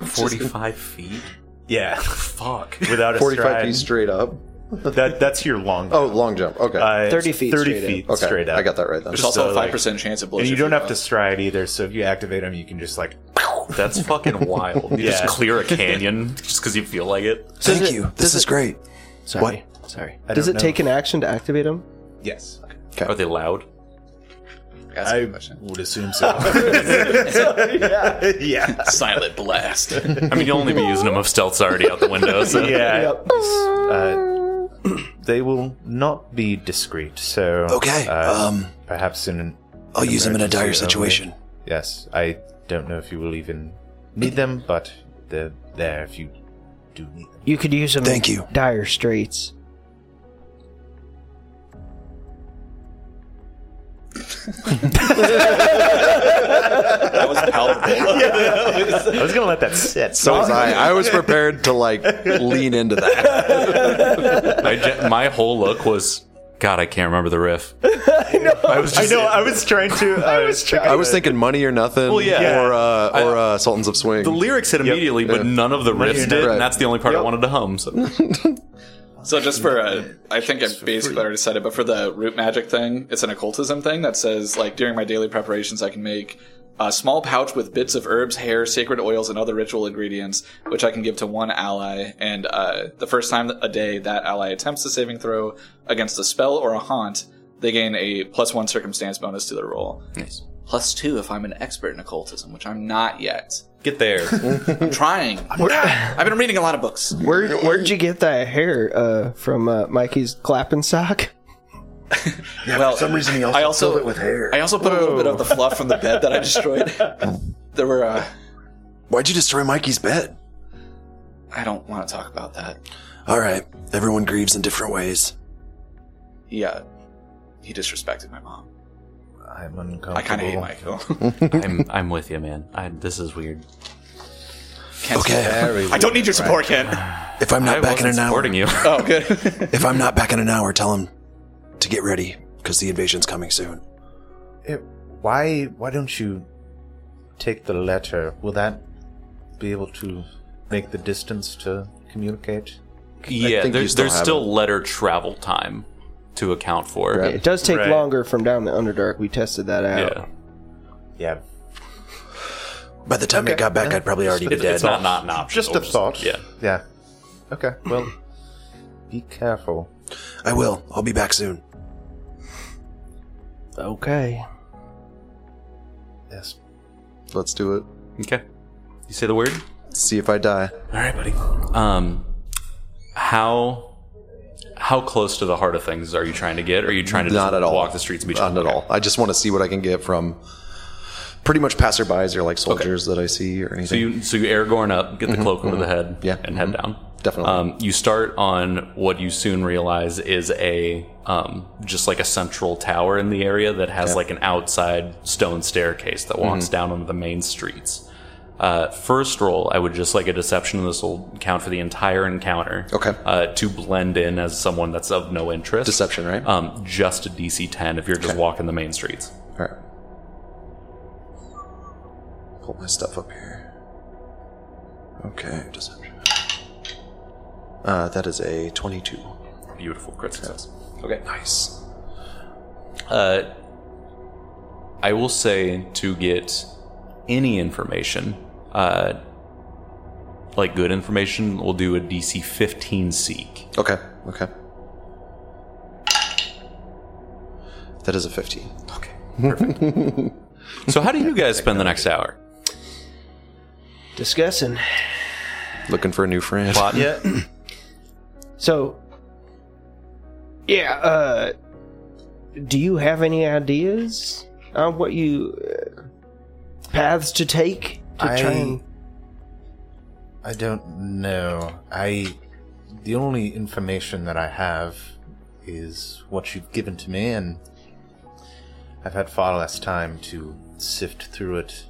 [SPEAKER 4] forty-five feet.
[SPEAKER 8] Yeah,
[SPEAKER 4] Fuck.
[SPEAKER 8] without a
[SPEAKER 2] 45
[SPEAKER 8] stride.
[SPEAKER 2] feet straight up.
[SPEAKER 8] That, that's your long
[SPEAKER 2] Oh, long jump. Okay.
[SPEAKER 8] Uh,
[SPEAKER 9] 30 feet
[SPEAKER 8] 30
[SPEAKER 9] straight up.
[SPEAKER 8] feet
[SPEAKER 2] okay.
[SPEAKER 8] straight up.
[SPEAKER 2] I got that right then.
[SPEAKER 5] There's also a
[SPEAKER 8] So, like-
[SPEAKER 5] five percent chance it blows.
[SPEAKER 8] and you
[SPEAKER 5] your
[SPEAKER 8] don't
[SPEAKER 5] feet
[SPEAKER 8] have
[SPEAKER 5] off.
[SPEAKER 8] to stride either. So if you activate them, you can just like
[SPEAKER 4] That's fucking wild. You just
[SPEAKER 8] Yeah.
[SPEAKER 4] clear a canyon just because you feel like it.
[SPEAKER 9] Does
[SPEAKER 7] Thank
[SPEAKER 9] it-
[SPEAKER 7] you.
[SPEAKER 9] does
[SPEAKER 7] This is
[SPEAKER 9] it-
[SPEAKER 7] great.
[SPEAKER 9] Sorry. Sorry.
[SPEAKER 8] I
[SPEAKER 9] Does it
[SPEAKER 8] don't know.
[SPEAKER 9] take an action to activate him?
[SPEAKER 8] yes.
[SPEAKER 4] Are they loud?
[SPEAKER 5] Ask a
[SPEAKER 8] I
[SPEAKER 5] question.
[SPEAKER 8] would assume so. yeah,
[SPEAKER 5] Silent blast.
[SPEAKER 4] I mean, you'll only be using them if stealth's already out the window. So.
[SPEAKER 8] yeah.
[SPEAKER 9] Yep.
[SPEAKER 8] Uh, they will not be discreet. So
[SPEAKER 7] Okay.
[SPEAKER 8] uh,
[SPEAKER 7] um,
[SPEAKER 8] perhaps in an
[SPEAKER 7] I'll use them in a
[SPEAKER 8] emergency
[SPEAKER 7] dire
[SPEAKER 8] only.
[SPEAKER 7] situation.
[SPEAKER 8] Yes, I don't know if you will even need them, but they're there if you do need them.
[SPEAKER 11] You could use them.
[SPEAKER 7] Thank you.
[SPEAKER 11] Dire straits.
[SPEAKER 5] that was palpable.
[SPEAKER 8] I was gonna let that sit.
[SPEAKER 2] So was I. I was prepared to like lean into that.
[SPEAKER 4] I ge- my whole look was, God, I can't remember the riff. I was
[SPEAKER 8] I
[SPEAKER 4] just.
[SPEAKER 8] know. I was trying to. uh, I was trying.
[SPEAKER 2] I was thinking money or nothing,
[SPEAKER 4] yeah.
[SPEAKER 2] or uh, or uh, Sultans of Swing.
[SPEAKER 4] The lyrics hit immediately, but none of the riffs did,
[SPEAKER 2] Right.
[SPEAKER 4] and that's the only part I wanted to hum. So.
[SPEAKER 5] So just for uh, I think I basically already said it, but for the root magic thing, it's an occultism thing that says like during my daily preparations, I can make a small pouch with bits of herbs, hair, sacred oils, and other ritual ingredients, which I can give to one ally. And uh, the first time a day that ally attempts a saving throw against a spell or a haunt, they gain a plus one circumstance bonus to their roll. Nice. Plus two if I'm an expert in occultism, which I'm not yet.
[SPEAKER 4] Get there.
[SPEAKER 5] I'm trying. I've been reading a lot of books.
[SPEAKER 9] Where, where'd you get that hair uh, from uh, Mikey's clapping sock?
[SPEAKER 5] well,
[SPEAKER 7] For some reason, he also,
[SPEAKER 5] I also-
[SPEAKER 7] filled it with hair.
[SPEAKER 5] I also put a little bit of the fluff from the bed that I destroyed. there were, uh,
[SPEAKER 7] Why'd you destroy Mikey's bed?
[SPEAKER 5] I don't want to talk about that.
[SPEAKER 7] All right. Everyone grieves in different ways.
[SPEAKER 5] Yeah, uh, he disrespected my mom.
[SPEAKER 8] I'm uncomfortable.
[SPEAKER 5] I kind of hate Michael.
[SPEAKER 4] I'm, I'm with you, man. I, this is weird.
[SPEAKER 5] Kent's
[SPEAKER 7] Okay.
[SPEAKER 5] I don't need your support, Kent.
[SPEAKER 7] If I'm not
[SPEAKER 4] I
[SPEAKER 7] back in
[SPEAKER 4] wasn't
[SPEAKER 7] an hour,
[SPEAKER 4] supporting you.
[SPEAKER 5] Oh, good.
[SPEAKER 7] if I'm not back in an hour, tell him to get ready because the invasion's coming soon.
[SPEAKER 8] Eh, why? Why don't you take the letter? Will that be able to make the distance to communicate?
[SPEAKER 4] yeah,
[SPEAKER 2] think you
[SPEAKER 4] there's,
[SPEAKER 2] still
[SPEAKER 4] there's
[SPEAKER 2] have
[SPEAKER 4] still
[SPEAKER 2] it.
[SPEAKER 4] letter travel time to account for.
[SPEAKER 2] Right.
[SPEAKER 9] It does take
[SPEAKER 8] Right.
[SPEAKER 9] longer from down the Underdark. We tested that out.
[SPEAKER 4] Yeah.
[SPEAKER 8] Yeah,
[SPEAKER 7] By the time I got back, I'd probably already be
[SPEAKER 4] It's,
[SPEAKER 7] dead.
[SPEAKER 4] it's not, not an option.
[SPEAKER 8] just a
[SPEAKER 4] We'll
[SPEAKER 8] thought.
[SPEAKER 4] Yeah.
[SPEAKER 8] yeah. Okay. Well, be careful.
[SPEAKER 7] I will. I'll be back soon.
[SPEAKER 9] Okay.
[SPEAKER 8] Yes.
[SPEAKER 2] Let's do it.
[SPEAKER 4] Okay. You say the word?
[SPEAKER 2] See if I die.
[SPEAKER 4] All right, buddy. Um, how how close to the heart of things are you trying to get? Are you trying to just
[SPEAKER 2] Uh, Not at all.
[SPEAKER 4] walk the streets and be
[SPEAKER 2] Not at
[SPEAKER 4] Okay.
[SPEAKER 2] all. I just want to see what I can get from pretty much passerbys or like soldiers that I see or anything.
[SPEAKER 4] So you so you air Gorn up, get the cloak over the head,
[SPEAKER 2] Mm-hmm, Yeah.
[SPEAKER 4] and
[SPEAKER 2] Mhm.
[SPEAKER 4] head down.
[SPEAKER 2] Definitely.
[SPEAKER 4] Um, you start on what you soon realize is a um, just like a central tower in the area that has like an outside stone staircase that
[SPEAKER 2] Mm-hmm.
[SPEAKER 4] walks down onto the main streets. Uh, first roll, I would just like a deception, and this will count for the entire encounter.
[SPEAKER 2] Okay.
[SPEAKER 4] Uh, to blend in as someone that's of no interest.
[SPEAKER 2] Deception, right?
[SPEAKER 4] Um, just a DC 10 if you're just walking the main streets.
[SPEAKER 2] All right. Pull my stuff up here. Okay, deception. Uh, that is a 22.
[SPEAKER 4] Beautiful crit success.
[SPEAKER 2] Okay. Nice.
[SPEAKER 4] Uh, I will say to get any information, uh, like good information, we'll do a DC 15 seek.
[SPEAKER 2] Okay, okay. That is a 15.
[SPEAKER 4] Okay, perfect. so, how do you guys spend the next hour?
[SPEAKER 9] Discussing.
[SPEAKER 2] Looking for a new friend.
[SPEAKER 4] Plotting?
[SPEAKER 9] So, yeah, uh, do you have any ideas on what you uh, paths to take to
[SPEAKER 8] I-
[SPEAKER 9] try and
[SPEAKER 8] I don't know. I the only information that I have is what you've given to me, and I've had far less time to sift through it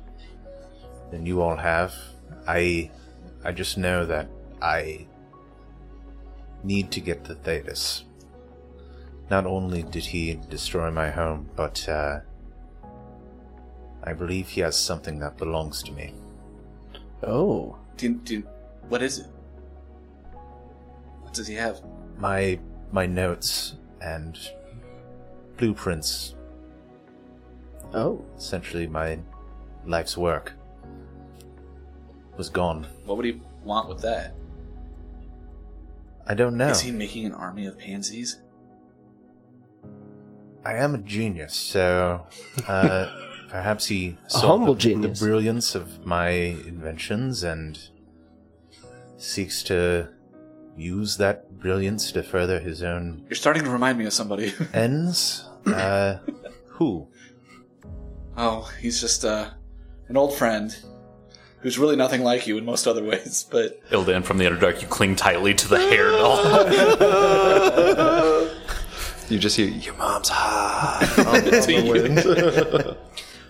[SPEAKER 8] than you all have. I I just know that I need to get the Thetis. Not only did he destroy my home, but uh, I believe he has something that belongs to me.
[SPEAKER 9] Oh,
[SPEAKER 5] Do you, do you- what is it? What does he have?
[SPEAKER 8] my my notes and blueprints,
[SPEAKER 9] oh,
[SPEAKER 8] essentially my life's work, was gone.
[SPEAKER 5] What would he want with that? Is
[SPEAKER 8] I don't know.
[SPEAKER 5] he making an army of pansies?
[SPEAKER 8] I am a genius, so uh, perhaps he saw
[SPEAKER 9] humble
[SPEAKER 8] the,
[SPEAKER 9] genius.
[SPEAKER 8] the brilliance of my inventions and seeks to use that brilliance to further his own
[SPEAKER 5] You're starting to remind me of somebody.
[SPEAKER 8] ends. Uh, who?
[SPEAKER 5] oh, he's just uh, an old friend who's really nothing like you in most other ways, but
[SPEAKER 4] Ildan from the Underdark, you cling tightly to the hair doll.
[SPEAKER 2] You just hear, your mom's hot.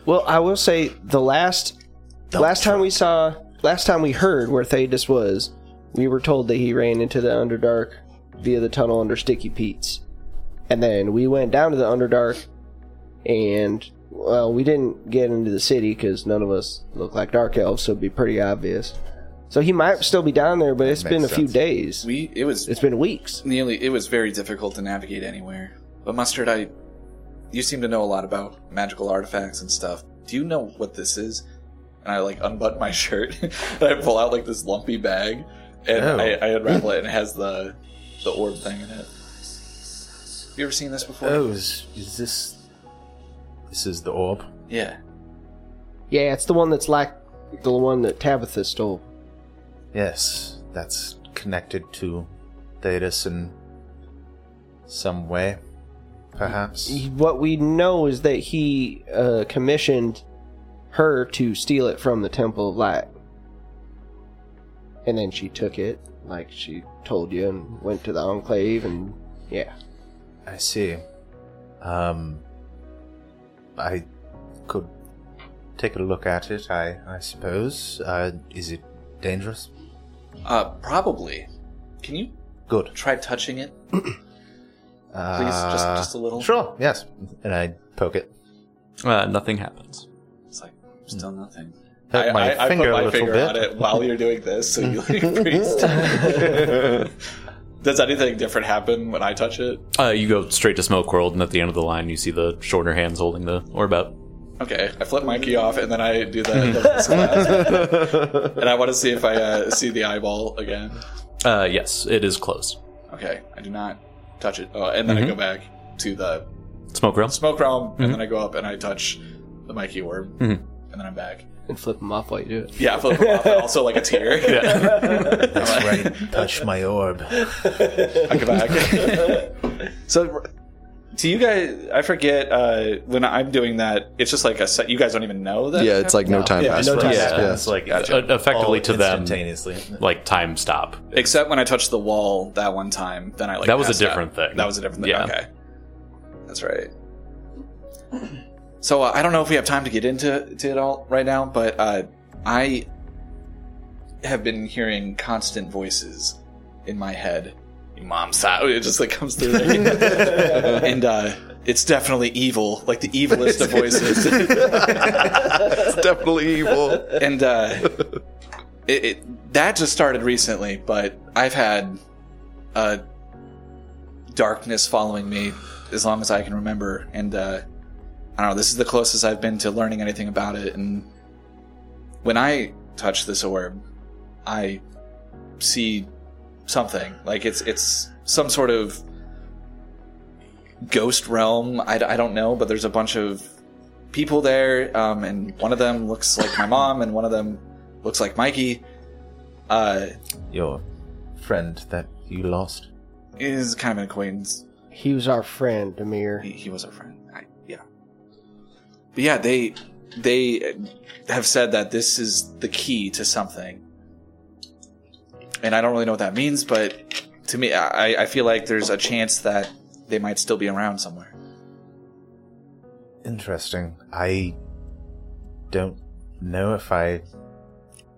[SPEAKER 9] well, I will say the last last time we saw, last time we heard where Thadis was, we were told that he ran into the Underdark via the tunnel under Sticky Pete's, and then we went down to the Underdark, and well, we didn't get into the city because none of us look like dark elves, so it'd be pretty obvious. So he might still be down there, but it's
[SPEAKER 8] Makes
[SPEAKER 9] been a few
[SPEAKER 8] sense.
[SPEAKER 9] days.
[SPEAKER 5] we it was
[SPEAKER 9] It's been weeks.
[SPEAKER 5] nearly it was very difficult to navigate anywhere. But Mustard, I you seem to know a lot about magical artifacts and stuff. Do you know what this is? And I like unbutton my shirt and I pull out like this lumpy bag and
[SPEAKER 8] Oh.
[SPEAKER 5] I, I unravel it and it has the the orb thing in it. You ever seen this before?
[SPEAKER 8] Oh, is, is this? This is the orb.
[SPEAKER 5] Yeah.
[SPEAKER 9] Yeah, it's the one that's like the one that Tabitha stole.
[SPEAKER 8] Yes, that's connected to Thetis in some way, perhaps.
[SPEAKER 9] What we know is that he uh, commissioned her to steal it from the Temple of Light. And then she took it, like she told you, and went to the Enclave, and yeah.
[SPEAKER 8] I see. Um, I could take a look at it. I I suppose. Uh, is it dangerous?
[SPEAKER 5] Uh probably. Can you
[SPEAKER 8] Good.
[SPEAKER 5] try touching it?
[SPEAKER 8] Uh,
[SPEAKER 5] Please, just- just a little.
[SPEAKER 8] Sure. Yes. And I poke it.
[SPEAKER 4] uh, nothing happens.
[SPEAKER 5] It's like still
[SPEAKER 8] Hmm.
[SPEAKER 5] nothing.
[SPEAKER 8] Hurt my
[SPEAKER 5] I, I,
[SPEAKER 8] finger
[SPEAKER 5] I put my
[SPEAKER 8] a little
[SPEAKER 5] finger
[SPEAKER 8] bit.
[SPEAKER 5] on it while you're doing this, so you like priest. Does anything different happen when I touch it?
[SPEAKER 4] Uh, you go straight to Smoke World, and at the end of the line, you see the shorter hands holding the orb out.
[SPEAKER 5] Okay, I flip my key off and then I do the, the wrist clasp. and I want to see if I uh, see the eyeball again.
[SPEAKER 4] Uh, yes, it is closed.
[SPEAKER 5] Okay, I do not touch it. Oh, and then
[SPEAKER 8] Mm-hmm.
[SPEAKER 5] I go back to the
[SPEAKER 4] Smoke Realm?
[SPEAKER 5] smoke realm, and then I go up and I touch the Mikey orb,
[SPEAKER 8] Mm-hmm.
[SPEAKER 5] and then I'm back.
[SPEAKER 9] And flip him off while you do it.
[SPEAKER 5] Yeah, I flip it off. and Also, like a tear.
[SPEAKER 8] That's right. Touch my orb.
[SPEAKER 5] I go back. so, to you guys, I forget uh, when I'm doing that. It's just like a set. You guys don't even know that.
[SPEAKER 2] Yeah, it's like no time
[SPEAKER 5] Yeah,
[SPEAKER 2] passed.
[SPEAKER 9] no time
[SPEAKER 2] Yeah.
[SPEAKER 9] passed.
[SPEAKER 2] Yeah.
[SPEAKER 10] It's like
[SPEAKER 4] Uh, effectively
[SPEAKER 10] all
[SPEAKER 4] to them.
[SPEAKER 10] instantaneously.
[SPEAKER 4] like time stop.
[SPEAKER 5] except when I touched the wall that one time. Then I like
[SPEAKER 4] That was a
[SPEAKER 5] passed out.
[SPEAKER 4] different thing.
[SPEAKER 5] That was a different thing.
[SPEAKER 4] Yeah.
[SPEAKER 5] Okay, that's right. So uh, I don't know if we have time to get into to it all right now, but uh, I have been hearing constant voices in my head. Your mom's side. It just like comes through, and uh, it's definitely evil, like the evilest of voices.
[SPEAKER 2] It's definitely evil.
[SPEAKER 5] and uh, it, it, that just started recently, but I've had uh, darkness following me as long as I can remember, and uh, I don't know. This is the closest I've been to learning anything about it, and when I touch this orb, I see something like it's it's some sort of ghost realm. I, d- I don't know, but there's a bunch of people there, um, and one of them looks like my mom, and one of them looks like Mikey. Uh,
[SPEAKER 10] Your friend that you lost.
[SPEAKER 5] is kind of an acquaintance.
[SPEAKER 9] He was our friend, Amir.
[SPEAKER 5] He, he was our friend. I, yeah, but yeah, they they have said that this is the key to something, and I don't really know what that means, but to me, I, I feel like there's a chance that they might still be around somewhere.
[SPEAKER 8] Interesting. I don't know if I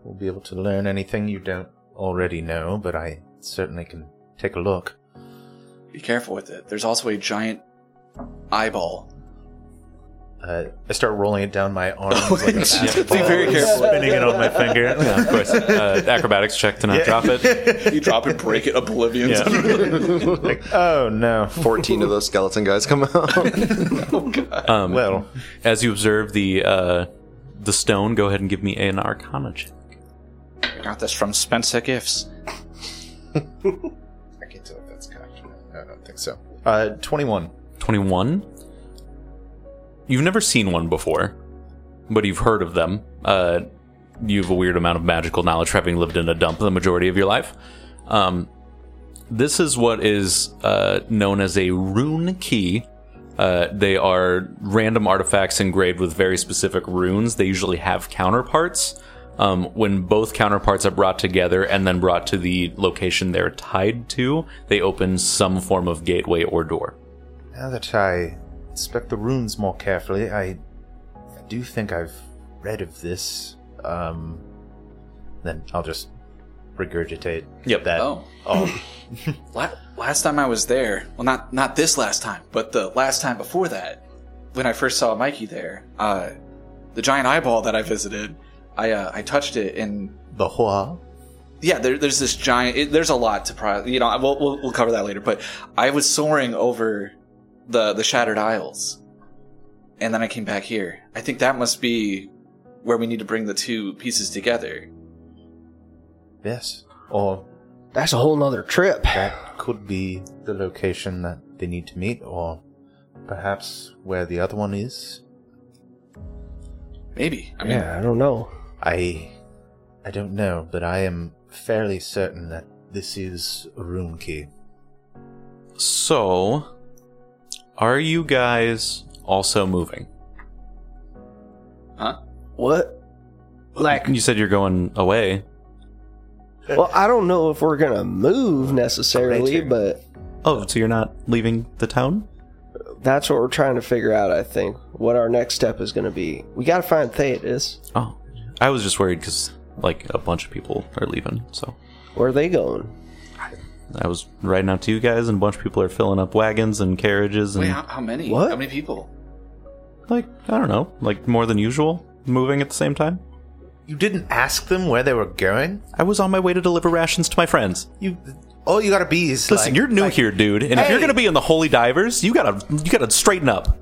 [SPEAKER 8] will be able to learn anything you don't already know, but I certainly can take a look.
[SPEAKER 5] Be careful with it. There's also a giant eyeball.
[SPEAKER 8] Uh, I start rolling it down my arms like a
[SPEAKER 5] Be
[SPEAKER 8] basketball,
[SPEAKER 5] very careful.
[SPEAKER 8] spinning it on my finger.
[SPEAKER 4] Yeah, of course. Uh, acrobatics check to not drop it.
[SPEAKER 5] You drop it, break it, oblivion.
[SPEAKER 8] Like, oh no!
[SPEAKER 2] 14 of those skeleton guys come out.
[SPEAKER 4] Um,
[SPEAKER 8] Well,
[SPEAKER 4] as you observe the uh, the stone, go ahead and give me an Arcana check.
[SPEAKER 5] I got this from Spencer Gifts.
[SPEAKER 8] I can't tell if that's cocked. No, I don't think so. Uh, twenty-one.
[SPEAKER 4] Twenty-one. You've never seen one before, but you've heard of them. Uh, you have a weird amount of magical knowledge, for having lived in a dump the majority of your life. Um, this is what is uh, known as a rune key. Uh, they are random artifacts engraved with very specific runes. They usually have counterparts. Um, when both counterparts are brought together and then brought to the location they're tied to, they open some form of gateway or door.
[SPEAKER 8] Now that I inspect the runes more carefully, I, I do think I've read of this. Um, then I'll just regurgitate
[SPEAKER 4] Yep.
[SPEAKER 8] that.
[SPEAKER 5] Oh.
[SPEAKER 8] all.
[SPEAKER 5] La- last time I was there, well, not not this last time, but the last time before that, when I first saw Mikey there, uh, the giant eyeball that I visited, I uh, I touched it, and
[SPEAKER 8] the Hua.
[SPEAKER 5] yeah, there, there's this giant. It, there's a lot to pro. You know, we'll, we'll we'll cover that later. But I was soaring over the the shattered isles, and then I came back here. I think that must be where we need to bring the two pieces together.
[SPEAKER 8] Yes. Or
[SPEAKER 9] That's a whole nother trip.
[SPEAKER 8] that could be the location that they need to meet, or perhaps where the other one is.
[SPEAKER 5] Maybe. I mean,
[SPEAKER 9] Yeah, I don't know.
[SPEAKER 8] I I don't know, but I am fairly certain that this is a rune key.
[SPEAKER 4] So, are you guys also moving?
[SPEAKER 5] huh?
[SPEAKER 9] What? Like,
[SPEAKER 4] You said you're going away.
[SPEAKER 9] well, I don't know if we're gonna move necessarily,
[SPEAKER 8] Later.
[SPEAKER 9] but
[SPEAKER 4] Oh, so you're not leaving the town?
[SPEAKER 9] that's what we're trying to figure out. I think what our next step is gonna be. We gotta find Theotis.
[SPEAKER 4] Oh, I was just worried because like a bunch of people are leaving. So
[SPEAKER 9] Where are they going?
[SPEAKER 4] I was riding out to you guys, and a bunch of people are filling up wagons and carriages, and
[SPEAKER 5] Wait, how, how many?
[SPEAKER 9] What?
[SPEAKER 5] How many people?
[SPEAKER 4] like I don't know, like more than usual, moving at the same time.
[SPEAKER 8] You didn't ask them where they were going?
[SPEAKER 4] I was on my way to deliver rations to my friends.
[SPEAKER 8] You all you gotta be is
[SPEAKER 4] Listen,
[SPEAKER 8] like-
[SPEAKER 4] you're new
[SPEAKER 8] like-
[SPEAKER 4] here, dude, and if you're
[SPEAKER 8] Hey!
[SPEAKER 4] gonna be in the Holy Divers, you gotta you gotta straighten up.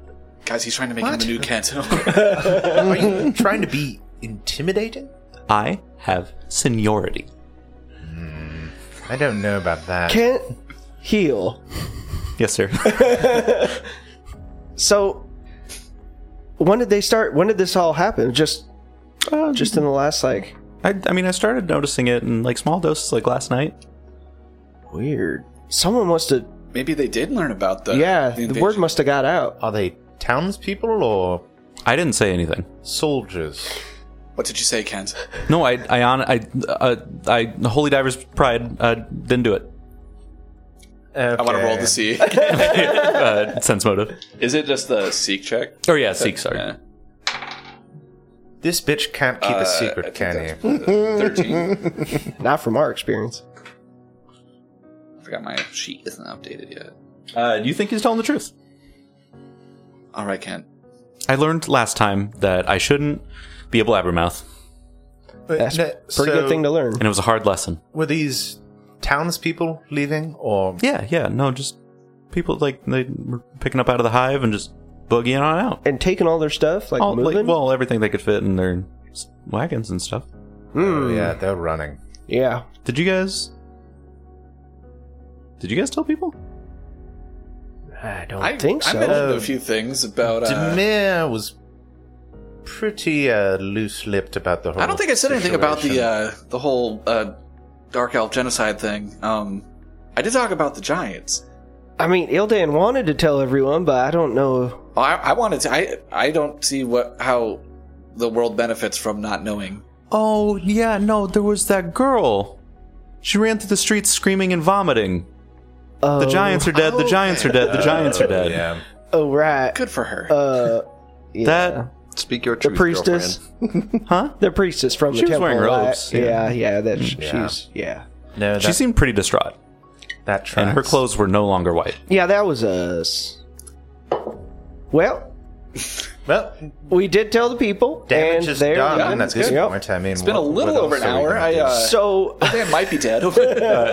[SPEAKER 5] Guys, he's trying to make him a new Kanto.
[SPEAKER 8] Are you trying to be intimidating?
[SPEAKER 4] I have seniority.
[SPEAKER 8] I don't know about that.
[SPEAKER 9] Can't heal.
[SPEAKER 4] Yes, sir.
[SPEAKER 9] So, when did they start? When did this all happen? Just, just in the last like
[SPEAKER 4] I, I mean, I started noticing it in like small doses, like last night.
[SPEAKER 9] weird. Someone must have
[SPEAKER 5] Maybe they did learn about the
[SPEAKER 9] yeah,
[SPEAKER 4] Uh,
[SPEAKER 5] the
[SPEAKER 9] the word
[SPEAKER 5] invasion.
[SPEAKER 9] must have got out.
[SPEAKER 8] Are they townspeople or
[SPEAKER 4] I didn't say anything.
[SPEAKER 8] soldiers?
[SPEAKER 5] What did you say, Kent?
[SPEAKER 4] No, I, I, on, I, uh, I, Holy Diver's Pride uh, didn't do it.
[SPEAKER 5] I want to roll to see.
[SPEAKER 4] Uh, sense motive.
[SPEAKER 5] Is it just the seek check?
[SPEAKER 4] Oh yeah, seek. Sorry.
[SPEAKER 5] Yeah.
[SPEAKER 8] This bitch can't keep a
[SPEAKER 5] Uh, I
[SPEAKER 8] secret,
[SPEAKER 5] think
[SPEAKER 8] can
[SPEAKER 5] that's
[SPEAKER 8] he?
[SPEAKER 5] Thirteen.
[SPEAKER 9] Not from our experience.
[SPEAKER 5] I forgot my sheet isn't updated yet.
[SPEAKER 4] Uh, do you think he's telling the truth?
[SPEAKER 5] All right, Kent.
[SPEAKER 4] I learned last time that I shouldn't be a blabbermouth,
[SPEAKER 9] That's a pretty good thing to learn.
[SPEAKER 4] and it was a hard lesson.
[SPEAKER 8] Were these townspeople leaving, or
[SPEAKER 4] Yeah, yeah, no, just people like they were picking up out of the hive and just boogieing on out.
[SPEAKER 9] And taking all their stuff, like
[SPEAKER 4] All,
[SPEAKER 9] moving.
[SPEAKER 4] like, well, everything they could fit in their s- wagons and stuff.
[SPEAKER 8] Oh, yeah, they're running?
[SPEAKER 9] yeah,
[SPEAKER 4] Did you guys? Did you guys tell people?
[SPEAKER 9] I don't
[SPEAKER 5] I
[SPEAKER 9] think so.
[SPEAKER 5] I mentioned a few things about. Uh,
[SPEAKER 8] Demir was pretty uh, loose-lipped about the whole.
[SPEAKER 5] I don't think I said anything about the
[SPEAKER 8] situation.
[SPEAKER 5] uh, the whole uh, dark elf genocide thing. Um, I did talk about the giants.
[SPEAKER 9] I mean, Ildan wanted to tell everyone, but I don't know.
[SPEAKER 5] Oh, I, I wanted to. I I don't see what how the world benefits from not knowing.
[SPEAKER 4] Oh yeah, no, there was that girl. She ran through the streets screaming and vomiting.
[SPEAKER 9] Oh,
[SPEAKER 4] The giants are dead. The giants are dead. The giants
[SPEAKER 5] uh,
[SPEAKER 4] are dead.
[SPEAKER 8] yeah.
[SPEAKER 9] Oh right.
[SPEAKER 5] Good for her.
[SPEAKER 9] Uh, yeah.
[SPEAKER 4] That
[SPEAKER 2] Speak your
[SPEAKER 9] the
[SPEAKER 2] truth,
[SPEAKER 9] priestess,
[SPEAKER 2] girlfriend.
[SPEAKER 4] huh?
[SPEAKER 9] the priestess from
[SPEAKER 4] She
[SPEAKER 9] the
[SPEAKER 4] was
[SPEAKER 9] temple.
[SPEAKER 4] wearing
[SPEAKER 9] right?
[SPEAKER 4] robes, yeah.
[SPEAKER 9] Yeah,
[SPEAKER 4] Mm.
[SPEAKER 9] yeah. that sh- she's yeah.
[SPEAKER 8] No, that,
[SPEAKER 4] She seemed pretty distraught,
[SPEAKER 8] that tracks.
[SPEAKER 4] and her clothes were no longer white.
[SPEAKER 9] Yeah, that was us. Well,
[SPEAKER 8] Well,
[SPEAKER 9] we did tell the people,
[SPEAKER 8] damage
[SPEAKER 9] and
[SPEAKER 8] is
[SPEAKER 9] there
[SPEAKER 8] done
[SPEAKER 5] Yeah,
[SPEAKER 8] at
[SPEAKER 5] that's
[SPEAKER 8] this
[SPEAKER 5] good.
[SPEAKER 8] point. I mean,
[SPEAKER 5] It's been a little over an hour. I uh,
[SPEAKER 9] So
[SPEAKER 5] man might be dead. Over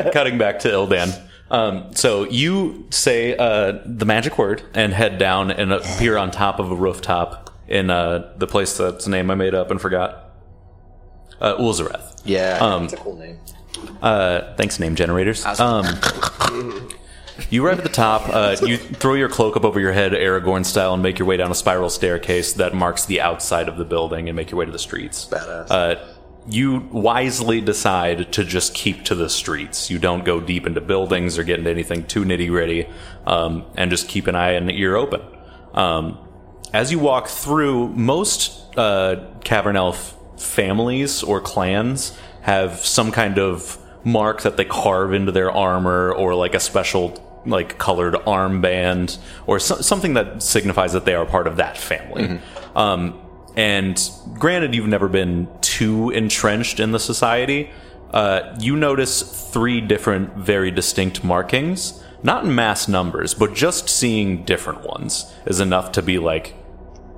[SPEAKER 4] Uh, cutting back to Ildan. Um, so you say uh, the magic word and head down and appear on top of a rooftop in uh, the place that's the name I made up and forgot. Uh, Ulzareth.
[SPEAKER 2] Yeah,
[SPEAKER 4] Um,
[SPEAKER 2] that's a cool name.
[SPEAKER 4] Uh, thanks, name generators. Um, you arrive at the top. Uh, you throw your cloak up over your head, Aragorn style, and make your way down a spiral staircase that marks the outside of the building and make your way to the streets.
[SPEAKER 2] Badass.
[SPEAKER 4] Uh, you wisely decide to just keep to the streets. You don't go deep into buildings or get into anything too nitty gritty, um, and just keep an eye and ear open. Um, as you walk through, most uh, cavern elf families or clans have some kind of mark that they carve into their armor, or like a special like colored armband, or so- something that signifies that they are part of that family. Um, and granted, you've never been too entrenched in the society. Uh, you notice three different, very distinct markings. Not in mass numbers, but just seeing different ones is enough to be like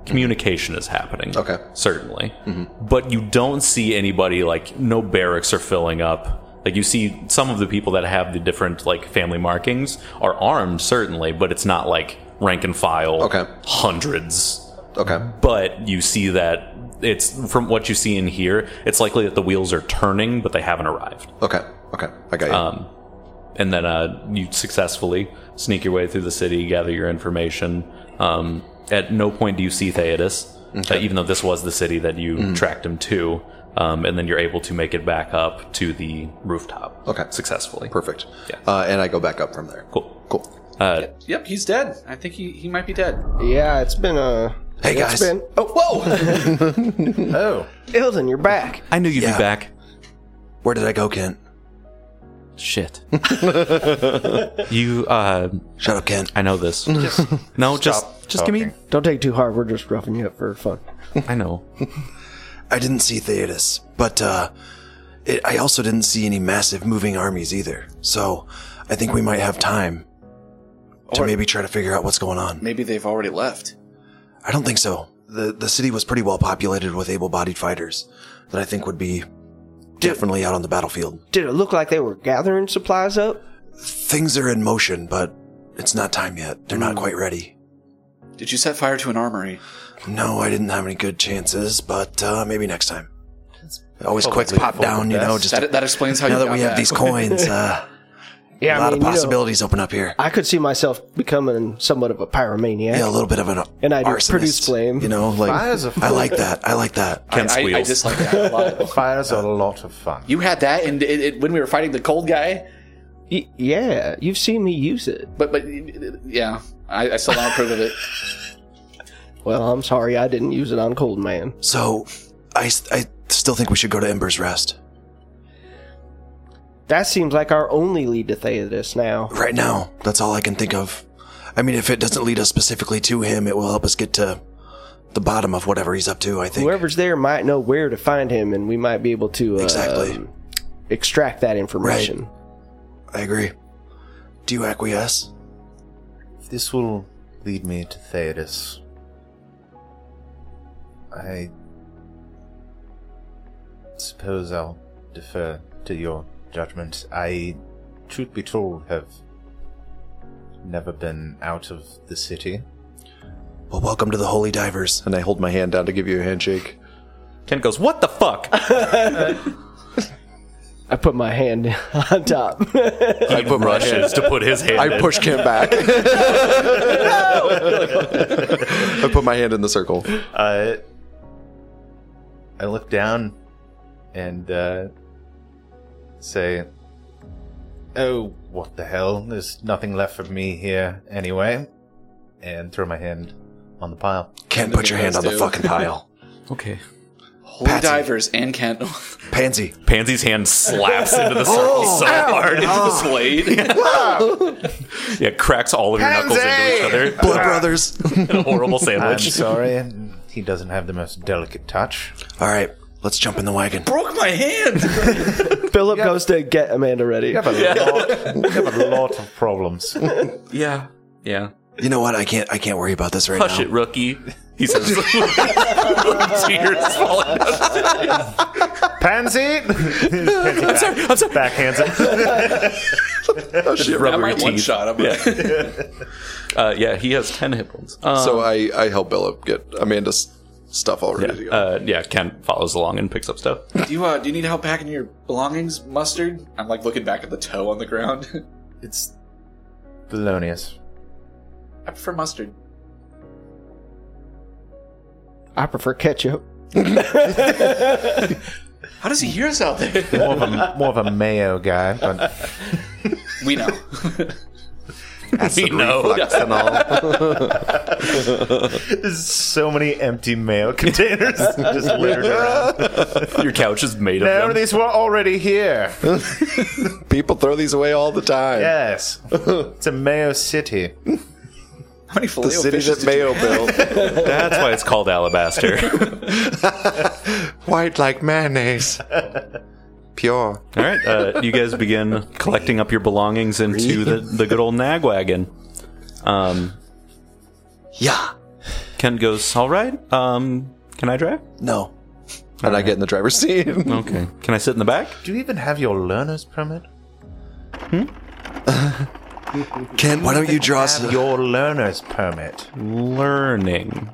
[SPEAKER 4] communication is happening.
[SPEAKER 2] Okay. Mm-hmm.
[SPEAKER 4] Certainly. But you don't see anybody like, no barracks are filling up. Like, you see some of the people that have the different like family markings are armed, certainly, but it's not like rank and file
[SPEAKER 2] Okay.
[SPEAKER 4] hundreds
[SPEAKER 2] Okay.
[SPEAKER 4] but you see that it's from what you see in here it's likely that the wheels are turning but they haven't arrived
[SPEAKER 2] Okay. Okay. I got you.
[SPEAKER 4] Um, and then uh, you successfully sneak your way through the city gather your information um, at no point do you see theodos uh, even though this was the city that you
[SPEAKER 2] Mm-hmm.
[SPEAKER 4] tracked him to um, and then you're able to make it back up to the rooftop
[SPEAKER 2] Okay.
[SPEAKER 4] successfully
[SPEAKER 2] Perfect.
[SPEAKER 4] Yeah.
[SPEAKER 2] Uh, and I go back up from there.
[SPEAKER 4] cool
[SPEAKER 2] Cool.
[SPEAKER 4] uh,
[SPEAKER 5] yep, he's dead. I think he, he might be dead.
[SPEAKER 9] yeah, it's been a.
[SPEAKER 2] Hey, guys.
[SPEAKER 9] Been, oh,
[SPEAKER 2] Whoa!
[SPEAKER 8] Oh,
[SPEAKER 9] Ilden, you're back.
[SPEAKER 4] i knew you'd be
[SPEAKER 2] Yeah.
[SPEAKER 4] back
[SPEAKER 2] Where did I go, Kent?
[SPEAKER 4] shit you uh,
[SPEAKER 7] Shut up, Kent.
[SPEAKER 4] i know this no just just give me
[SPEAKER 8] talking.
[SPEAKER 9] Don't take it too hard. We're just roughing you up for fun.
[SPEAKER 4] i know
[SPEAKER 7] I didn't see Theodos, but uh, it, I also didn't see any massive moving armies either. So I think we might have time to maybe try to figure out what's going on.
[SPEAKER 5] Maybe they've already left.
[SPEAKER 7] I don't think so. The the city was pretty well populated with able-bodied fighters that I think would be definitely out on the battlefield.
[SPEAKER 9] Did it look like they were gathering supplies up?
[SPEAKER 7] Things are in motion, but it's not time yet. They're
[SPEAKER 5] Hmm.
[SPEAKER 7] not quite ready.
[SPEAKER 5] Did you set fire to an armory?
[SPEAKER 7] No, I didn't have any good chances, but uh, maybe next time. Always
[SPEAKER 8] probably
[SPEAKER 7] quickly pop
[SPEAKER 8] probably
[SPEAKER 7] down, you
[SPEAKER 8] best.
[SPEAKER 7] know, just
[SPEAKER 5] That, that explains how
[SPEAKER 7] now
[SPEAKER 5] you
[SPEAKER 7] that
[SPEAKER 5] got
[SPEAKER 7] we have
[SPEAKER 5] that.
[SPEAKER 7] these coins, uh, a
[SPEAKER 9] Yeah,
[SPEAKER 7] lot
[SPEAKER 9] I mean,
[SPEAKER 7] of
[SPEAKER 9] you know,
[SPEAKER 7] possibilities open up here.
[SPEAKER 9] I could see myself becoming somewhat of a pyromaniac.
[SPEAKER 7] Yeah, a little bit of an
[SPEAKER 9] And I do
[SPEAKER 7] arsonist,
[SPEAKER 9] produce flame.
[SPEAKER 7] You know, like
[SPEAKER 8] Fire's a
[SPEAKER 7] I like that. I like that.
[SPEAKER 4] Ken
[SPEAKER 5] I, I
[SPEAKER 4] squeals.
[SPEAKER 5] dislike that a lot.
[SPEAKER 8] fire's a lot of fun.
[SPEAKER 5] You had that, and it, it, when we were fighting the cold guy,
[SPEAKER 9] Y- yeah, you've seen me use it.
[SPEAKER 5] But but yeah, I, I still don't approve of it.
[SPEAKER 9] Well, I'm sorry I didn't use it on Cold Man.
[SPEAKER 7] So, I, s- I still think we should go to Ember's Rest.
[SPEAKER 9] That seems like our only lead to Theodos now.
[SPEAKER 7] Right now, that's all I can think of. I mean, if it doesn't lead us specifically to him, it will help us get to the bottom of whatever he's up to, I think.
[SPEAKER 9] Whoever's there might know where to find him, and we might be able to uh,
[SPEAKER 7] Exactly.
[SPEAKER 9] um, extract that information.
[SPEAKER 7] I agree. Do you acquiesce?
[SPEAKER 8] This will lead me to Theodos. I suppose I'll defer to your judgment. I, truth be told, have never been out of the city.
[SPEAKER 7] Well, welcome to the Holy Divers.
[SPEAKER 2] And I hold my hand down to give you a handshake.
[SPEAKER 12] Ken goes, What the fuck?
[SPEAKER 9] I put my hand on top.
[SPEAKER 4] He rushes to put his hand.
[SPEAKER 2] I
[SPEAKER 4] in.
[SPEAKER 2] push Kim back. I put my hand in the circle.
[SPEAKER 8] Uh, I look down and uh, say, Oh, what the hell? There's nothing left of me here anyway. And throw my hand on the pile.
[SPEAKER 7] Can't put your hand on the fucking pile.
[SPEAKER 12] okay.
[SPEAKER 5] Holy divers and Kent
[SPEAKER 7] Pansy.
[SPEAKER 4] Pansy's hand slaps into the circle
[SPEAKER 5] Oh,
[SPEAKER 4] so hard.
[SPEAKER 5] blade.
[SPEAKER 4] Yeah, it cracks all of your knuckles into each other.
[SPEAKER 7] Blood Brothers.
[SPEAKER 4] in a horrible
[SPEAKER 8] I'm
[SPEAKER 4] sandwich.
[SPEAKER 8] sorry, he doesn't have the most delicate touch.
[SPEAKER 7] All right, let's jump in the wagon.
[SPEAKER 5] Broke my hand.
[SPEAKER 9] Philip goes to get Amanda ready.
[SPEAKER 8] You have a, lot, you have a lot of problems.
[SPEAKER 4] yeah. Yeah.
[SPEAKER 7] You know what? I can't. I can't worry about this right
[SPEAKER 4] Hush
[SPEAKER 7] now.
[SPEAKER 4] it, rookie. He says, tears falling down.
[SPEAKER 8] Pansy!
[SPEAKER 4] I'm sorry. I'm sorry.
[SPEAKER 8] Backhands it.
[SPEAKER 5] I
[SPEAKER 4] Rubbery
[SPEAKER 5] might one
[SPEAKER 4] teeth.
[SPEAKER 5] shot him.
[SPEAKER 4] Uh, yeah, he has 10 hit points. Um,
[SPEAKER 2] so I, I help Bella get Amanda's stuff all ready to go.
[SPEAKER 4] uh, yeah, Ken follows along and picks up stuff.
[SPEAKER 5] Do you uh, do you need help packing your belongings, mustard? I'm like looking back at the toe on the ground.
[SPEAKER 8] It's Thelonious.
[SPEAKER 5] I prefer mustard.
[SPEAKER 9] I prefer ketchup.
[SPEAKER 5] How does he hear us out there?
[SPEAKER 8] More of a, more of a mayo guy, but
[SPEAKER 5] we know.
[SPEAKER 4] we know.
[SPEAKER 8] There's so many empty mail containers just littered around.
[SPEAKER 4] Your couch is made of
[SPEAKER 8] No,
[SPEAKER 4] them.
[SPEAKER 8] these were already here.
[SPEAKER 2] People throw these away all the time.
[SPEAKER 8] Yes. It's a mayo city.
[SPEAKER 5] How many filet
[SPEAKER 2] The city that Mayo built.
[SPEAKER 4] That's why it's called Alabaster.
[SPEAKER 2] White like mayonnaise. Pure.
[SPEAKER 12] All right. Uh, you guys begin collecting up your belongings into the, the good old nag wagon. Um,
[SPEAKER 7] Yeah.
[SPEAKER 12] Ken goes, All right. Um, can I drive?
[SPEAKER 7] No.
[SPEAKER 2] And I get in the driver's seat.
[SPEAKER 12] Okay. Can I sit in the back?
[SPEAKER 8] Do you even have your learner's permit?
[SPEAKER 7] Ken, why don't you draw us?
[SPEAKER 8] Have your learner's permit.
[SPEAKER 12] Learning.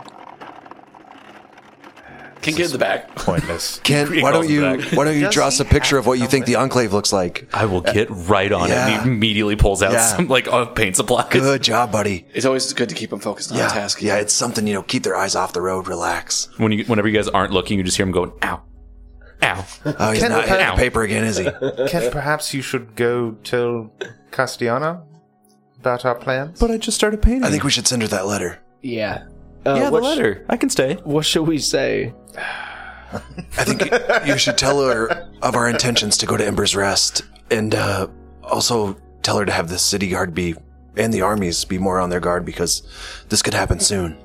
[SPEAKER 5] Can get in the back.
[SPEAKER 8] Pointless.
[SPEAKER 7] Ken, why
[SPEAKER 4] calls
[SPEAKER 7] don't
[SPEAKER 4] him
[SPEAKER 7] you?
[SPEAKER 4] back.
[SPEAKER 7] Why don't you draw us a picture of what you think the enclave looks like?
[SPEAKER 4] I will get right on it.
[SPEAKER 7] Yeah.
[SPEAKER 4] And he immediately pulls out
[SPEAKER 7] Yeah.
[SPEAKER 4] some like uh, paint supplies.
[SPEAKER 7] Good job, buddy.
[SPEAKER 5] It's always good to keep him focused on the
[SPEAKER 7] Yeah.
[SPEAKER 5] task.
[SPEAKER 7] Yeah. It's something you know. Keep their eyes off the road. Relax.
[SPEAKER 4] When you, whenever you guys aren't looking, you just hear him going, "Ow, ow."
[SPEAKER 7] Oh, he's
[SPEAKER 8] Ken,
[SPEAKER 7] not hitting
[SPEAKER 4] ow.
[SPEAKER 7] the paper again, is he?
[SPEAKER 8] Ken, perhaps you should go tell Castellana about our plans?
[SPEAKER 12] But I just started painting.
[SPEAKER 7] I think we should send her that letter.
[SPEAKER 9] Yeah. Uh,
[SPEAKER 12] yeah, the
[SPEAKER 9] what sh-
[SPEAKER 12] letter. I can stay.
[SPEAKER 9] what should we say?
[SPEAKER 7] I think you should tell her of our intentions to go to Ember's Rest, and uh, also tell her to have the city guard be and the armies be more on their guard because this could happen soon.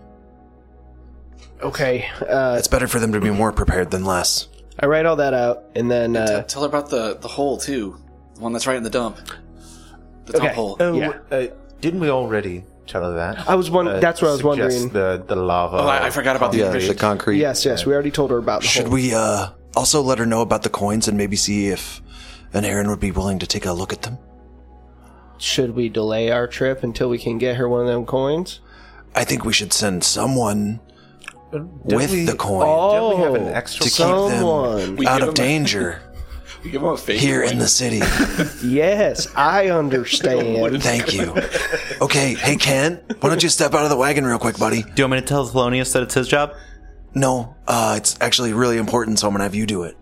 [SPEAKER 9] Okay. Uh,
[SPEAKER 7] It's better for them to be more prepared than less.
[SPEAKER 9] I write all that out, and then
[SPEAKER 5] T-
[SPEAKER 9] uh,
[SPEAKER 5] tell her about the the hole too, the one that's right in the dump. The top
[SPEAKER 9] Okay.
[SPEAKER 5] hole.
[SPEAKER 8] Oh,
[SPEAKER 9] Yeah.
[SPEAKER 8] uh, didn't we already tell her that?
[SPEAKER 9] I was won- that's what I was
[SPEAKER 8] Uh, suggest
[SPEAKER 9] wondering.
[SPEAKER 8] The, the lava.
[SPEAKER 5] oh, I, I forgot about the
[SPEAKER 2] Yeah,
[SPEAKER 5] invasion.
[SPEAKER 2] the concrete.
[SPEAKER 9] yes, yes, we already told her about. The
[SPEAKER 7] Should
[SPEAKER 9] whole-
[SPEAKER 7] we uh, also let her know about the coins and maybe see if an Aaron would be willing to take a look at them?
[SPEAKER 9] Should we delay our trip until we can get her one of them coins?
[SPEAKER 7] I think we should send someone
[SPEAKER 4] Uh,
[SPEAKER 7] with
[SPEAKER 8] we-
[SPEAKER 7] the coin
[SPEAKER 8] Don't we have an
[SPEAKER 9] Oh,
[SPEAKER 8] extra
[SPEAKER 7] to keep
[SPEAKER 8] someone?
[SPEAKER 9] someone.
[SPEAKER 7] them
[SPEAKER 5] give
[SPEAKER 7] out of
[SPEAKER 5] them-
[SPEAKER 7] danger
[SPEAKER 5] You give him a fake
[SPEAKER 7] here in
[SPEAKER 5] coin.
[SPEAKER 7] the city.
[SPEAKER 9] Yes, I understand.
[SPEAKER 7] Thank you. Okay, hey Ken, why don't you step out of the wagon real quick, buddy?
[SPEAKER 12] Do you want me to tell Thelonious that it's his job?
[SPEAKER 7] No, uh, it's actually really important, so I'm gonna have you do it.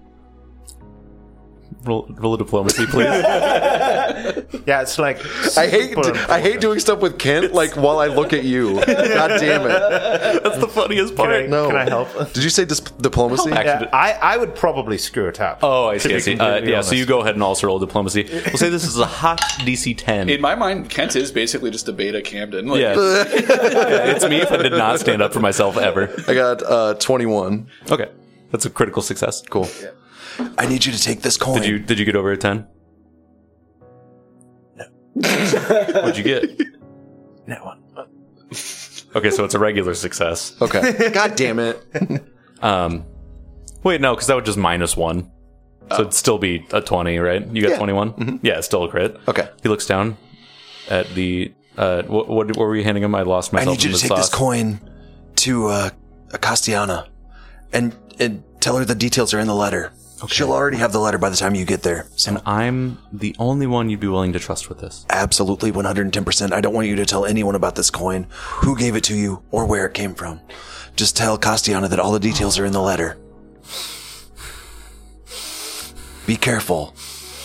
[SPEAKER 12] Roll, roll a diplomacy, please.
[SPEAKER 8] Yeah, it's like
[SPEAKER 2] I hate I hate doing stuff with Kent like while I look at you. God damn it!
[SPEAKER 4] That's the funniest
[SPEAKER 8] Can
[SPEAKER 4] part.
[SPEAKER 8] I,
[SPEAKER 2] No.
[SPEAKER 8] can I help?
[SPEAKER 2] Did you say dis- diplomacy?
[SPEAKER 8] Yeah, I, I would probably screw it up.
[SPEAKER 4] Oh, I see.
[SPEAKER 8] be
[SPEAKER 4] I see. Uh,
[SPEAKER 8] completely
[SPEAKER 4] yeah, so
[SPEAKER 8] honest.
[SPEAKER 4] you go ahead and also roll diplomacy. We'll say this is a hot DC 10.
[SPEAKER 5] In my mind, Kent is basically just a beta Camden. Like,
[SPEAKER 4] yeah. Yeah, it's me if I did not stand up for myself ever.
[SPEAKER 2] I got uh, 21.
[SPEAKER 4] Okay. That's a critical success. Cool.
[SPEAKER 7] I need you to take this coin.
[SPEAKER 4] Did you did you get over a 10? No. What'd you get?
[SPEAKER 7] That one.
[SPEAKER 4] Okay, so it's a regular success.
[SPEAKER 2] Okay. God damn it.
[SPEAKER 4] Um, wait, no, because that would just minus one. So it'd still be a 20, right? You got 21? Yeah, it's still a crit.
[SPEAKER 2] Okay.
[SPEAKER 4] He looks down at the. Uh, what, what, what were you handing him? I lost
[SPEAKER 7] I
[SPEAKER 4] myself
[SPEAKER 7] need you
[SPEAKER 4] in
[SPEAKER 7] to
[SPEAKER 4] the
[SPEAKER 7] take
[SPEAKER 4] sauce.
[SPEAKER 7] this coin to uh, Castiana and, and tell her the details are in the letter. She'll already have the letter by the time you get there. So
[SPEAKER 4] and I'm the only one you'd be willing to trust with this.
[SPEAKER 7] absolutely 110%. I don't want you to tell anyone about this coin, who gave it to you, or where it came from. Just tell Castiana that all the details are in the letter. Be careful.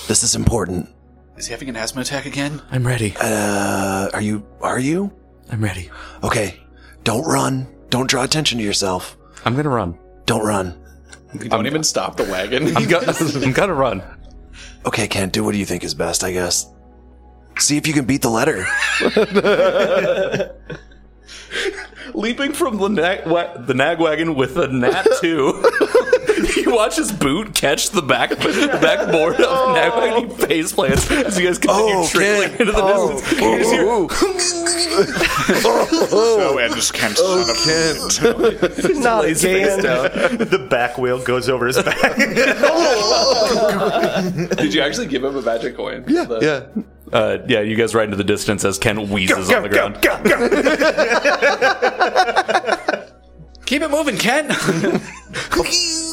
[SPEAKER 7] This is important.
[SPEAKER 5] Is he having an asthma attack again?
[SPEAKER 4] I'm ready.
[SPEAKER 7] Uh, are you? Are you?
[SPEAKER 4] I'm ready.
[SPEAKER 7] Okay. Don't run. Don't draw attention to yourself.
[SPEAKER 4] I'm gonna run.
[SPEAKER 7] Don't run.
[SPEAKER 5] You don't even stop the wagon.
[SPEAKER 4] I'm, go- I'm gonna run.
[SPEAKER 7] Okay, Kent, do what do you think is best, I guess. See if you can beat the letter.
[SPEAKER 4] Leaping from the nag, wa- the nag wagon with a nat two. he watches Boot catch the back the backboard of the nag wagon. He face plants as you guys continue
[SPEAKER 7] Oh,
[SPEAKER 4] trailing
[SPEAKER 7] Ken.
[SPEAKER 4] into the
[SPEAKER 7] Oh.
[SPEAKER 4] distance. You just hear-
[SPEAKER 5] so ends Kent's son of-
[SPEAKER 9] Not
[SPEAKER 4] lays his face
[SPEAKER 9] again.
[SPEAKER 8] the back wheel goes over his back.
[SPEAKER 5] Did you actually give him a magic coin? The-
[SPEAKER 2] Yeah.
[SPEAKER 4] Uh, yeah, you guys ride into the distance as Ken wheezes on the ground.
[SPEAKER 5] Keep it moving, Kent.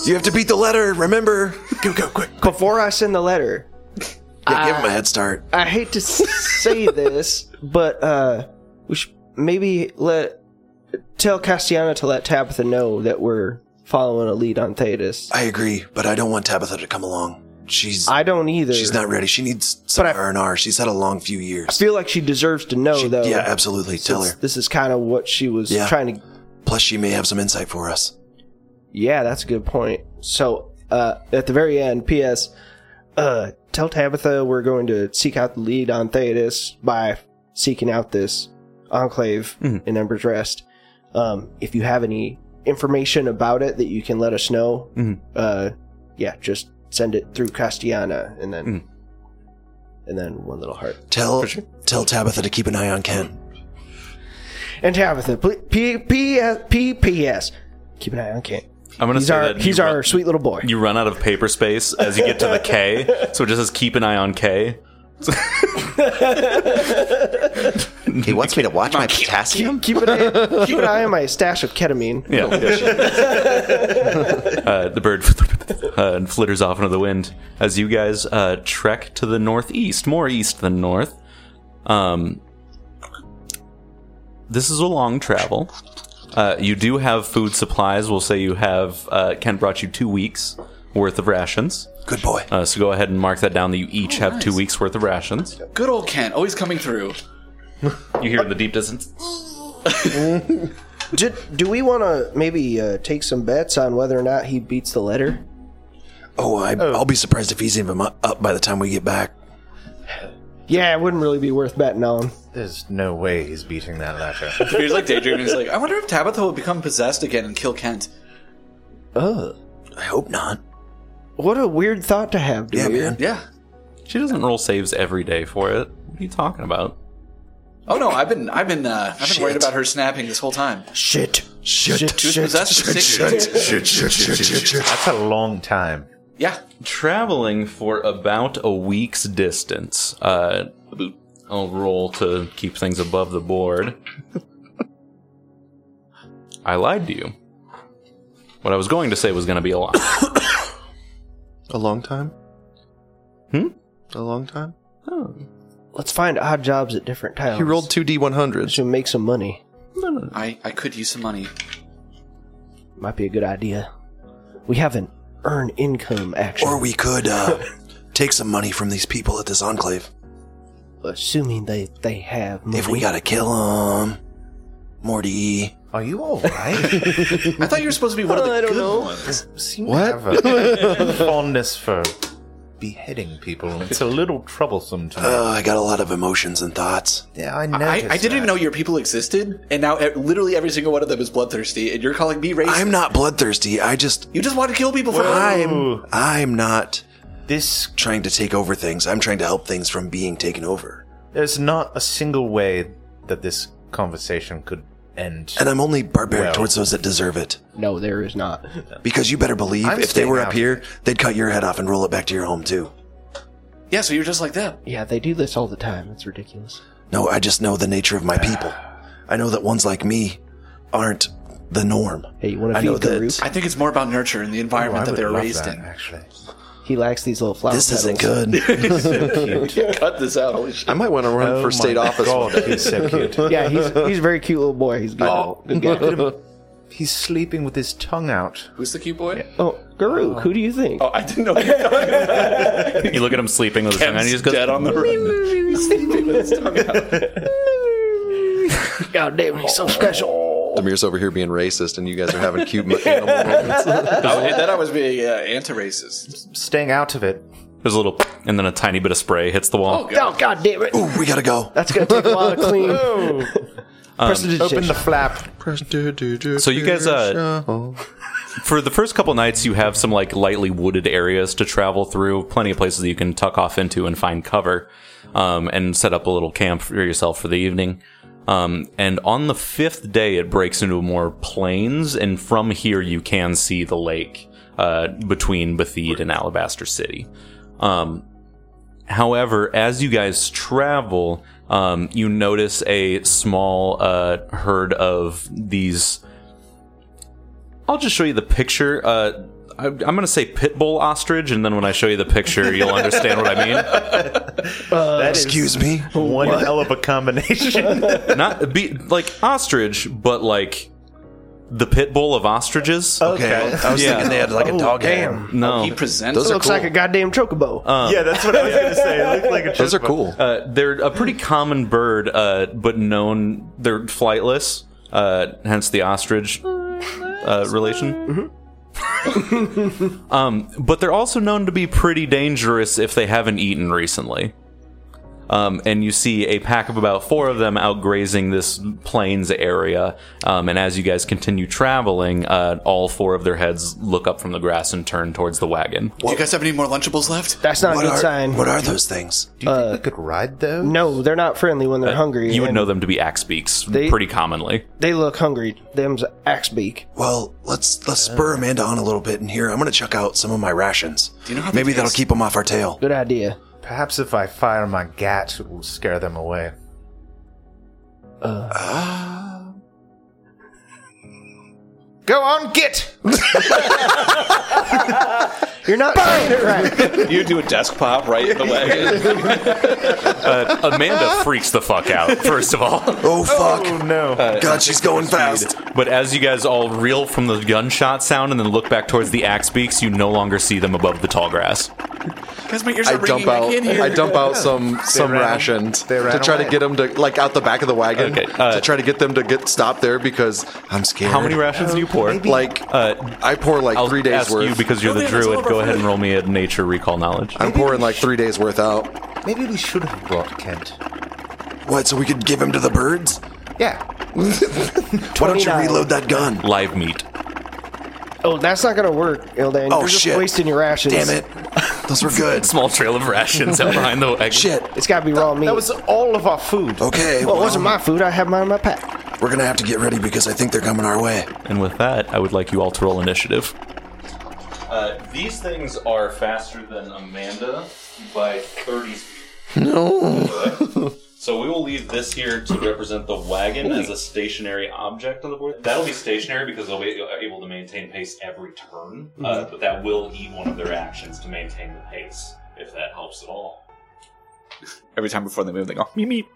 [SPEAKER 7] you have to beat the letter, remember? Go, go, quick.
[SPEAKER 9] Before I send the letter,
[SPEAKER 7] Yeah, give him a head start.
[SPEAKER 9] I hate to s- say this, but uh, we should maybe let tell Castiana to let Tabitha know that we're following a lead on Thetis.
[SPEAKER 7] I agree, but I don't want Tabitha to come along. She's
[SPEAKER 9] I don't either.
[SPEAKER 7] she's not ready. She needs some
[SPEAKER 9] I-
[SPEAKER 7] R&R. She's had a long few years.
[SPEAKER 9] feel like she deserves to know though.
[SPEAKER 7] yeah, absolutely. Tell
[SPEAKER 9] since
[SPEAKER 7] her.
[SPEAKER 9] This is kind of what she was
[SPEAKER 7] Yeah.
[SPEAKER 9] trying to.
[SPEAKER 7] Plus, she may have some insight for us.
[SPEAKER 9] Yeah, that's a good point. So uh, at the very end, P.S. Uh, tell Tabitha we're going to seek out the lead on Thetis by seeking out this enclave in Ember's Rest. Um, if you have any information about it that you can let us know, uh, yeah, just send it through Castiana and then and then one little heart.
[SPEAKER 7] Tell tell Tabitha to keep an eye on Ken.
[SPEAKER 9] And Tabitha, pl- P- P- P- P.S. Keep an eye on Kent.
[SPEAKER 4] I'm gonna
[SPEAKER 9] He's
[SPEAKER 4] say
[SPEAKER 9] our
[SPEAKER 4] that
[SPEAKER 9] he's
[SPEAKER 4] you
[SPEAKER 9] our
[SPEAKER 4] run-
[SPEAKER 9] sweet little boy.
[SPEAKER 4] you run out of paper space as you get to the K, so it just says keep an eye on K.
[SPEAKER 2] He wants me to watch my potassium.
[SPEAKER 9] keep an eye, keep an eye on my stash of ketamine.
[SPEAKER 4] Yeah. uh, the bird uh, and flitters off into the wind as you guys uh, trek to the northeast, more east than north. Um, this is a long travel. Uh, you do have food supplies. We'll say you have. Uh, Ken brought you two weeks worth of rations.
[SPEAKER 7] Good boy.
[SPEAKER 4] Uh, so go ahead and mark that down that you each have two weeks worth of rations.
[SPEAKER 5] Good old Kent, always coming through.
[SPEAKER 4] You hear in the deep distance.
[SPEAKER 9] Do, do we want to maybe uh, take some bets on whether or not he beats the letter?
[SPEAKER 7] Oh, I, I'll be surprised if he's even up up by the time we get back.
[SPEAKER 9] Yeah, it wouldn't really be worth betting on.
[SPEAKER 8] There's no way he's beating that letter.
[SPEAKER 5] He's like daydreaming. He's like, I wonder if Tabitha will become possessed again and kill Kent.
[SPEAKER 9] Ugh.
[SPEAKER 7] I hope not.
[SPEAKER 9] What a weird thought to have, dude.
[SPEAKER 7] Yeah, man.
[SPEAKER 5] Yeah.
[SPEAKER 4] She doesn't roll saves every day for it. What are you talking about?
[SPEAKER 5] Oh no, I've been, I've been, uh, I've been worried
[SPEAKER 7] Shit.
[SPEAKER 5] about her snapping this whole time.
[SPEAKER 9] Shit.
[SPEAKER 7] Shit.
[SPEAKER 5] She was possessed for six years.
[SPEAKER 7] Shit, shit, shit, shit, shit.
[SPEAKER 8] That's a long time.
[SPEAKER 5] Yeah.
[SPEAKER 4] traveling for about a week's distance. Uh, I'll roll to keep things above the board. I lied to you. What I was going to say was going to be a lie.
[SPEAKER 2] A long time.
[SPEAKER 4] Hmm?
[SPEAKER 2] A long time.
[SPEAKER 9] Let's find odd jobs at different times.
[SPEAKER 2] He rolled two d one hundreds.
[SPEAKER 9] to make some money.
[SPEAKER 5] I, I could use some money.
[SPEAKER 9] Might be a good idea. We haven't earned income action.
[SPEAKER 7] Or we could uh, take some money from these people at this enclave.
[SPEAKER 9] assuming they they have.
[SPEAKER 7] If
[SPEAKER 8] Mhm.
[SPEAKER 7] we gotta kill him, Morty.
[SPEAKER 8] Are you all right?
[SPEAKER 5] I thought you were supposed to be one of the
[SPEAKER 9] I don't
[SPEAKER 5] good
[SPEAKER 9] know.
[SPEAKER 5] ones.
[SPEAKER 8] Seem
[SPEAKER 2] What?
[SPEAKER 8] To have a fondness for beheading people. It's a little troublesome to me.
[SPEAKER 7] Oh, I got a lot of emotions and thoughts.
[SPEAKER 8] yeah, I
[SPEAKER 5] I,
[SPEAKER 8] noticed.
[SPEAKER 5] I didn't even
[SPEAKER 8] that.
[SPEAKER 5] know your people existed, and now e- literally every single one of them is bloodthirsty, and you're calling me racist.
[SPEAKER 7] I'm not bloodthirsty. I just
[SPEAKER 5] You just want to kill people for
[SPEAKER 7] I'm I'm not
[SPEAKER 8] This
[SPEAKER 7] trying to take over things. I'm trying to help things from being taken over.
[SPEAKER 8] there's not a single way that this conversation could end.
[SPEAKER 7] And I'm only barbaric
[SPEAKER 8] Well.
[SPEAKER 7] towards those that deserve it.
[SPEAKER 9] No, there is not.
[SPEAKER 7] Because you better believe
[SPEAKER 8] I'm
[SPEAKER 7] if they were
[SPEAKER 8] staying
[SPEAKER 7] up
[SPEAKER 8] out.
[SPEAKER 7] here, they'd cut your head off and roll it back to your home too.
[SPEAKER 5] Yeah, so you're just like them.
[SPEAKER 9] Yeah, they do this all the time. It's ridiculous.
[SPEAKER 7] No, I just know the nature of my people. I know that ones like me aren't the norm.
[SPEAKER 9] Hey, you want
[SPEAKER 7] I
[SPEAKER 9] to
[SPEAKER 7] know
[SPEAKER 9] feed the
[SPEAKER 7] that-
[SPEAKER 9] root?
[SPEAKER 5] I think it's more about nurture and the
[SPEAKER 8] Oh,
[SPEAKER 5] environment
[SPEAKER 8] I
[SPEAKER 5] that
[SPEAKER 8] would
[SPEAKER 5] they're
[SPEAKER 8] love
[SPEAKER 5] raised
[SPEAKER 8] that,
[SPEAKER 5] in.
[SPEAKER 8] Actually,
[SPEAKER 9] He lacks these little flower
[SPEAKER 7] This isn't
[SPEAKER 9] petals.
[SPEAKER 7] good.
[SPEAKER 5] Cut this out. Holy shit.
[SPEAKER 2] I might want to run
[SPEAKER 8] Oh
[SPEAKER 2] for state
[SPEAKER 8] my
[SPEAKER 2] office.
[SPEAKER 8] God, he's so cute.
[SPEAKER 9] Yeah, he's he's a very cute little boy. He's good.
[SPEAKER 8] Oh.
[SPEAKER 9] good guy.
[SPEAKER 8] He's sleeping with his tongue out.
[SPEAKER 5] Who's the cute boy?
[SPEAKER 9] Oh, Garuk, who do you think?
[SPEAKER 5] Oh, I didn't know. you were
[SPEAKER 4] You look at him sleeping with his tongue out, and he just goes,
[SPEAKER 5] dead on the run. He's sleeping with his tongue out.
[SPEAKER 9] God damn, he's so special.
[SPEAKER 2] Demir's over here being racist, and you guys are having cute animal moments.
[SPEAKER 5] And then I was being uh, anti-racist.
[SPEAKER 8] Staying out of it.
[SPEAKER 4] There's a little, and then a tiny bit of spray hits the wall.
[SPEAKER 5] Oh god.
[SPEAKER 9] Oh, God damn it.
[SPEAKER 7] Ooh, we gotta go.
[SPEAKER 9] That's going to take a while to clean.
[SPEAKER 8] Open the flap.
[SPEAKER 4] So you guys, uh, for the first couple nights, you have some like lightly wooded areas to travel through, plenty of places that you can tuck off into and find cover, um, and set up a little camp for yourself for the evening. Um, and on the fifth day, it breaks into more plains, and from here you can see the lake uh, between Bethede and Alabaster City. Um, However, as you guys travel, um, you notice a small uh, herd of these. I'll just show you the picture. Uh, I, I'm going to say pit bull ostrich, and then when I show you the picture, you'll understand what I mean.
[SPEAKER 7] Excuse me.
[SPEAKER 8] One hell of a combination.
[SPEAKER 4] Not be like ostrich, but like the pit bull of ostriches.
[SPEAKER 7] Okay. Oh, I was
[SPEAKER 4] Yeah.
[SPEAKER 7] thinking they had like a dog hair.
[SPEAKER 4] no,
[SPEAKER 5] Oh, He presents.
[SPEAKER 2] Those are
[SPEAKER 9] Looks
[SPEAKER 2] cool.
[SPEAKER 9] like a goddamn chocobo.
[SPEAKER 8] yeah, that's what I was going to say. It looked like a
[SPEAKER 2] Those are cool.
[SPEAKER 4] Uh, they're a pretty common bird, uh, but known. They're flightless, uh, hence the ostrich uh, relation. um, but they're also known to be pretty dangerous if they haven't eaten recently. Um, and you see a pack of about four of them out grazing this plains area. Um, and as you guys continue traveling, uh, all four of their heads look up from the grass and turn towards the wagon.
[SPEAKER 5] Do you guys have any more Lunchables left?
[SPEAKER 9] That's not a
[SPEAKER 7] What
[SPEAKER 9] good
[SPEAKER 7] are,
[SPEAKER 9] sign.
[SPEAKER 7] what are those things?
[SPEAKER 8] Do you think we could ride though?
[SPEAKER 9] Uh, no, they're not friendly when they're hungry.
[SPEAKER 4] Uh, You would
[SPEAKER 9] and
[SPEAKER 4] know them to be axe beaks
[SPEAKER 9] They-
[SPEAKER 4] pretty commonly.
[SPEAKER 9] They look hungry. Them's axe beak.
[SPEAKER 7] Well, let's let's spur Amanda on a little bit in here. I'm gonna chuck out some of my rations.
[SPEAKER 5] you know how
[SPEAKER 7] Maybe
[SPEAKER 5] they
[SPEAKER 7] that'll
[SPEAKER 5] taste?
[SPEAKER 7] keep them off our tail.
[SPEAKER 9] Good idea.
[SPEAKER 8] Perhaps if I fire my gat, it will scare them away.
[SPEAKER 9] Uh.
[SPEAKER 8] Ah. Go on, git!
[SPEAKER 9] You're not saying it right.
[SPEAKER 5] You do a desk pop right in the wagon.
[SPEAKER 4] Amanda freaks the fuck out, first of all.
[SPEAKER 7] Oh fuck!
[SPEAKER 8] No.
[SPEAKER 9] Uh.
[SPEAKER 7] God, she's going fast.
[SPEAKER 4] But as you guys all reel from the gunshot sound and then look back towards the axe beaks, you no longer see them above the tall grass.
[SPEAKER 5] Because my ears
[SPEAKER 2] I
[SPEAKER 5] are ringing.
[SPEAKER 2] dump
[SPEAKER 5] I
[SPEAKER 2] out.
[SPEAKER 5] can't hear.
[SPEAKER 2] I dump out some some
[SPEAKER 8] ran-
[SPEAKER 2] rations
[SPEAKER 8] they ran
[SPEAKER 2] to try to
[SPEAKER 8] away.
[SPEAKER 2] get them to like out the back of the wagon
[SPEAKER 4] Okay, uh,
[SPEAKER 2] to try to get them to get stopped there because
[SPEAKER 7] I'm scared.
[SPEAKER 4] How many rations do you pour?
[SPEAKER 2] like
[SPEAKER 4] Uh,
[SPEAKER 2] I pour like
[SPEAKER 4] I'll
[SPEAKER 2] three days
[SPEAKER 4] ask
[SPEAKER 2] worth.
[SPEAKER 4] you because you're
[SPEAKER 5] Oh,
[SPEAKER 4] the
[SPEAKER 5] yeah, that's all
[SPEAKER 4] druid.
[SPEAKER 5] of our
[SPEAKER 4] Go ahead
[SPEAKER 5] food.
[SPEAKER 4] and roll me a nature recall knowledge.
[SPEAKER 2] I'm pouring like three days worth out.
[SPEAKER 8] Maybe we should have brought Kent.
[SPEAKER 7] What? So we could give him to the birds?
[SPEAKER 8] Yeah.
[SPEAKER 7] Why don't you
[SPEAKER 9] 29.
[SPEAKER 7] reload that gun?
[SPEAKER 4] Live meat.
[SPEAKER 9] Oh, that's not gonna work, Ildan.
[SPEAKER 7] Oh
[SPEAKER 9] You're just
[SPEAKER 7] shit!
[SPEAKER 9] wasting your rations.
[SPEAKER 7] Damn it! Those were good.
[SPEAKER 4] Small trail of rations out behind the wagon.
[SPEAKER 7] Shit.
[SPEAKER 9] It's gotta be raw meat.
[SPEAKER 8] That was all of our food.
[SPEAKER 9] Oh.
[SPEAKER 7] Okay.
[SPEAKER 9] well, it
[SPEAKER 7] well,
[SPEAKER 9] wasn't my food. I had mine in my pack.
[SPEAKER 7] we're gonna have to get ready because I think they're coming our way.
[SPEAKER 4] And with that, I would like you all to roll initiative. Uh, these things are faster than Amanda by 30 feet. No. so we will leave this here to represent the wagon as a stationary object on the board. That'll be stationary because they'll be able to maintain pace every turn, uh, but that will eat one of their actions to maintain the pace, if that helps at all.
[SPEAKER 5] Every time before they move, they go. "Meep."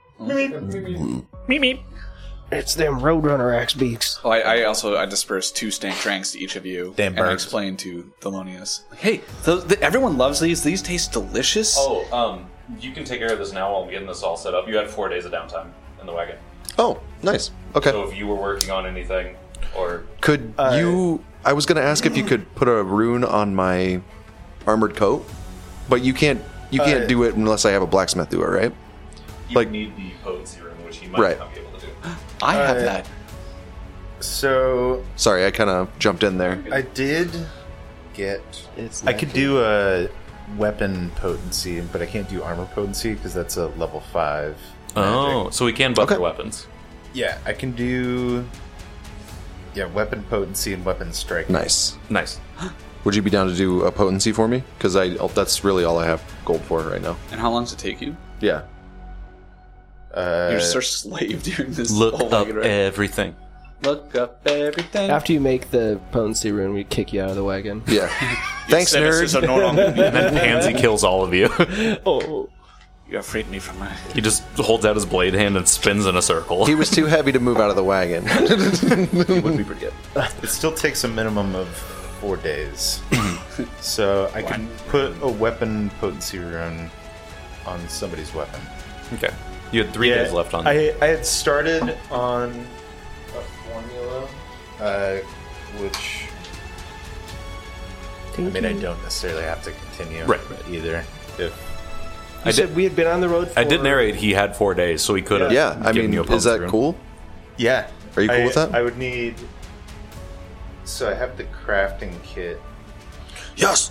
[SPEAKER 9] It's them Roadrunner axe beaks.
[SPEAKER 5] Oh, I, I also I dispersed two stank drinks to each of you,
[SPEAKER 8] Damn
[SPEAKER 5] and I
[SPEAKER 8] birds.
[SPEAKER 5] explained to Thelonious, "Hey, those, th everyone loves these. These taste delicious.
[SPEAKER 4] Oh, um, you can take care of this now while I'm getting this all set up. You had four days of downtime in the wagon.
[SPEAKER 2] Oh, nice. Okay.
[SPEAKER 4] So uh, if you were working on anything, or
[SPEAKER 2] Could you? I was going to ask if you could put a rune on my armored coat, but you can't.
[SPEAKER 4] Uh,
[SPEAKER 2] You can't do it unless I have a blacksmith do it, right?
[SPEAKER 4] you
[SPEAKER 2] Like-
[SPEAKER 4] need the potency room, which he might
[SPEAKER 2] Right.
[SPEAKER 4] not be able to do.
[SPEAKER 2] I have
[SPEAKER 8] Uh,
[SPEAKER 2] that.
[SPEAKER 8] So
[SPEAKER 2] Sorry, I kind of jumped in there.
[SPEAKER 8] I did get.
[SPEAKER 9] It's
[SPEAKER 8] I could do a weapon potency, but I can't do armor potency because that's a level five.
[SPEAKER 4] Oh, so we can buff
[SPEAKER 2] Okay.
[SPEAKER 4] your weapons.
[SPEAKER 8] Yeah, I can do. Yeah, weapon potency and weapon strike.
[SPEAKER 2] Nice.
[SPEAKER 4] Nice.
[SPEAKER 2] Would you be down to do a potency for me? Because I oh, that's really all I have gold for right now.
[SPEAKER 5] And how long does it take you?
[SPEAKER 2] Yeah.
[SPEAKER 8] Uh,
[SPEAKER 5] You're just our slave during this whole
[SPEAKER 4] Look up
[SPEAKER 5] wagon ride.
[SPEAKER 4] everything.
[SPEAKER 5] Look up everything.
[SPEAKER 9] After you make the potency rune, we kick you out of the wagon.
[SPEAKER 2] Yeah. Thanks, nerd.
[SPEAKER 5] Cynicism, no wrong.
[SPEAKER 4] And then Pansy kills all of you.
[SPEAKER 5] you freed me from my.
[SPEAKER 4] he just holds out his blade hand and spins in a circle.
[SPEAKER 2] he was too heavy to move out of the wagon.
[SPEAKER 8] It still takes a minimum of four days. so I can put a weapon potency rune on somebody's weapon.
[SPEAKER 4] okay. You had three days left on.
[SPEAKER 8] I, I had started on a formula, uh, which I mean I don't necessarily have to continue
[SPEAKER 4] Right.
[SPEAKER 8] either. If
[SPEAKER 9] You said we had been on the road. For
[SPEAKER 4] I did narrate he had four days, so he could have.
[SPEAKER 2] yeah. I
[SPEAKER 4] given
[SPEAKER 2] mean,
[SPEAKER 4] you a
[SPEAKER 2] is
[SPEAKER 4] potency
[SPEAKER 2] that
[SPEAKER 4] room.
[SPEAKER 2] cool?
[SPEAKER 8] yeah,
[SPEAKER 2] Are you cool
[SPEAKER 8] I-
[SPEAKER 2] with that?
[SPEAKER 8] I would need. So I have the crafting kit.
[SPEAKER 7] Yes!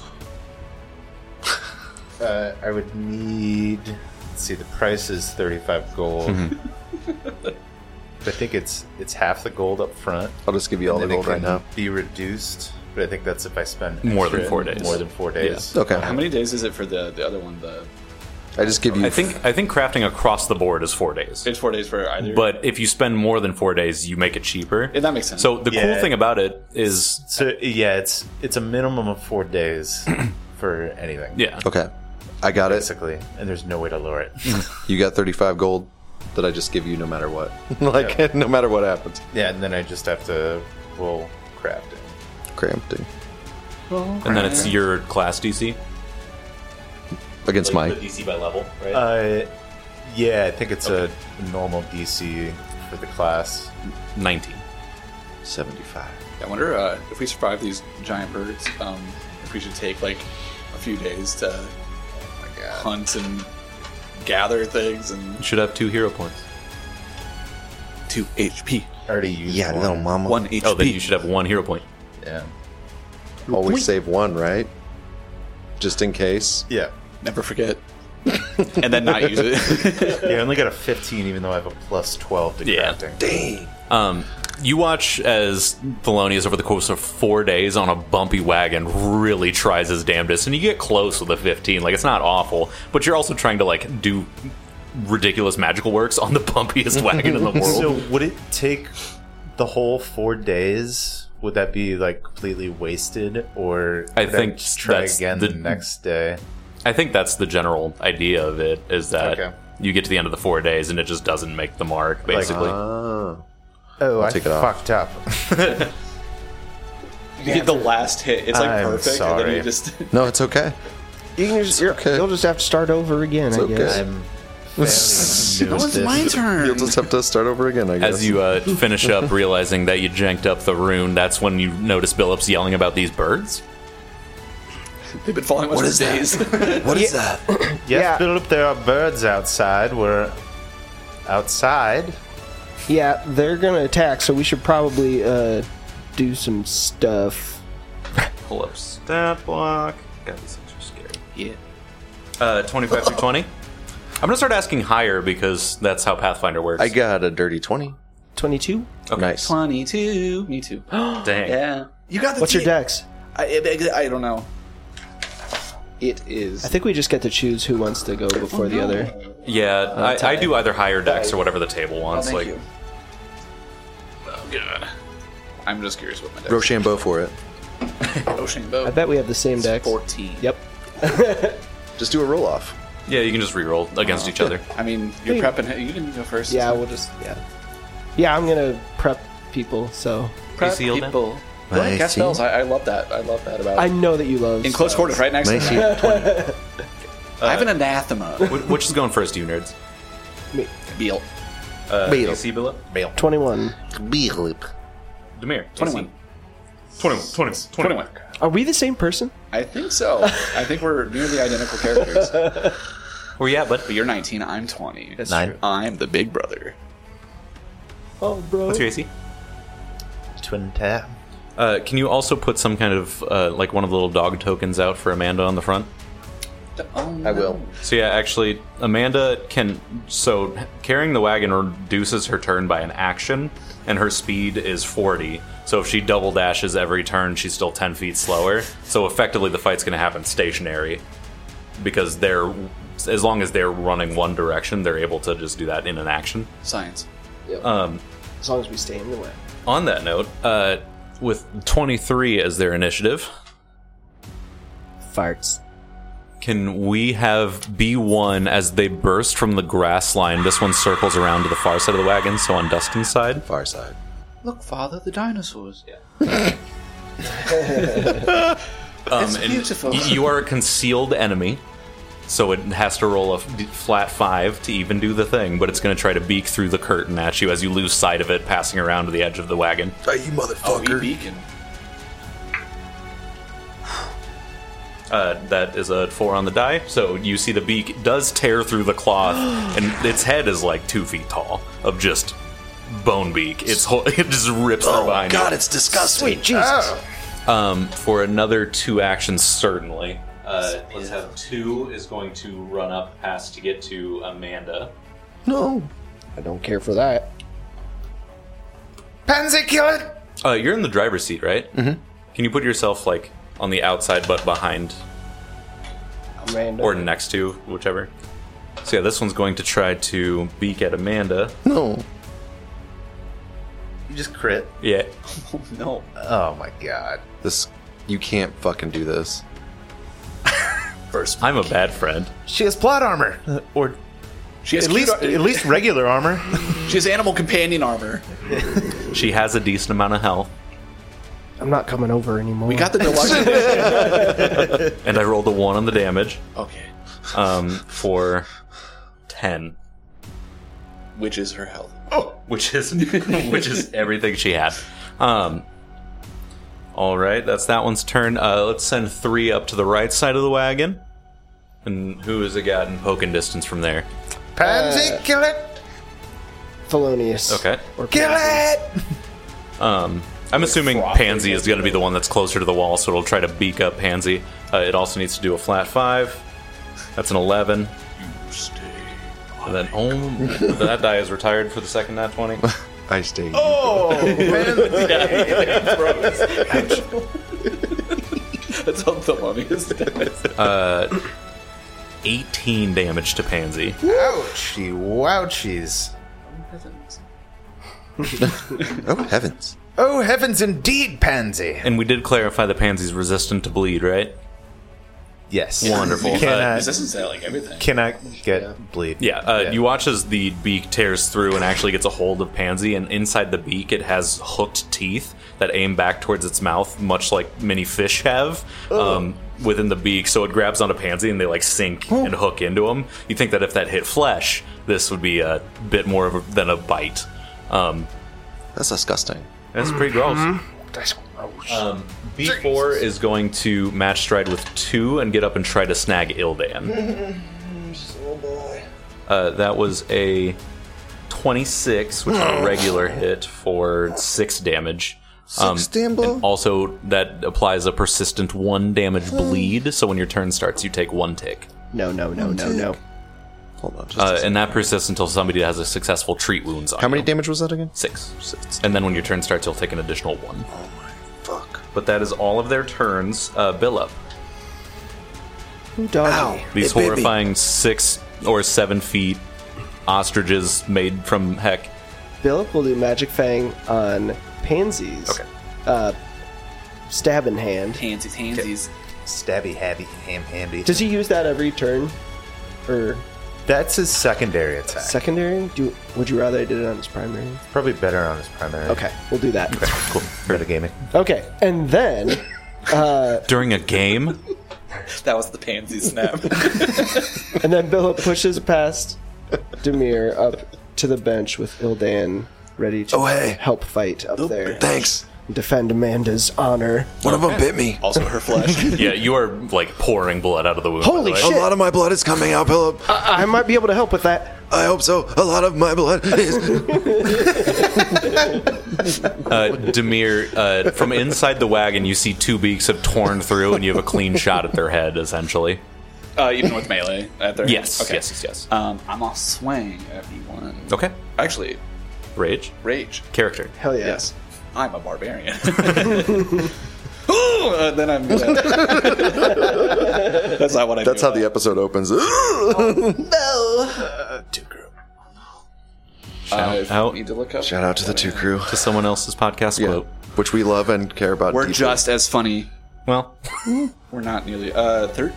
[SPEAKER 8] Uh, I would need. Let's see, the price is thirty-five gold. Mm-hmm. I think it's it's half the gold up front.
[SPEAKER 2] I'll just give you all
[SPEAKER 8] and
[SPEAKER 2] the
[SPEAKER 8] then it
[SPEAKER 2] gold right
[SPEAKER 8] can
[SPEAKER 2] now.
[SPEAKER 8] Be reduced, but I think that's if I spend
[SPEAKER 4] More than
[SPEAKER 8] extra-
[SPEAKER 4] four days.
[SPEAKER 8] More than four days.
[SPEAKER 5] How
[SPEAKER 2] Okay.
[SPEAKER 5] many days is it for the the other one? The
[SPEAKER 2] I just give you.
[SPEAKER 4] I think I think crafting across the board is four days.
[SPEAKER 5] it's four days for either.
[SPEAKER 4] But if you spend more than four days, you make it cheaper.
[SPEAKER 5] Yeah, that makes sense.
[SPEAKER 4] So the
[SPEAKER 8] Yeah.
[SPEAKER 4] cool thing about it is,
[SPEAKER 8] So yeah, it's it's a minimum of four days for anything.
[SPEAKER 4] yeah,
[SPEAKER 2] Okay. I got it.
[SPEAKER 8] Basically, and there's no way to lower it.
[SPEAKER 2] You got 35 gold that I just give you no matter what. like, no matter what happens.
[SPEAKER 8] yeah, and then I just have to roll crafting.
[SPEAKER 2] Cramping.
[SPEAKER 4] and then it's your class DC.
[SPEAKER 2] Against my.
[SPEAKER 4] DC by level, right?
[SPEAKER 8] Uh, yeah, I think it's a normal DC for the class.
[SPEAKER 4] Nineteen.
[SPEAKER 2] 75.
[SPEAKER 5] I wonder uh, if we survive these giant birds, um, if we should take like a few days to hunt and gather things and
[SPEAKER 4] You should have two hero points.
[SPEAKER 5] two HP,
[SPEAKER 8] I already used
[SPEAKER 7] Yeah,
[SPEAKER 8] one.
[SPEAKER 7] little mama.
[SPEAKER 5] one HP.
[SPEAKER 4] Oh, then you should have one hero point.
[SPEAKER 8] Yeah.
[SPEAKER 2] Always save one, right? Just in case.
[SPEAKER 8] Yeah.
[SPEAKER 5] Never forget, and then not use it.
[SPEAKER 8] Yeah, I only got a 15, even though I have a plus 12 to
[SPEAKER 4] Yeah.
[SPEAKER 8] crafting.
[SPEAKER 4] Um, you watch as Thelonious, over the course of four days on a bumpy wagon, really tries his damnedest, and you get close with a 15. Like, it's not awful, but you're also trying to, like, do ridiculous magical works on the bumpiest wagon in the world.
[SPEAKER 8] So would it take the whole four days? Would that be like completely wasted, or
[SPEAKER 4] I
[SPEAKER 8] could
[SPEAKER 4] think
[SPEAKER 8] just try
[SPEAKER 4] that's
[SPEAKER 8] again
[SPEAKER 4] the-
[SPEAKER 8] the next day?
[SPEAKER 4] I think that's the general idea of it, is that
[SPEAKER 8] Okay.
[SPEAKER 4] you get to the end of the four days and it just doesn't make the mark, basically.
[SPEAKER 2] Ah.
[SPEAKER 8] Oh, I
[SPEAKER 2] take it off.
[SPEAKER 8] fucked up.
[SPEAKER 5] you get the last hit. It's like
[SPEAKER 8] I'm
[SPEAKER 5] perfect, and then
[SPEAKER 8] sorry.
[SPEAKER 5] you just
[SPEAKER 2] No, it's okay.
[SPEAKER 9] You can just, you're,
[SPEAKER 2] okay.
[SPEAKER 9] You'll just have to start over again. I
[SPEAKER 2] okay.
[SPEAKER 9] guess.
[SPEAKER 8] I'm failing. No, it's my
[SPEAKER 2] You'll just have to start over again, I guess.
[SPEAKER 4] As you uh, finish up, realizing that you janked up the rune, that's when you notice Billups yelling about these birds.
[SPEAKER 5] they've been following us
[SPEAKER 7] What
[SPEAKER 5] for
[SPEAKER 7] is that?
[SPEAKER 5] days.
[SPEAKER 7] What is that?
[SPEAKER 8] Yes,
[SPEAKER 9] Yeah.
[SPEAKER 8] Philip, there are birds outside. We're outside.
[SPEAKER 9] Yeah, they're gonna attack, so we should probably uh, do some stuff.
[SPEAKER 4] pull-ups. Stat block. God, these things are scary. Yeah. Uh, 25 through 20. I'm going to start asking higher because that's how Pathfinder works.
[SPEAKER 2] I got a dirty 20.
[SPEAKER 9] Twenty-two.
[SPEAKER 2] Nice.
[SPEAKER 5] Twenty-two. Me too.
[SPEAKER 4] Dang.
[SPEAKER 5] yeah.
[SPEAKER 7] You got the
[SPEAKER 9] What's your
[SPEAKER 7] tea-
[SPEAKER 9] dex?
[SPEAKER 5] I, I, I don't know. It is.
[SPEAKER 9] I think we just get to choose who wants to
[SPEAKER 5] Oh,
[SPEAKER 9] go before the other.
[SPEAKER 4] Yeah, I, I do either higher decks or whatever the table wants.
[SPEAKER 5] thank
[SPEAKER 4] like,
[SPEAKER 5] you. Oh god. I'm just curious what my deck.
[SPEAKER 2] Rochambeau for it.
[SPEAKER 9] I bet we have the same dex.
[SPEAKER 5] Fourteen.
[SPEAKER 9] Yep.
[SPEAKER 2] Just do a roll off.
[SPEAKER 4] yeah, you can just reroll against each other.
[SPEAKER 5] I mean, you're prepping. You can go first.
[SPEAKER 9] Yeah, we'll just yeah. Yeah, I'm gonna prep people. So
[SPEAKER 5] prep
[SPEAKER 4] AC all day.
[SPEAKER 5] people. I like cast
[SPEAKER 7] see.
[SPEAKER 5] spells. I, I love that. I love that about
[SPEAKER 9] I
[SPEAKER 5] it.
[SPEAKER 9] know that you love
[SPEAKER 5] In close
[SPEAKER 9] spells.
[SPEAKER 5] quarters, right next to me. I have an anathema.
[SPEAKER 4] Wh- Which is going first, you nerds?
[SPEAKER 5] Beal.
[SPEAKER 2] Bail.
[SPEAKER 4] AC Bila?
[SPEAKER 8] Bail.
[SPEAKER 9] 21.
[SPEAKER 4] Demir.
[SPEAKER 5] 21.
[SPEAKER 13] 21, 21, 21.
[SPEAKER 5] 21.
[SPEAKER 9] Are we the same person?
[SPEAKER 5] I think so. I think we're nearly identical characters.
[SPEAKER 4] Where you at, bud?
[SPEAKER 5] But you're 19, I'm 20.
[SPEAKER 14] Nine. true.
[SPEAKER 5] I'm the big brother.
[SPEAKER 9] Oh, bro.
[SPEAKER 4] What's your AC?
[SPEAKER 14] Twin tap.
[SPEAKER 4] Uh, can you also put some kind of, uh, like one of the little dog tokens out for Amanda on the front?
[SPEAKER 5] Oh,
[SPEAKER 2] I will.
[SPEAKER 4] So yeah, actually, Amanda can. So carrying the wagon reduces her turn by an action, and her speed is forty. So if she double dashes every turn, she's still ten feet slower. So effectively, the fight's going to happen stationary, because they're as long as they're running one direction, they're able to just do that in an action.
[SPEAKER 5] Science.
[SPEAKER 9] As long as we stay in the way.
[SPEAKER 4] On that note, uh, with twenty-three as their initiative,
[SPEAKER 9] Farts.
[SPEAKER 4] Can we have B1 as they burst from the grass line? This one circles around to the far side of the wagon, so on Dustin's side.
[SPEAKER 2] Far side.
[SPEAKER 5] Look, father, the dinosaurs.
[SPEAKER 4] Um,
[SPEAKER 5] It's beautiful.
[SPEAKER 4] y- you are a concealed enemy, so it has to roll a f- d- flat five to even do the thing, but it's going to try to beak through the curtain at you as you lose sight of it, passing around to the edge of the wagon.
[SPEAKER 7] Hey, you motherfucker.
[SPEAKER 5] beacon.
[SPEAKER 4] Uh, that is a four on the die, so you see the beak does tear through the cloth, and its head is like two feet tall of just bone beak. It's ho- it just rips through
[SPEAKER 7] oh,
[SPEAKER 4] behind you.
[SPEAKER 7] God, it's disgusting.
[SPEAKER 5] Oh.
[SPEAKER 4] um, for another two actions, certainly. Uh, let's have two is going to run up past to get to Amanda.
[SPEAKER 9] No. I don't care for that.
[SPEAKER 8] Pansy, kill it!
[SPEAKER 4] Uh, you're in the driver's seat, right? Mm-hmm. Can you put yourself like on the outside, but behind
[SPEAKER 9] Random.
[SPEAKER 4] or next to, whichever? So yeah, this one's going to try to beak at Amanda.
[SPEAKER 2] No.
[SPEAKER 14] You just crit.
[SPEAKER 4] Yeah,
[SPEAKER 5] No.
[SPEAKER 14] Oh my god.
[SPEAKER 2] This. You can't fucking do this.
[SPEAKER 5] First.
[SPEAKER 4] I'm a bad friend.
[SPEAKER 8] She has plot armor. Or
[SPEAKER 5] She has
[SPEAKER 8] at least at least regular armor.
[SPEAKER 5] she has animal companion armor.
[SPEAKER 4] She has a decent amount of health,
[SPEAKER 9] I'm not coming over anymore.
[SPEAKER 5] We got the deluxe edition.
[SPEAKER 4] and I rolled a one on the damage
[SPEAKER 5] Okay.
[SPEAKER 4] um, for ten,
[SPEAKER 5] Which is her health.
[SPEAKER 4] which is which is everything she had. Um, all right, that's that one's turn. Uh, let's send three up to the right side of the wagon, and who has it got in poking distance from there?
[SPEAKER 8] Pansy, kill it!
[SPEAKER 9] Felonious.
[SPEAKER 4] Okay.
[SPEAKER 9] Or
[SPEAKER 8] Kill it!
[SPEAKER 4] Um, I'm assuming Pansy is going to be the one that's closer to the wall, so it'll try to beak up Pansy. Uh, it also needs to do a flat five. That's an eleven. And then oh, that die is retired for the second nat twenty.
[SPEAKER 2] I stay.
[SPEAKER 8] Oh,
[SPEAKER 5] That's how the mummy is.
[SPEAKER 4] Eighteen damage to Pansy.
[SPEAKER 8] Ouchie, wouchies.
[SPEAKER 2] Oh heavens.
[SPEAKER 8] Oh heavens, indeed, Pansy.
[SPEAKER 4] And we did clarify that Pansy's resistant to bleed, right?
[SPEAKER 8] Yes.
[SPEAKER 4] Wonderful.
[SPEAKER 8] Cannot,
[SPEAKER 5] This doesn't say like everything.
[SPEAKER 8] cannot get bleed.
[SPEAKER 4] Yeah, uh, you watch as the beak tears through and actually gets a hold of Pansy, and inside the beak it has hooked teeth that aim back towards its mouth, much like many fish have um, within the beak. So it grabs onto Pansy and they like sink and hook into him. You think that if that hit flesh, this would be a bit more of a, than a bite. Um,
[SPEAKER 2] That's disgusting.
[SPEAKER 4] that's pretty gross.
[SPEAKER 8] Mm-hmm.
[SPEAKER 4] Um, B4 is going to match stride with two and get up and try to snag Ildan. Uh, that was a 26, which is a regular hit for six damage. Um,
[SPEAKER 2] damn blow? Hmm.
[SPEAKER 4] and also, that applies a persistent one damage bleed. So when your turn starts, you take one tick,
[SPEAKER 9] No, no, no, no, no.
[SPEAKER 2] Hold on. Just a
[SPEAKER 4] uh,
[SPEAKER 2] second.
[SPEAKER 4] and that persists until somebody has a successful treat wounds on
[SPEAKER 2] How many
[SPEAKER 4] you.
[SPEAKER 2] damage was that again?
[SPEAKER 4] Six. And then when your turn starts, you'll take an additional one.
[SPEAKER 7] Fuck.
[SPEAKER 4] But that is all of their turns. Uh, Bill up.
[SPEAKER 9] Who doggy?
[SPEAKER 4] These
[SPEAKER 7] It bit me.
[SPEAKER 4] horrifying six or seven feet ostriches made from heck.
[SPEAKER 9] Philip will do Magic Fang on Pansies.
[SPEAKER 4] Okay.
[SPEAKER 9] Uh, stab in hand.
[SPEAKER 5] Pansies, handsies.
[SPEAKER 14] Stabby, habby, ham, handy.
[SPEAKER 9] Does he use that every turn? Or
[SPEAKER 14] That's his secondary attack.
[SPEAKER 9] secondary? Do Would you rather I did it on his primary?
[SPEAKER 14] Probably better on his primary.
[SPEAKER 9] Okay, we'll do that.
[SPEAKER 14] Cool. Metagaming.
[SPEAKER 9] Okay, and then
[SPEAKER 4] During a game?
[SPEAKER 5] That was the pansy snap.
[SPEAKER 9] And then Billup pushes past Demir up to the bench with Ildan ready to
[SPEAKER 7] Oh, hey.
[SPEAKER 9] help fight up there.
[SPEAKER 7] Thanks.
[SPEAKER 9] Defend Amanda's honor.
[SPEAKER 7] One of them bit me.
[SPEAKER 5] also her flesh.
[SPEAKER 4] yeah, you are like pouring blood out of the wound.
[SPEAKER 9] Holy
[SPEAKER 4] by the way.
[SPEAKER 7] A
[SPEAKER 9] shit.
[SPEAKER 7] lot of my blood is coming out, Philip.
[SPEAKER 9] I might be able to help with that.
[SPEAKER 7] I hope so. A lot of my blood is.
[SPEAKER 4] Uh, Demir, uh, from inside the wagon, you see two beaks have torn through, and you have a clean shot at their head, essentially.
[SPEAKER 5] Uh, even with melee at their
[SPEAKER 4] Yes, yes, yes, yes.
[SPEAKER 5] Um, I'm off swing, everyone.
[SPEAKER 4] Okay.
[SPEAKER 5] Actually,
[SPEAKER 4] Rage.
[SPEAKER 5] rage.
[SPEAKER 4] Character.
[SPEAKER 9] Hell yeah.
[SPEAKER 5] Yes. I'm a barbarian. Ooh, uh, then I'm. Gonna... That's not what I.
[SPEAKER 2] That's
[SPEAKER 5] do.
[SPEAKER 2] how the episode opens.
[SPEAKER 5] I
[SPEAKER 4] out.
[SPEAKER 5] Uh, need to look up.
[SPEAKER 2] Shout out to the two crew,
[SPEAKER 4] To someone else's podcast
[SPEAKER 2] yeah,
[SPEAKER 4] quote.
[SPEAKER 2] which we love and care about.
[SPEAKER 5] We're
[SPEAKER 2] deeply.
[SPEAKER 5] just as funny.
[SPEAKER 4] Well,
[SPEAKER 5] We're not nearly. Uh, third.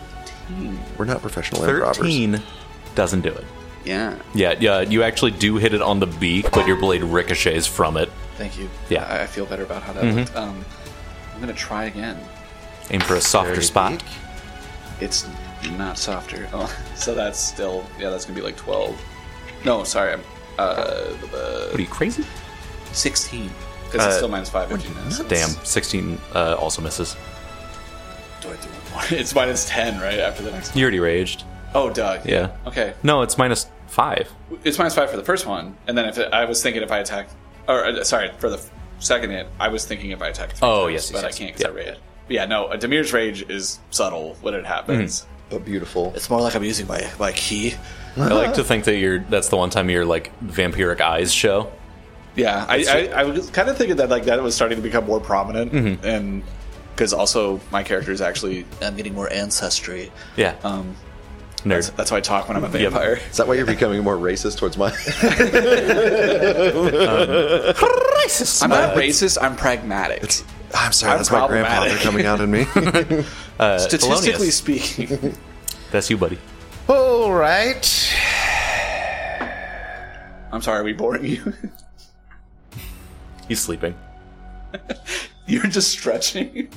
[SPEAKER 2] we're not professional improvisers.
[SPEAKER 4] 13 doesn't do it.
[SPEAKER 5] Yeah.
[SPEAKER 4] Yeah, yeah, you actually do hit it on the beak, but your blade ricochets from it.
[SPEAKER 5] Thank you.
[SPEAKER 4] Yeah. Mm-hmm.
[SPEAKER 5] I, I feel better about how that looked. Um, I'm gonna try again.
[SPEAKER 4] Aim for a softer spot.
[SPEAKER 5] It's not softer. Oh, so that's still yeah. That's gonna be like twelve. No, sorry. I'm uh,
[SPEAKER 4] What are you crazy?
[SPEAKER 5] sixteen. Because it's still minus five. If you miss.
[SPEAKER 4] Uh, Damn, 16 uh, also misses.
[SPEAKER 5] Do I do one more? It's minus ten, right? After the next.
[SPEAKER 4] You already raged.
[SPEAKER 5] Oh, Doug.
[SPEAKER 4] Yeah.
[SPEAKER 5] Okay.
[SPEAKER 4] No, it's minus five.
[SPEAKER 5] It's minus five for the first one, and then if it, I was thinking if I attack, or uh, sorry, for the f- second hit, I was thinking if I attack. Three
[SPEAKER 4] Oh,
[SPEAKER 5] times,
[SPEAKER 4] yes, yes,
[SPEAKER 5] but
[SPEAKER 4] yes.
[SPEAKER 5] I can't because
[SPEAKER 4] Yeah. Mm-hmm.
[SPEAKER 5] I rage. But yeah, no. A Demir's rage is subtle when it happens.
[SPEAKER 2] But beautiful.
[SPEAKER 5] It's more like I'm using my my key.
[SPEAKER 4] I like to think that you're. That's the one time your like vampiric eyes show.
[SPEAKER 5] Yeah, I, I, I was kind of thinking that like that was starting to become more prominent, and because also my character is actually I'm getting more ancestry.
[SPEAKER 4] Yeah,
[SPEAKER 5] Um,
[SPEAKER 4] nerd.
[SPEAKER 5] that's why I talk when I'm a vampire.
[SPEAKER 2] Is that why you're becoming more racist towards my?
[SPEAKER 5] I'm not racist. I'm pragmatic.
[SPEAKER 7] I'm sorry,
[SPEAKER 5] I'm
[SPEAKER 7] that's my grandfather
[SPEAKER 5] problematic.
[SPEAKER 7] coming out in me.
[SPEAKER 5] Statistically
[SPEAKER 4] Thelonious.
[SPEAKER 5] speaking,
[SPEAKER 4] That's you, buddy.
[SPEAKER 8] All right.
[SPEAKER 5] I'm sorry. Are we boring you?
[SPEAKER 4] He's sleeping.
[SPEAKER 5] You're just stretching.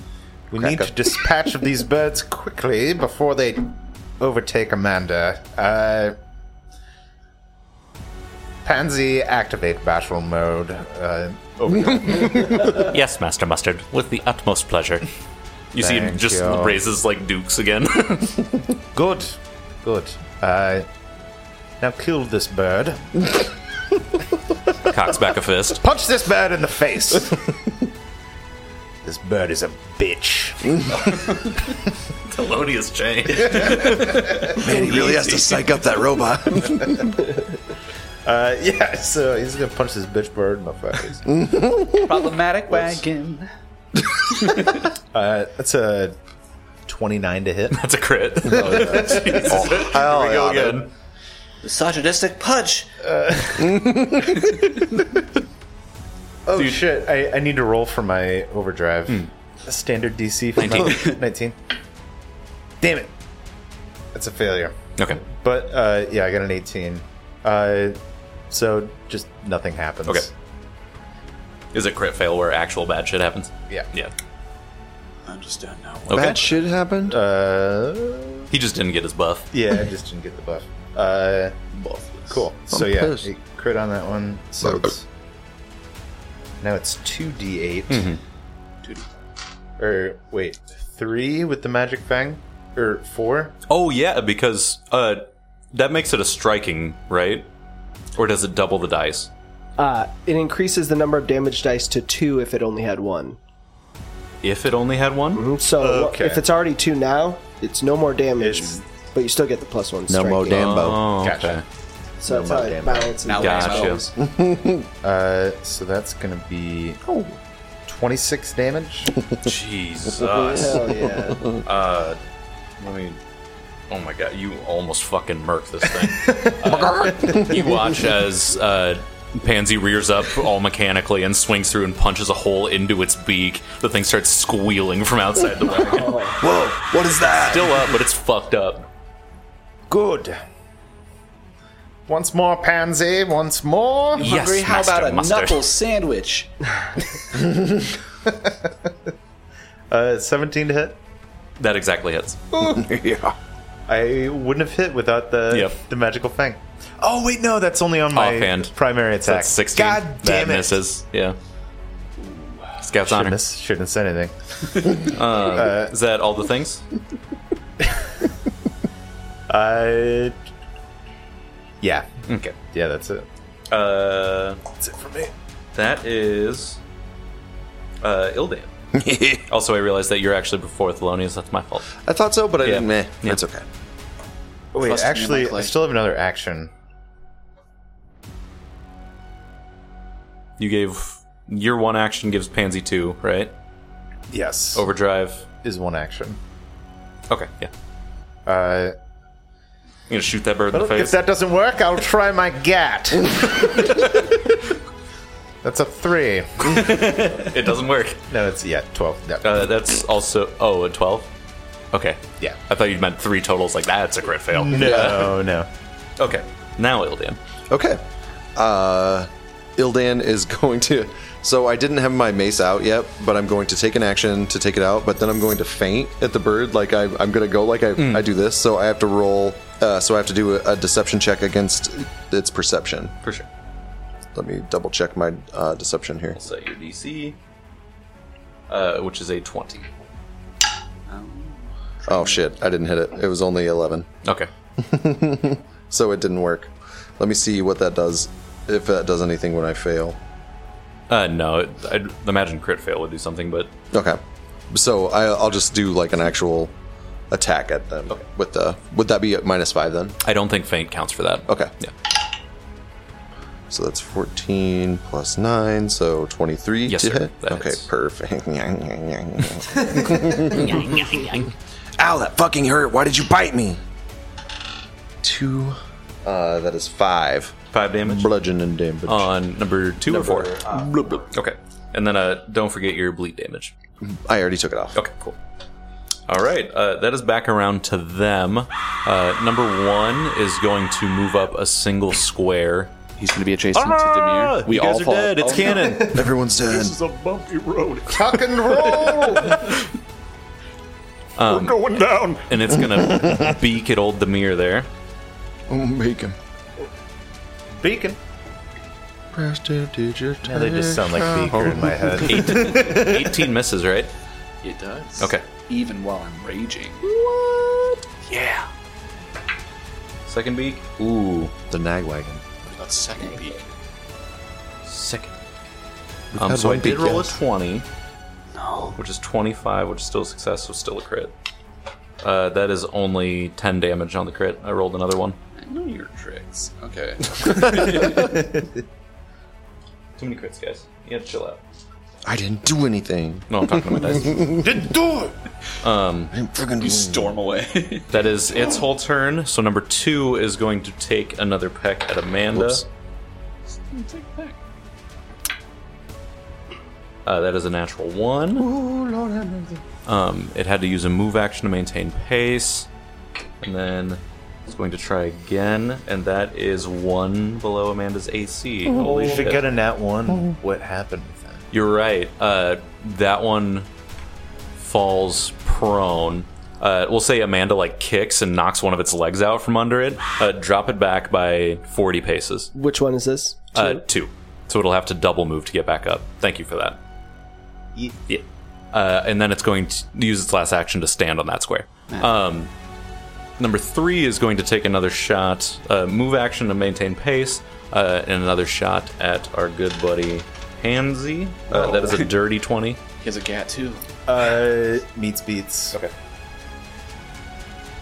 [SPEAKER 8] We need to dispatch of these birds quickly before they overtake Amanda. Uh, Pansy, activate battle mode. Uh, over-
[SPEAKER 4] Yes, Master Mustard, with the utmost pleasure. You see him
[SPEAKER 8] Thank
[SPEAKER 4] just
[SPEAKER 8] you.
[SPEAKER 4] raises like dukes again.
[SPEAKER 8] good, good. Uh, now kill this bird.
[SPEAKER 4] Cocks back a fist.
[SPEAKER 8] Punch this bird in the face. this bird is a bitch.
[SPEAKER 4] Thelonious change.
[SPEAKER 7] Man, he really has to psych up that robot.
[SPEAKER 8] Uh, yeah, so he's gonna punch this bitch bird in the face.
[SPEAKER 5] Problematic wagon.
[SPEAKER 8] Uh, that's a twenty-nine to hit.
[SPEAKER 4] That's a crit.
[SPEAKER 2] Hell yeah,
[SPEAKER 4] again.
[SPEAKER 2] man.
[SPEAKER 5] Misogynistic punch.
[SPEAKER 8] Oh shit! I, I need to roll for my overdrive.
[SPEAKER 4] Hmm.
[SPEAKER 8] A Standard DC for 19. 19. Damn it! That's a failure.
[SPEAKER 4] Okay.
[SPEAKER 8] But uh, yeah, I got an 18. Uh, so just nothing happens.
[SPEAKER 4] Okay. Is it crit fail where actual bad shit happens?
[SPEAKER 8] Yeah.
[SPEAKER 4] Yeah.
[SPEAKER 5] I just don't know.
[SPEAKER 4] Okay.
[SPEAKER 2] That shit happened.
[SPEAKER 8] Uh,
[SPEAKER 4] He just didn't get his buff.
[SPEAKER 8] yeah, I just didn't get the buff. Uh, Cool. so yeah,
[SPEAKER 2] pissed.
[SPEAKER 8] it crit on that one. So it's, now it's two D8.
[SPEAKER 4] Mm-hmm.
[SPEAKER 8] Or wait, three with the magic fang, or four?
[SPEAKER 4] Oh yeah, because uh, that makes it a striking, right? Or does it double the dice?
[SPEAKER 9] Uh, it increases the number of damage dice to two if it only had one.
[SPEAKER 4] If it only had one.
[SPEAKER 9] So
[SPEAKER 8] Okay.
[SPEAKER 9] if it's already two now, it's no more damage,
[SPEAKER 8] It's-
[SPEAKER 9] but you still get the plus one.
[SPEAKER 2] No
[SPEAKER 9] strike.
[SPEAKER 2] more Dambo.
[SPEAKER 4] Oh,
[SPEAKER 8] Gotcha.
[SPEAKER 4] okay.
[SPEAKER 9] So it's how
[SPEAKER 8] more
[SPEAKER 9] it
[SPEAKER 8] damage.
[SPEAKER 9] balances.
[SPEAKER 5] Now
[SPEAKER 9] out.
[SPEAKER 5] I know.
[SPEAKER 4] Gotcha.
[SPEAKER 8] Uh, so that's gonna be oh, twenty-six damage.
[SPEAKER 4] Jesus.
[SPEAKER 9] Hell yeah.
[SPEAKER 4] Let me. Oh my god, you almost fucking murked this thing. Uh, you watch as uh, Pansy rears up all mechanically and swings through and punches a hole into its beak. The thing starts squealing from outside the wagon.
[SPEAKER 7] Whoa, what is that?
[SPEAKER 4] Still up, but it's fucked up.
[SPEAKER 8] Good. Once more, Pansy. Once more.
[SPEAKER 4] Yes,
[SPEAKER 5] Hungry? How
[SPEAKER 4] Master
[SPEAKER 5] about a
[SPEAKER 4] Mustard.
[SPEAKER 5] knuckle sandwich?
[SPEAKER 8] Uh, seventeen to hit.
[SPEAKER 4] That exactly hits.
[SPEAKER 7] yeah.
[SPEAKER 8] I wouldn't have hit without the
[SPEAKER 4] Yep.
[SPEAKER 8] the magical fang. Oh wait, no, that's only on my
[SPEAKER 4] Offhand.
[SPEAKER 8] primary
[SPEAKER 4] So
[SPEAKER 8] attack.
[SPEAKER 4] that's 16.
[SPEAKER 8] God damn
[SPEAKER 4] that
[SPEAKER 8] it!
[SPEAKER 4] misses. Yeah. Scout's
[SPEAKER 8] Shouldn't
[SPEAKER 4] honor.
[SPEAKER 8] have, shouldn't have said anything.
[SPEAKER 4] Is that all the things?
[SPEAKER 8] Uh, yeah,
[SPEAKER 4] Okay.
[SPEAKER 8] yeah, that's it.
[SPEAKER 4] Uh,
[SPEAKER 8] That's it for me.
[SPEAKER 4] that is uh, Ildan. also, I realized that you're actually before Thelonious. That's my fault.
[SPEAKER 2] I thought so, but I
[SPEAKER 4] Yeah.
[SPEAKER 2] didn't. Meh,
[SPEAKER 4] Yeah.
[SPEAKER 2] it's okay.
[SPEAKER 8] Oh, wait,
[SPEAKER 5] Trust me,
[SPEAKER 8] actually,
[SPEAKER 5] Michael.
[SPEAKER 8] I still have another action.
[SPEAKER 4] You gave your one action gives Pansy two, right?
[SPEAKER 8] Yes, over
[SPEAKER 4] Overdrive.
[SPEAKER 8] is one action.
[SPEAKER 4] Okay. Yeah.
[SPEAKER 8] Uh,
[SPEAKER 4] You gonna shoot that bird in the
[SPEAKER 8] well, if
[SPEAKER 4] face?
[SPEAKER 8] that doesn't work, I'll try my gat. that's a three.
[SPEAKER 4] it doesn't work.
[SPEAKER 8] No, it's yeah, twelve. No.
[SPEAKER 4] Uh, that's also oh a twelve. Okay.
[SPEAKER 8] Yeah.
[SPEAKER 4] I thought you meant three totals. Like that's a crit fail.
[SPEAKER 8] no, no.
[SPEAKER 4] Okay. Now Ildan.
[SPEAKER 2] Okay. Uh, Ildan is going to. So I didn't have my mace out yet, but I'm going to take an action to take it out. But then I'm going to faint at the bird. Like I, I'm going to go like I, I do this. So I have to roll. Uh, so I have to do a, a deception check against its perception.
[SPEAKER 4] For sure.
[SPEAKER 2] Let me double check my uh, deception here.
[SPEAKER 4] Set your DC, uh, which is a twenty.
[SPEAKER 2] Oh shit! I didn't hit it. It was only 11,
[SPEAKER 4] Okay.
[SPEAKER 2] so it didn't work. Let me see what that does. If that does anything when I fail.
[SPEAKER 4] Uh, no, it- I'd imagine crit fail would do something, but
[SPEAKER 2] Okay. So I, I'll just do like an actual attack at them with the. Would that be at minus five then?
[SPEAKER 4] I don't think faint counts for that.
[SPEAKER 2] Okay.
[SPEAKER 4] Yeah.
[SPEAKER 2] So that's 14 plus 9, so 23
[SPEAKER 4] Yes,
[SPEAKER 2] to
[SPEAKER 4] sir.
[SPEAKER 2] hit?
[SPEAKER 4] That
[SPEAKER 2] okay,
[SPEAKER 4] hits.
[SPEAKER 2] perfect.
[SPEAKER 7] Ow, that fucking hurt. Why did you bite me?
[SPEAKER 2] Two. Uh, that is five.
[SPEAKER 4] Five damage
[SPEAKER 2] Bludgeon and damage.
[SPEAKER 4] on number two or
[SPEAKER 2] Number,
[SPEAKER 4] Uh,
[SPEAKER 2] uh,
[SPEAKER 4] four. Okay, and then uh, don't forget your bleed damage.
[SPEAKER 2] I already took it off.
[SPEAKER 4] Okay, cool. All right, uh, that is back around to them. Uh, number one is going to move up a single square.
[SPEAKER 5] He's going to be adjacent to Demir. We
[SPEAKER 4] Ah! you
[SPEAKER 5] all
[SPEAKER 4] guys are
[SPEAKER 5] fall.
[SPEAKER 4] dead. It's
[SPEAKER 2] Oh,
[SPEAKER 4] canon.
[SPEAKER 7] Everyone's dead.
[SPEAKER 8] Tuck and roll.
[SPEAKER 4] and it's gonna beak at old Demir there.
[SPEAKER 7] Bacon.
[SPEAKER 8] Beacon. Now they just sound like Beaker in my head.
[SPEAKER 4] Eight, 18 misses, right?
[SPEAKER 5] It does.
[SPEAKER 4] Okay.
[SPEAKER 5] Even while I'm raging.
[SPEAKER 4] Second beak. Ooh,
[SPEAKER 2] The nag wagon.
[SPEAKER 5] That's second peak.
[SPEAKER 4] second. Um,
[SPEAKER 2] had
[SPEAKER 4] so I
[SPEAKER 2] one
[SPEAKER 4] did
[SPEAKER 2] beak,
[SPEAKER 4] roll
[SPEAKER 2] yes.
[SPEAKER 4] a 20. No. Which is 25, which is still a success, so still a crit. Uh, that is only 10 damage on the crit. I rolled another one.
[SPEAKER 5] I know your tricks. Okay.
[SPEAKER 4] Too many crits, guys. You gotta chill out.
[SPEAKER 2] I didn't do anything.
[SPEAKER 4] No, I'm talking about dice.
[SPEAKER 7] I'm friggin'
[SPEAKER 5] you storm away.
[SPEAKER 4] That is its whole turn, so number two is going to take another peck at Amanda.
[SPEAKER 2] Whoops.
[SPEAKER 4] Uh, that is a natural one. Um, it had to use a move action to maintain pace, and then it's going to try again, and that is one below Amanda's AC. Holy
[SPEAKER 8] You
[SPEAKER 4] shit!
[SPEAKER 8] should get a nat one. What happened with that?
[SPEAKER 4] You're right. Uh, that one falls prone. Uh, we'll say Amanda like kicks and knocks one of its legs out from under it. Uh, drop it back by 40 paces.
[SPEAKER 9] Which one is this?
[SPEAKER 4] Uh, two. So it'll have to double move to get back up. Thank you for that. Yeah. Uh, and then it's going to use its last action to stand on that square. Um, number three is going to take another shot, uh, move action to maintain pace, uh, and another shot at our good buddy Pansy. Uh, That is a dirty 20.
[SPEAKER 5] he has a gat too.
[SPEAKER 8] Uh, meets beats. Okay.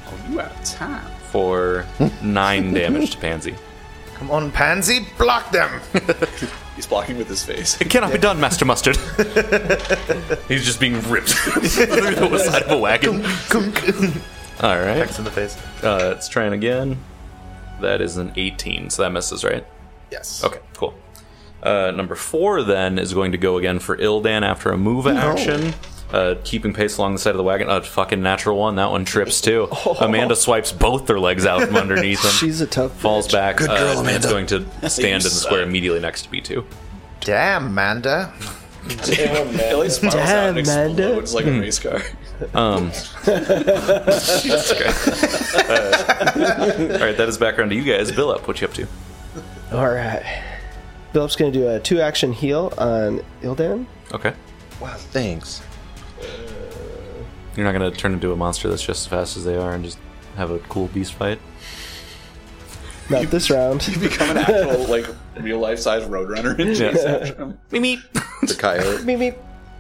[SPEAKER 5] Oh, you out of time.
[SPEAKER 4] for nine damage to Pansy.
[SPEAKER 8] Come on, Pansy, block them.
[SPEAKER 5] He's blocking with his face.
[SPEAKER 4] It cannot be done, Master Mustard. He's just being ripped through the side of a wagon. All right,
[SPEAKER 8] X in the face.
[SPEAKER 4] uh, it's trying again. That is an 18, so that misses, right?
[SPEAKER 8] Yes.
[SPEAKER 4] Okay, cool. Uh, number four then is going to go again for Ildan after a move action. Uh, keeping pace along the side of the wagon. A fucking natural one. That one trips too.
[SPEAKER 7] Oh.
[SPEAKER 4] Amanda swipes both their legs out from underneath them.
[SPEAKER 9] She's a tough.
[SPEAKER 4] falls back.
[SPEAKER 7] Good girl,
[SPEAKER 4] uh, and it's
[SPEAKER 7] Amanda.
[SPEAKER 4] going to stand in the
[SPEAKER 5] suck.
[SPEAKER 4] square immediately next to B2.
[SPEAKER 8] Damn, Manda.
[SPEAKER 5] At least spirals out
[SPEAKER 9] Damn,
[SPEAKER 5] and
[SPEAKER 9] Amanda.
[SPEAKER 5] explodes like a race car.
[SPEAKER 4] Um, all right, that is background to you guys. Bill up, what you up to?
[SPEAKER 9] All right. Philip's going to do a two action heal on Ildan.
[SPEAKER 4] Okay.
[SPEAKER 2] Wow, thanks.
[SPEAKER 4] You're not going to turn into a monster that's just as fast as they are and just have a cool beast fight?
[SPEAKER 9] Not this round.
[SPEAKER 5] Become an actual, like, real life size roadrunner and chase after him.
[SPEAKER 2] The coyote.
[SPEAKER 9] Meep, meep.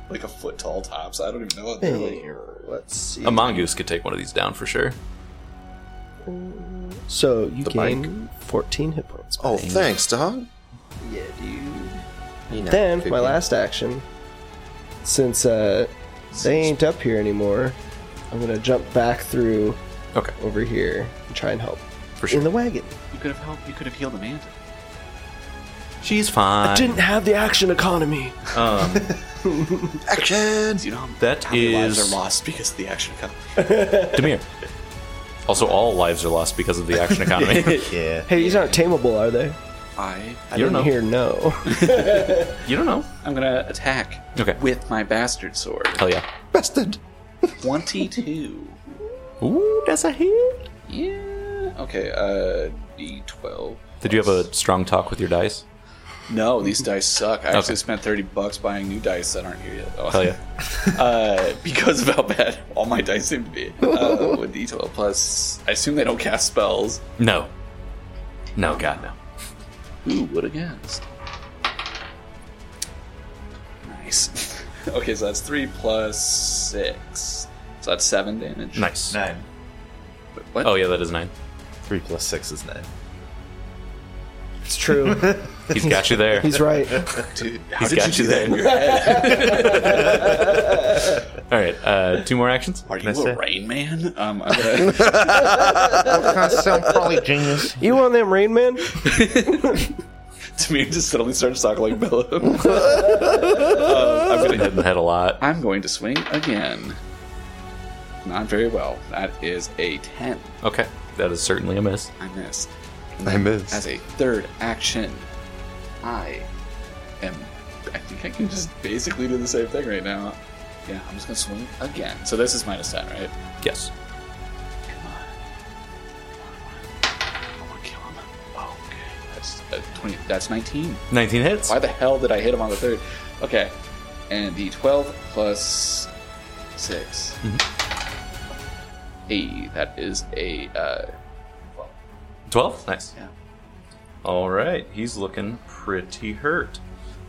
[SPEAKER 5] Like a foot tall tops. I don't even know what they're like.
[SPEAKER 9] Let's see.
[SPEAKER 4] A mongoose could take one of these down for sure.
[SPEAKER 9] so you
[SPEAKER 2] the
[SPEAKER 9] gain 14 hit points.
[SPEAKER 2] Oh, thanks, dog.
[SPEAKER 9] yeah, dude.
[SPEAKER 2] You know,
[SPEAKER 9] Then, my
[SPEAKER 2] 15.
[SPEAKER 9] last action, since uh, they ain't up here anymore, I'm going to jump back through
[SPEAKER 4] Okay.
[SPEAKER 9] over here and try and help.
[SPEAKER 4] For sure.
[SPEAKER 9] In the wagon.
[SPEAKER 5] You could have helped. You could have healed Amanda.
[SPEAKER 4] She's fine.
[SPEAKER 9] Didn't have the action economy.
[SPEAKER 2] action.
[SPEAKER 5] Do you know how
[SPEAKER 4] That
[SPEAKER 5] many lives
[SPEAKER 4] is-
[SPEAKER 5] are lost because of the action economy?
[SPEAKER 4] Demir. Also, all lives are lost because of the action economy.
[SPEAKER 8] Yeah.
[SPEAKER 9] Hey, these aren't tameable, are they?
[SPEAKER 5] I,
[SPEAKER 9] I
[SPEAKER 4] You don't know.
[SPEAKER 9] didn't hear no.
[SPEAKER 4] you don't know.
[SPEAKER 5] I'm gonna attack
[SPEAKER 4] Okay.
[SPEAKER 5] with my bastard sword.
[SPEAKER 4] Hell yeah.
[SPEAKER 2] Bested.
[SPEAKER 5] 22.
[SPEAKER 4] Ooh, that's a hit.
[SPEAKER 5] yeah. Okay, uh, D12.
[SPEAKER 4] Did you have a strong talk with your dice?
[SPEAKER 5] No, these dice suck. I actually spent 30 bucks buying new dice that aren't here yet. Oh,
[SPEAKER 4] Hell yeah.
[SPEAKER 5] uh, because of how bad all my dice seem to be. Uh, with D12 plus, I assume they don't cast spells.
[SPEAKER 4] No. No, God, no.
[SPEAKER 5] Who would have guessed? Nice. okay, so that's 3 plus 6. So that's 7 damage.
[SPEAKER 4] Nice.
[SPEAKER 8] Nine.
[SPEAKER 5] What?
[SPEAKER 4] Oh, yeah, that is nine.
[SPEAKER 8] Three plus six is nine.
[SPEAKER 9] it's true.
[SPEAKER 4] He's got you there.
[SPEAKER 9] He's right.
[SPEAKER 5] Dude, how
[SPEAKER 4] He's
[SPEAKER 5] did
[SPEAKER 4] got
[SPEAKER 5] you do
[SPEAKER 4] you
[SPEAKER 5] that in your head?
[SPEAKER 4] All right, uh, two more actions.
[SPEAKER 5] Are you
[SPEAKER 8] That's
[SPEAKER 5] a
[SPEAKER 8] it.
[SPEAKER 5] rain man? Um, I'm gonna...
[SPEAKER 8] genius.
[SPEAKER 9] You on them, Rain Man?
[SPEAKER 5] Tamir just suddenly starts talking like Bella. Um, I'm,
[SPEAKER 4] Been hit
[SPEAKER 5] gonna,
[SPEAKER 4] in the head a lot.
[SPEAKER 5] I'm going to swing again. Not very well. That is a 10.
[SPEAKER 4] Okay, that is certainly a miss.
[SPEAKER 5] I missed.
[SPEAKER 2] I
[SPEAKER 5] As
[SPEAKER 2] missed.
[SPEAKER 5] a third action, I am. I think I can just basically do the same thing right now. Yeah, I'm just going to swing again. So this is minus 10, right?
[SPEAKER 4] Yes.
[SPEAKER 5] I want to kill him. Oh, okay. That's, uh, 20, that's 19.
[SPEAKER 4] 19 hits.
[SPEAKER 5] Why the hell did I hit him on the third? Okay. And the 12 plus 6.
[SPEAKER 2] Mm-hmm.
[SPEAKER 5] Hey, that is a. Uh,
[SPEAKER 4] 12? Nice.
[SPEAKER 5] Yeah.
[SPEAKER 4] All right, he's looking pretty hurt.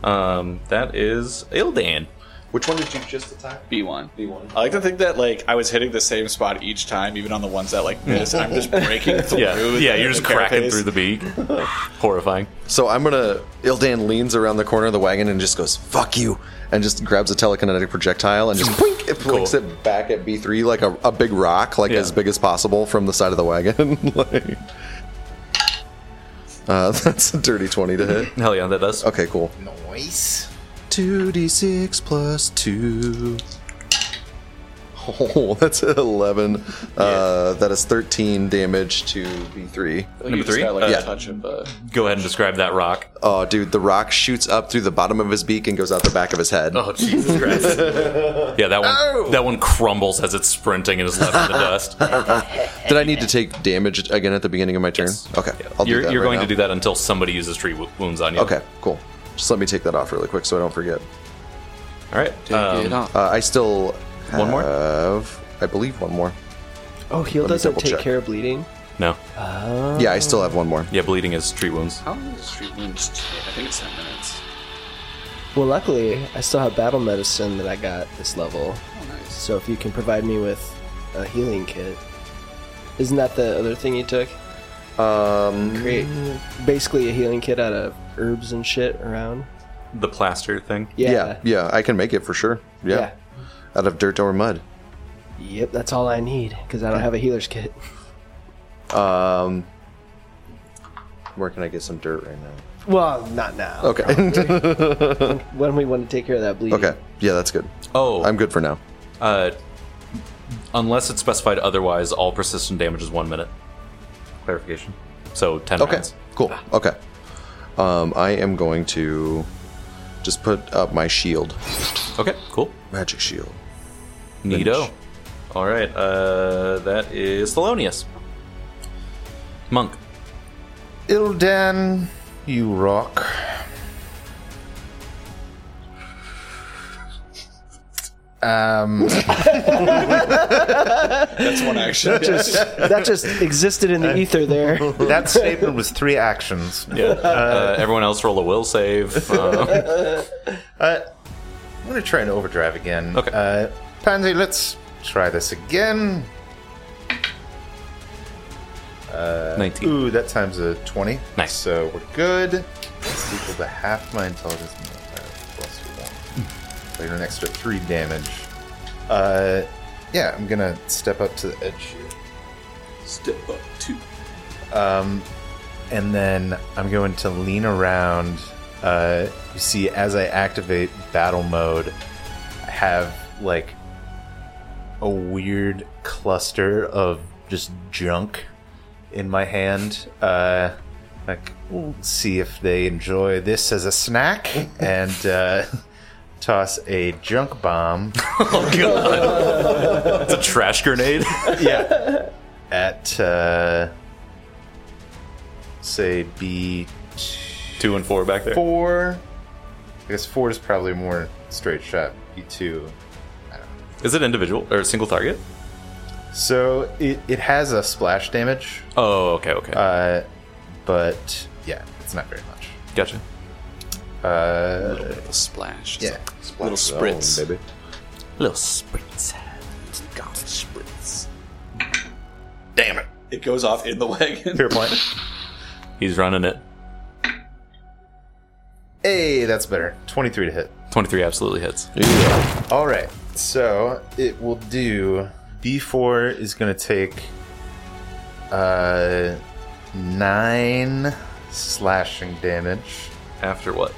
[SPEAKER 4] Um, that is Ildan.
[SPEAKER 2] Which one did you just attack?
[SPEAKER 5] B1. B1. I like to think that like I was hitting the same spot each time, even on the ones that like this. I'm just breaking through.
[SPEAKER 4] Yeah, yeah, you're just
[SPEAKER 5] the
[SPEAKER 4] cracking
[SPEAKER 5] carapace.
[SPEAKER 4] through the beak. Horrifying.
[SPEAKER 2] So I'm gonna. Ildan leans around the corner of the wagon and just goes "fuck you" and just grabs a telekinetic projectile and just boink, it flicks
[SPEAKER 4] Cool.
[SPEAKER 2] it back at B3 like a, a big rock, like
[SPEAKER 4] Yeah.
[SPEAKER 2] as big as possible from the side of the wagon. like, uh, that's a dirty twenty to hit.
[SPEAKER 4] Hell yeah, that does.
[SPEAKER 2] Okay, cool.
[SPEAKER 8] Noise.
[SPEAKER 2] Two d six plus two. Oh, that's eleven. Uh, that is thirteen damage to B3.
[SPEAKER 5] You
[SPEAKER 4] Number
[SPEAKER 5] just
[SPEAKER 4] three?
[SPEAKER 5] Got, like,
[SPEAKER 4] Uh,
[SPEAKER 5] a touch of, uh,
[SPEAKER 4] Go ahead and describe that rock.
[SPEAKER 2] Oh, dude, the rock shoots up through the bottom of his beak and goes out the back of his head.
[SPEAKER 4] Oh Jesus Christ! yeah, that one. That one crumbles as it's sprinting and is left in the dust.
[SPEAKER 2] Did I need to take damage again at the beginning of my turn? Okay, I'll
[SPEAKER 4] you're
[SPEAKER 2] do that.
[SPEAKER 4] you're
[SPEAKER 2] right
[SPEAKER 4] going
[SPEAKER 2] now.
[SPEAKER 4] to do that until somebody uses three wo- wounds on you.
[SPEAKER 2] Okay, cool. Just let me take that off really quick so I don't forget.
[SPEAKER 4] All right. um,
[SPEAKER 5] get off.
[SPEAKER 2] Uh, I still have,
[SPEAKER 4] One more?
[SPEAKER 2] I believe one more.
[SPEAKER 9] Oh, heal
[SPEAKER 2] Let me
[SPEAKER 9] doesn't
[SPEAKER 2] double
[SPEAKER 9] take
[SPEAKER 2] check.
[SPEAKER 9] care of bleeding.
[SPEAKER 4] No. Uh.
[SPEAKER 2] Yeah, I still have one more.
[SPEAKER 4] Yeah, bleeding is three wounds.
[SPEAKER 5] How long is Street Wounds? take? I think it's 10 minutes.
[SPEAKER 9] Well, luckily, I still have battle medicine that I got this level.
[SPEAKER 5] Oh, nice.
[SPEAKER 9] So if you can provide me with a healing kit, isn't that the other thing you took? Um, create basically a healing kit out of herbs and shit around.
[SPEAKER 4] The plaster thing.
[SPEAKER 9] Yeah.
[SPEAKER 2] yeah, yeah, I can make it for sure. Yeah.
[SPEAKER 9] Yeah.
[SPEAKER 2] Out of dirt or mud.
[SPEAKER 9] Yep, that's all I need because I don't have a healer's kit.
[SPEAKER 2] Um, where can I get some dirt right now?
[SPEAKER 9] Well, not now.
[SPEAKER 2] Okay.
[SPEAKER 9] When we want to take care of that bleeding.
[SPEAKER 2] okay. Yeah, that's good.
[SPEAKER 4] Oh,
[SPEAKER 2] I'm good for now.
[SPEAKER 4] uh, unless it's specified otherwise, all persistent damage is one minute. Clarification. So ten
[SPEAKER 2] Okay.
[SPEAKER 4] rounds.
[SPEAKER 2] Cool. Okay. Um, I am going to just put up my shield,
[SPEAKER 4] Okay, cool.
[SPEAKER 2] magic shield.
[SPEAKER 4] Neato. All right, uh, that is Thelonious. Monk.
[SPEAKER 8] Ildan, you rock. Um,
[SPEAKER 5] That's one action.
[SPEAKER 9] That just existed in the ether there.
[SPEAKER 8] that statement was three actions.
[SPEAKER 4] Yeah. Uh, everyone else roll a will save. Uh,
[SPEAKER 8] I'm gonna try an overdrive again.
[SPEAKER 4] Okay.
[SPEAKER 8] Uh, Pansy, let's try this again.
[SPEAKER 4] 19.
[SPEAKER 8] Ooh, that time's a 20.
[SPEAKER 4] Nice.
[SPEAKER 8] So we're good. It's equal to half my intelligence modifier plus one. So you're an extra three damage. Uh, yeah, I'm gonna step up to the edge here.
[SPEAKER 5] Step up two.
[SPEAKER 8] Um, And then I'm going to lean around. Uh, you see, as I activate battle mode, I have like a weird cluster of just junk in my hand. Uh, like, we'll see if they enjoy this as a snack and uh, toss a junk bomb
[SPEAKER 4] It's a trash grenade.
[SPEAKER 8] at, uh, say, B
[SPEAKER 4] Two and four back there.
[SPEAKER 8] four. I guess four is probably more straight shot. B two.
[SPEAKER 4] Is it individual or single target?
[SPEAKER 8] So it, it has a splash damage,
[SPEAKER 4] Oh, okay, okay.
[SPEAKER 8] uh, but yeah, it's not very much.
[SPEAKER 4] gotcha.
[SPEAKER 5] Little splash.
[SPEAKER 8] Yeah,
[SPEAKER 5] Little spritz.
[SPEAKER 8] baby.
[SPEAKER 4] Little spritz.
[SPEAKER 5] spritz. Damn it! It goes off in the wagon.
[SPEAKER 8] Fair point.
[SPEAKER 4] He's running it.
[SPEAKER 8] hey, that's better. Twenty three to hit.
[SPEAKER 4] 23 absolutely hits.
[SPEAKER 8] All right, so it will do. B four is going to take uh, nine slashing damage.
[SPEAKER 4] After what?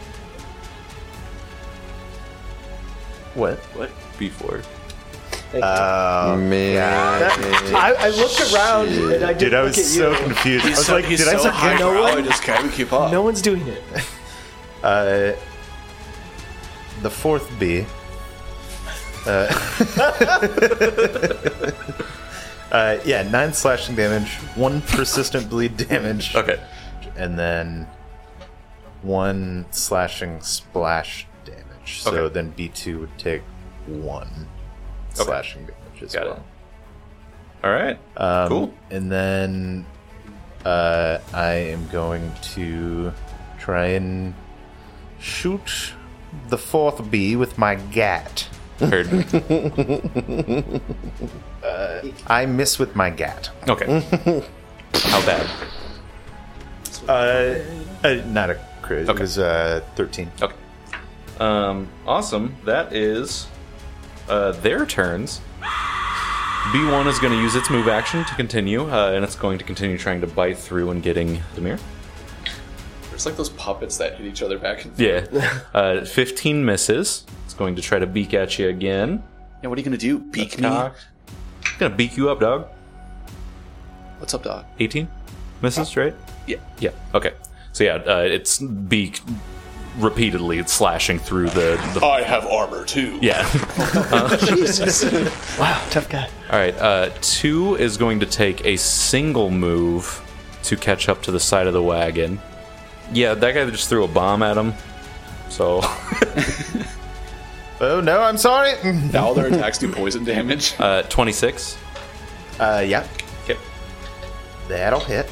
[SPEAKER 8] What?
[SPEAKER 4] What? B4.
[SPEAKER 2] Man,
[SPEAKER 9] I, I looked around and I did
[SPEAKER 8] Dude, I was
[SPEAKER 9] look at
[SPEAKER 8] so
[SPEAKER 9] you.
[SPEAKER 8] confused. I was like, did I
[SPEAKER 5] so
[SPEAKER 8] say
[SPEAKER 5] high
[SPEAKER 9] no
[SPEAKER 5] brow,
[SPEAKER 9] one-
[SPEAKER 5] I just can't keep up.
[SPEAKER 9] No one's doing it.
[SPEAKER 8] Uh, the fourth B. Uh, uh, yeah, nine slashing damage, one persistent bleed damage,
[SPEAKER 4] Okay.
[SPEAKER 8] and then one slashing splash damage. So
[SPEAKER 4] Okay.
[SPEAKER 8] then B two would take one slashing damage as
[SPEAKER 4] Got it.
[SPEAKER 8] well.
[SPEAKER 4] All right.
[SPEAKER 8] Um,
[SPEAKER 4] Cool.
[SPEAKER 8] And then uh, I am going to try and shoot the fourth bee with my gat.
[SPEAKER 4] Heard me.
[SPEAKER 8] I miss with my gat.
[SPEAKER 4] Okay. How bad?
[SPEAKER 8] Uh, uh, not a crit.
[SPEAKER 4] Okay.
[SPEAKER 8] It was uh, 13.
[SPEAKER 4] Okay. Um, awesome. That is uh, their turns. B1 is going to use its move action to continue, uh, and it's going to continue trying to bite through and getting Demir.
[SPEAKER 5] It's like those puppets that hit each other back. And-
[SPEAKER 4] Yeah. Uh, 15 misses. It's going to try to beak at you again.
[SPEAKER 5] yeah, what are you gonna do? Beak me?
[SPEAKER 4] Cocked. It's going to beak you up, dog.
[SPEAKER 5] What's up, dog?
[SPEAKER 4] 18 misses, right?
[SPEAKER 5] Yeah.
[SPEAKER 4] Yeah. Okay. So yeah, uh, it's beak repeatedly slashing through the. the
[SPEAKER 5] I have armor too.
[SPEAKER 4] yeah.
[SPEAKER 9] Tough guy.
[SPEAKER 4] All right. Uh, two is going to take a single move to catch up to the side of the wagon. Yeah, that guy just threw a bomb at him. So
[SPEAKER 8] Oh, no, I'm sorry.
[SPEAKER 5] Now all their attacks do poison damage.
[SPEAKER 4] uh, 26.
[SPEAKER 8] Uh, yeah,
[SPEAKER 4] Okay.
[SPEAKER 8] that'll hit.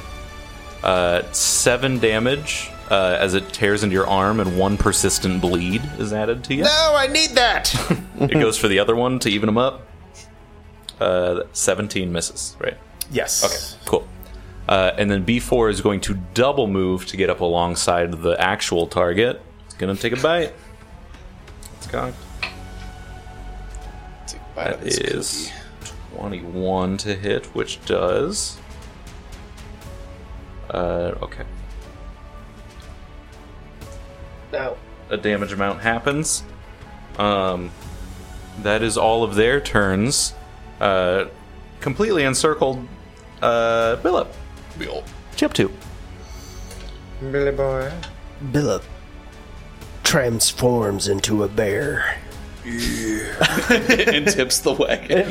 [SPEAKER 4] Uh, seven damage uh, as it tears into your arm, and one persistent bleed is added to you.
[SPEAKER 8] No, I need that.
[SPEAKER 4] It goes for the other one to even him up. Uh, 17 misses, right?
[SPEAKER 8] yes.
[SPEAKER 4] Cool. Uh, and then B4 is going to double move to get up alongside the actual target. It's going to take a bite. It's cocked.
[SPEAKER 5] Take a bite
[SPEAKER 4] That
[SPEAKER 5] out of this
[SPEAKER 4] is
[SPEAKER 5] cookie.
[SPEAKER 4] 21 to hit, which does. Uh, okay.
[SPEAKER 9] No.
[SPEAKER 4] A damage amount happens. Um, that is all of their turns. Uh, completely encircled. Uh, Billup. Billup. Chip 2.
[SPEAKER 8] Billy boy.
[SPEAKER 9] Billup. transforms into a bear.
[SPEAKER 4] Uh,
[SPEAKER 5] and tips the wagon.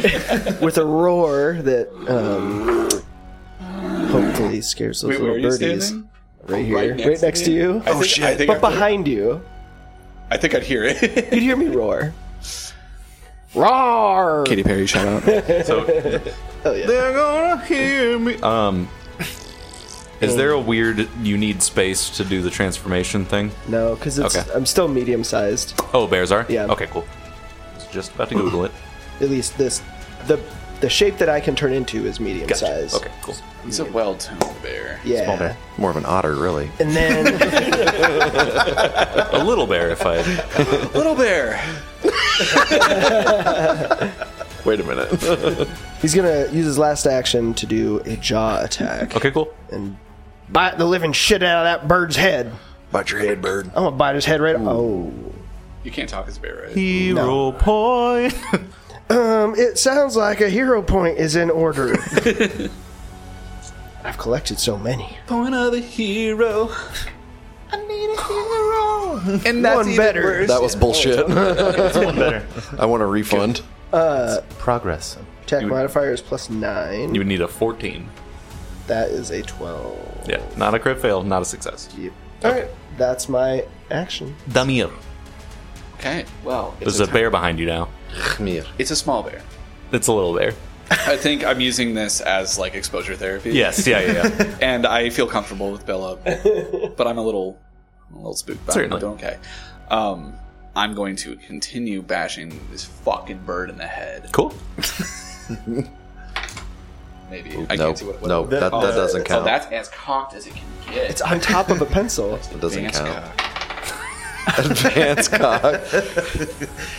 [SPEAKER 9] With a roar that um, hopefully scares those
[SPEAKER 5] Wait, where
[SPEAKER 9] little
[SPEAKER 5] are you
[SPEAKER 9] birdies.
[SPEAKER 5] standing?
[SPEAKER 9] Right here. Right next,
[SPEAKER 5] next to
[SPEAKER 9] to
[SPEAKER 5] me?
[SPEAKER 9] you.
[SPEAKER 4] Oh,
[SPEAKER 5] I think,
[SPEAKER 7] shit.
[SPEAKER 5] I think, I
[SPEAKER 9] but
[SPEAKER 5] would-
[SPEAKER 9] behind you.
[SPEAKER 5] I think I'd hear it.
[SPEAKER 9] You'd hear me roar. Roar!
[SPEAKER 5] Katy Perry shout out.
[SPEAKER 4] They're gonna hear me. Oh. Um, is there a weird you need space to do the transformation thing?
[SPEAKER 9] No, because it's
[SPEAKER 4] Okay.
[SPEAKER 9] I'm still medium sized.
[SPEAKER 4] Oh, bears are.
[SPEAKER 9] Yeah.
[SPEAKER 4] Okay, cool. I was just about to Google it.
[SPEAKER 9] At least this the the shape that I can turn into is medium
[SPEAKER 4] Gotcha.
[SPEAKER 9] sized.
[SPEAKER 4] Okay, cool.
[SPEAKER 5] He's a well-tuned bear.
[SPEAKER 9] Yeah.
[SPEAKER 2] More of an otter, really.
[SPEAKER 9] And then
[SPEAKER 4] A little bear, if I.
[SPEAKER 5] Little bear.
[SPEAKER 2] Wait a minute.
[SPEAKER 9] he's gonna use his last action to do a jaw attack.
[SPEAKER 4] Okay, cool.
[SPEAKER 9] And bite the living shit out of that bird's head.
[SPEAKER 7] Bite your head, bird.
[SPEAKER 9] I'm gonna bite his head right. Oh.
[SPEAKER 5] You can't talk as a bear, right?
[SPEAKER 4] Hero point.
[SPEAKER 9] Um, it sounds like a hero point is in order. I've collected so many.
[SPEAKER 5] Point of the hero.
[SPEAKER 9] And that's One better.
[SPEAKER 2] That was bullshit.
[SPEAKER 15] better.
[SPEAKER 2] I want a refund.
[SPEAKER 15] Progress.
[SPEAKER 9] Attack modifier is plus nine.
[SPEAKER 4] You would need a 14.
[SPEAKER 9] that is a twelve.
[SPEAKER 4] Yeah, not a crit fail, not a success.
[SPEAKER 9] All right, that's my action.
[SPEAKER 4] Damir,
[SPEAKER 5] Okay. Well, it's
[SPEAKER 4] there's
[SPEAKER 5] a,
[SPEAKER 4] a bear behind you now.
[SPEAKER 2] Khmir.
[SPEAKER 5] it's a small bear.
[SPEAKER 4] It's a little bear.
[SPEAKER 5] I think I'm using this as like exposure therapy.
[SPEAKER 4] Yes, yeah, yeah. yeah.
[SPEAKER 5] And I feel comfortable with Bella, but I'm a little, I'm a little spooked. By
[SPEAKER 4] Certainly.
[SPEAKER 5] It, but okay. Um, I'm going to continue bashing this fucking bird in the head.
[SPEAKER 4] cool.
[SPEAKER 5] Maybe I
[SPEAKER 2] Nope.
[SPEAKER 5] can't see what. what
[SPEAKER 2] Nope. That, Oh, that doesn't
[SPEAKER 5] So
[SPEAKER 2] count.
[SPEAKER 5] that's as cocked as it can get.
[SPEAKER 9] It's on top of a pencil.
[SPEAKER 2] That doesn't
[SPEAKER 5] Advanced
[SPEAKER 2] count.
[SPEAKER 5] cock.
[SPEAKER 2] Advanced cock.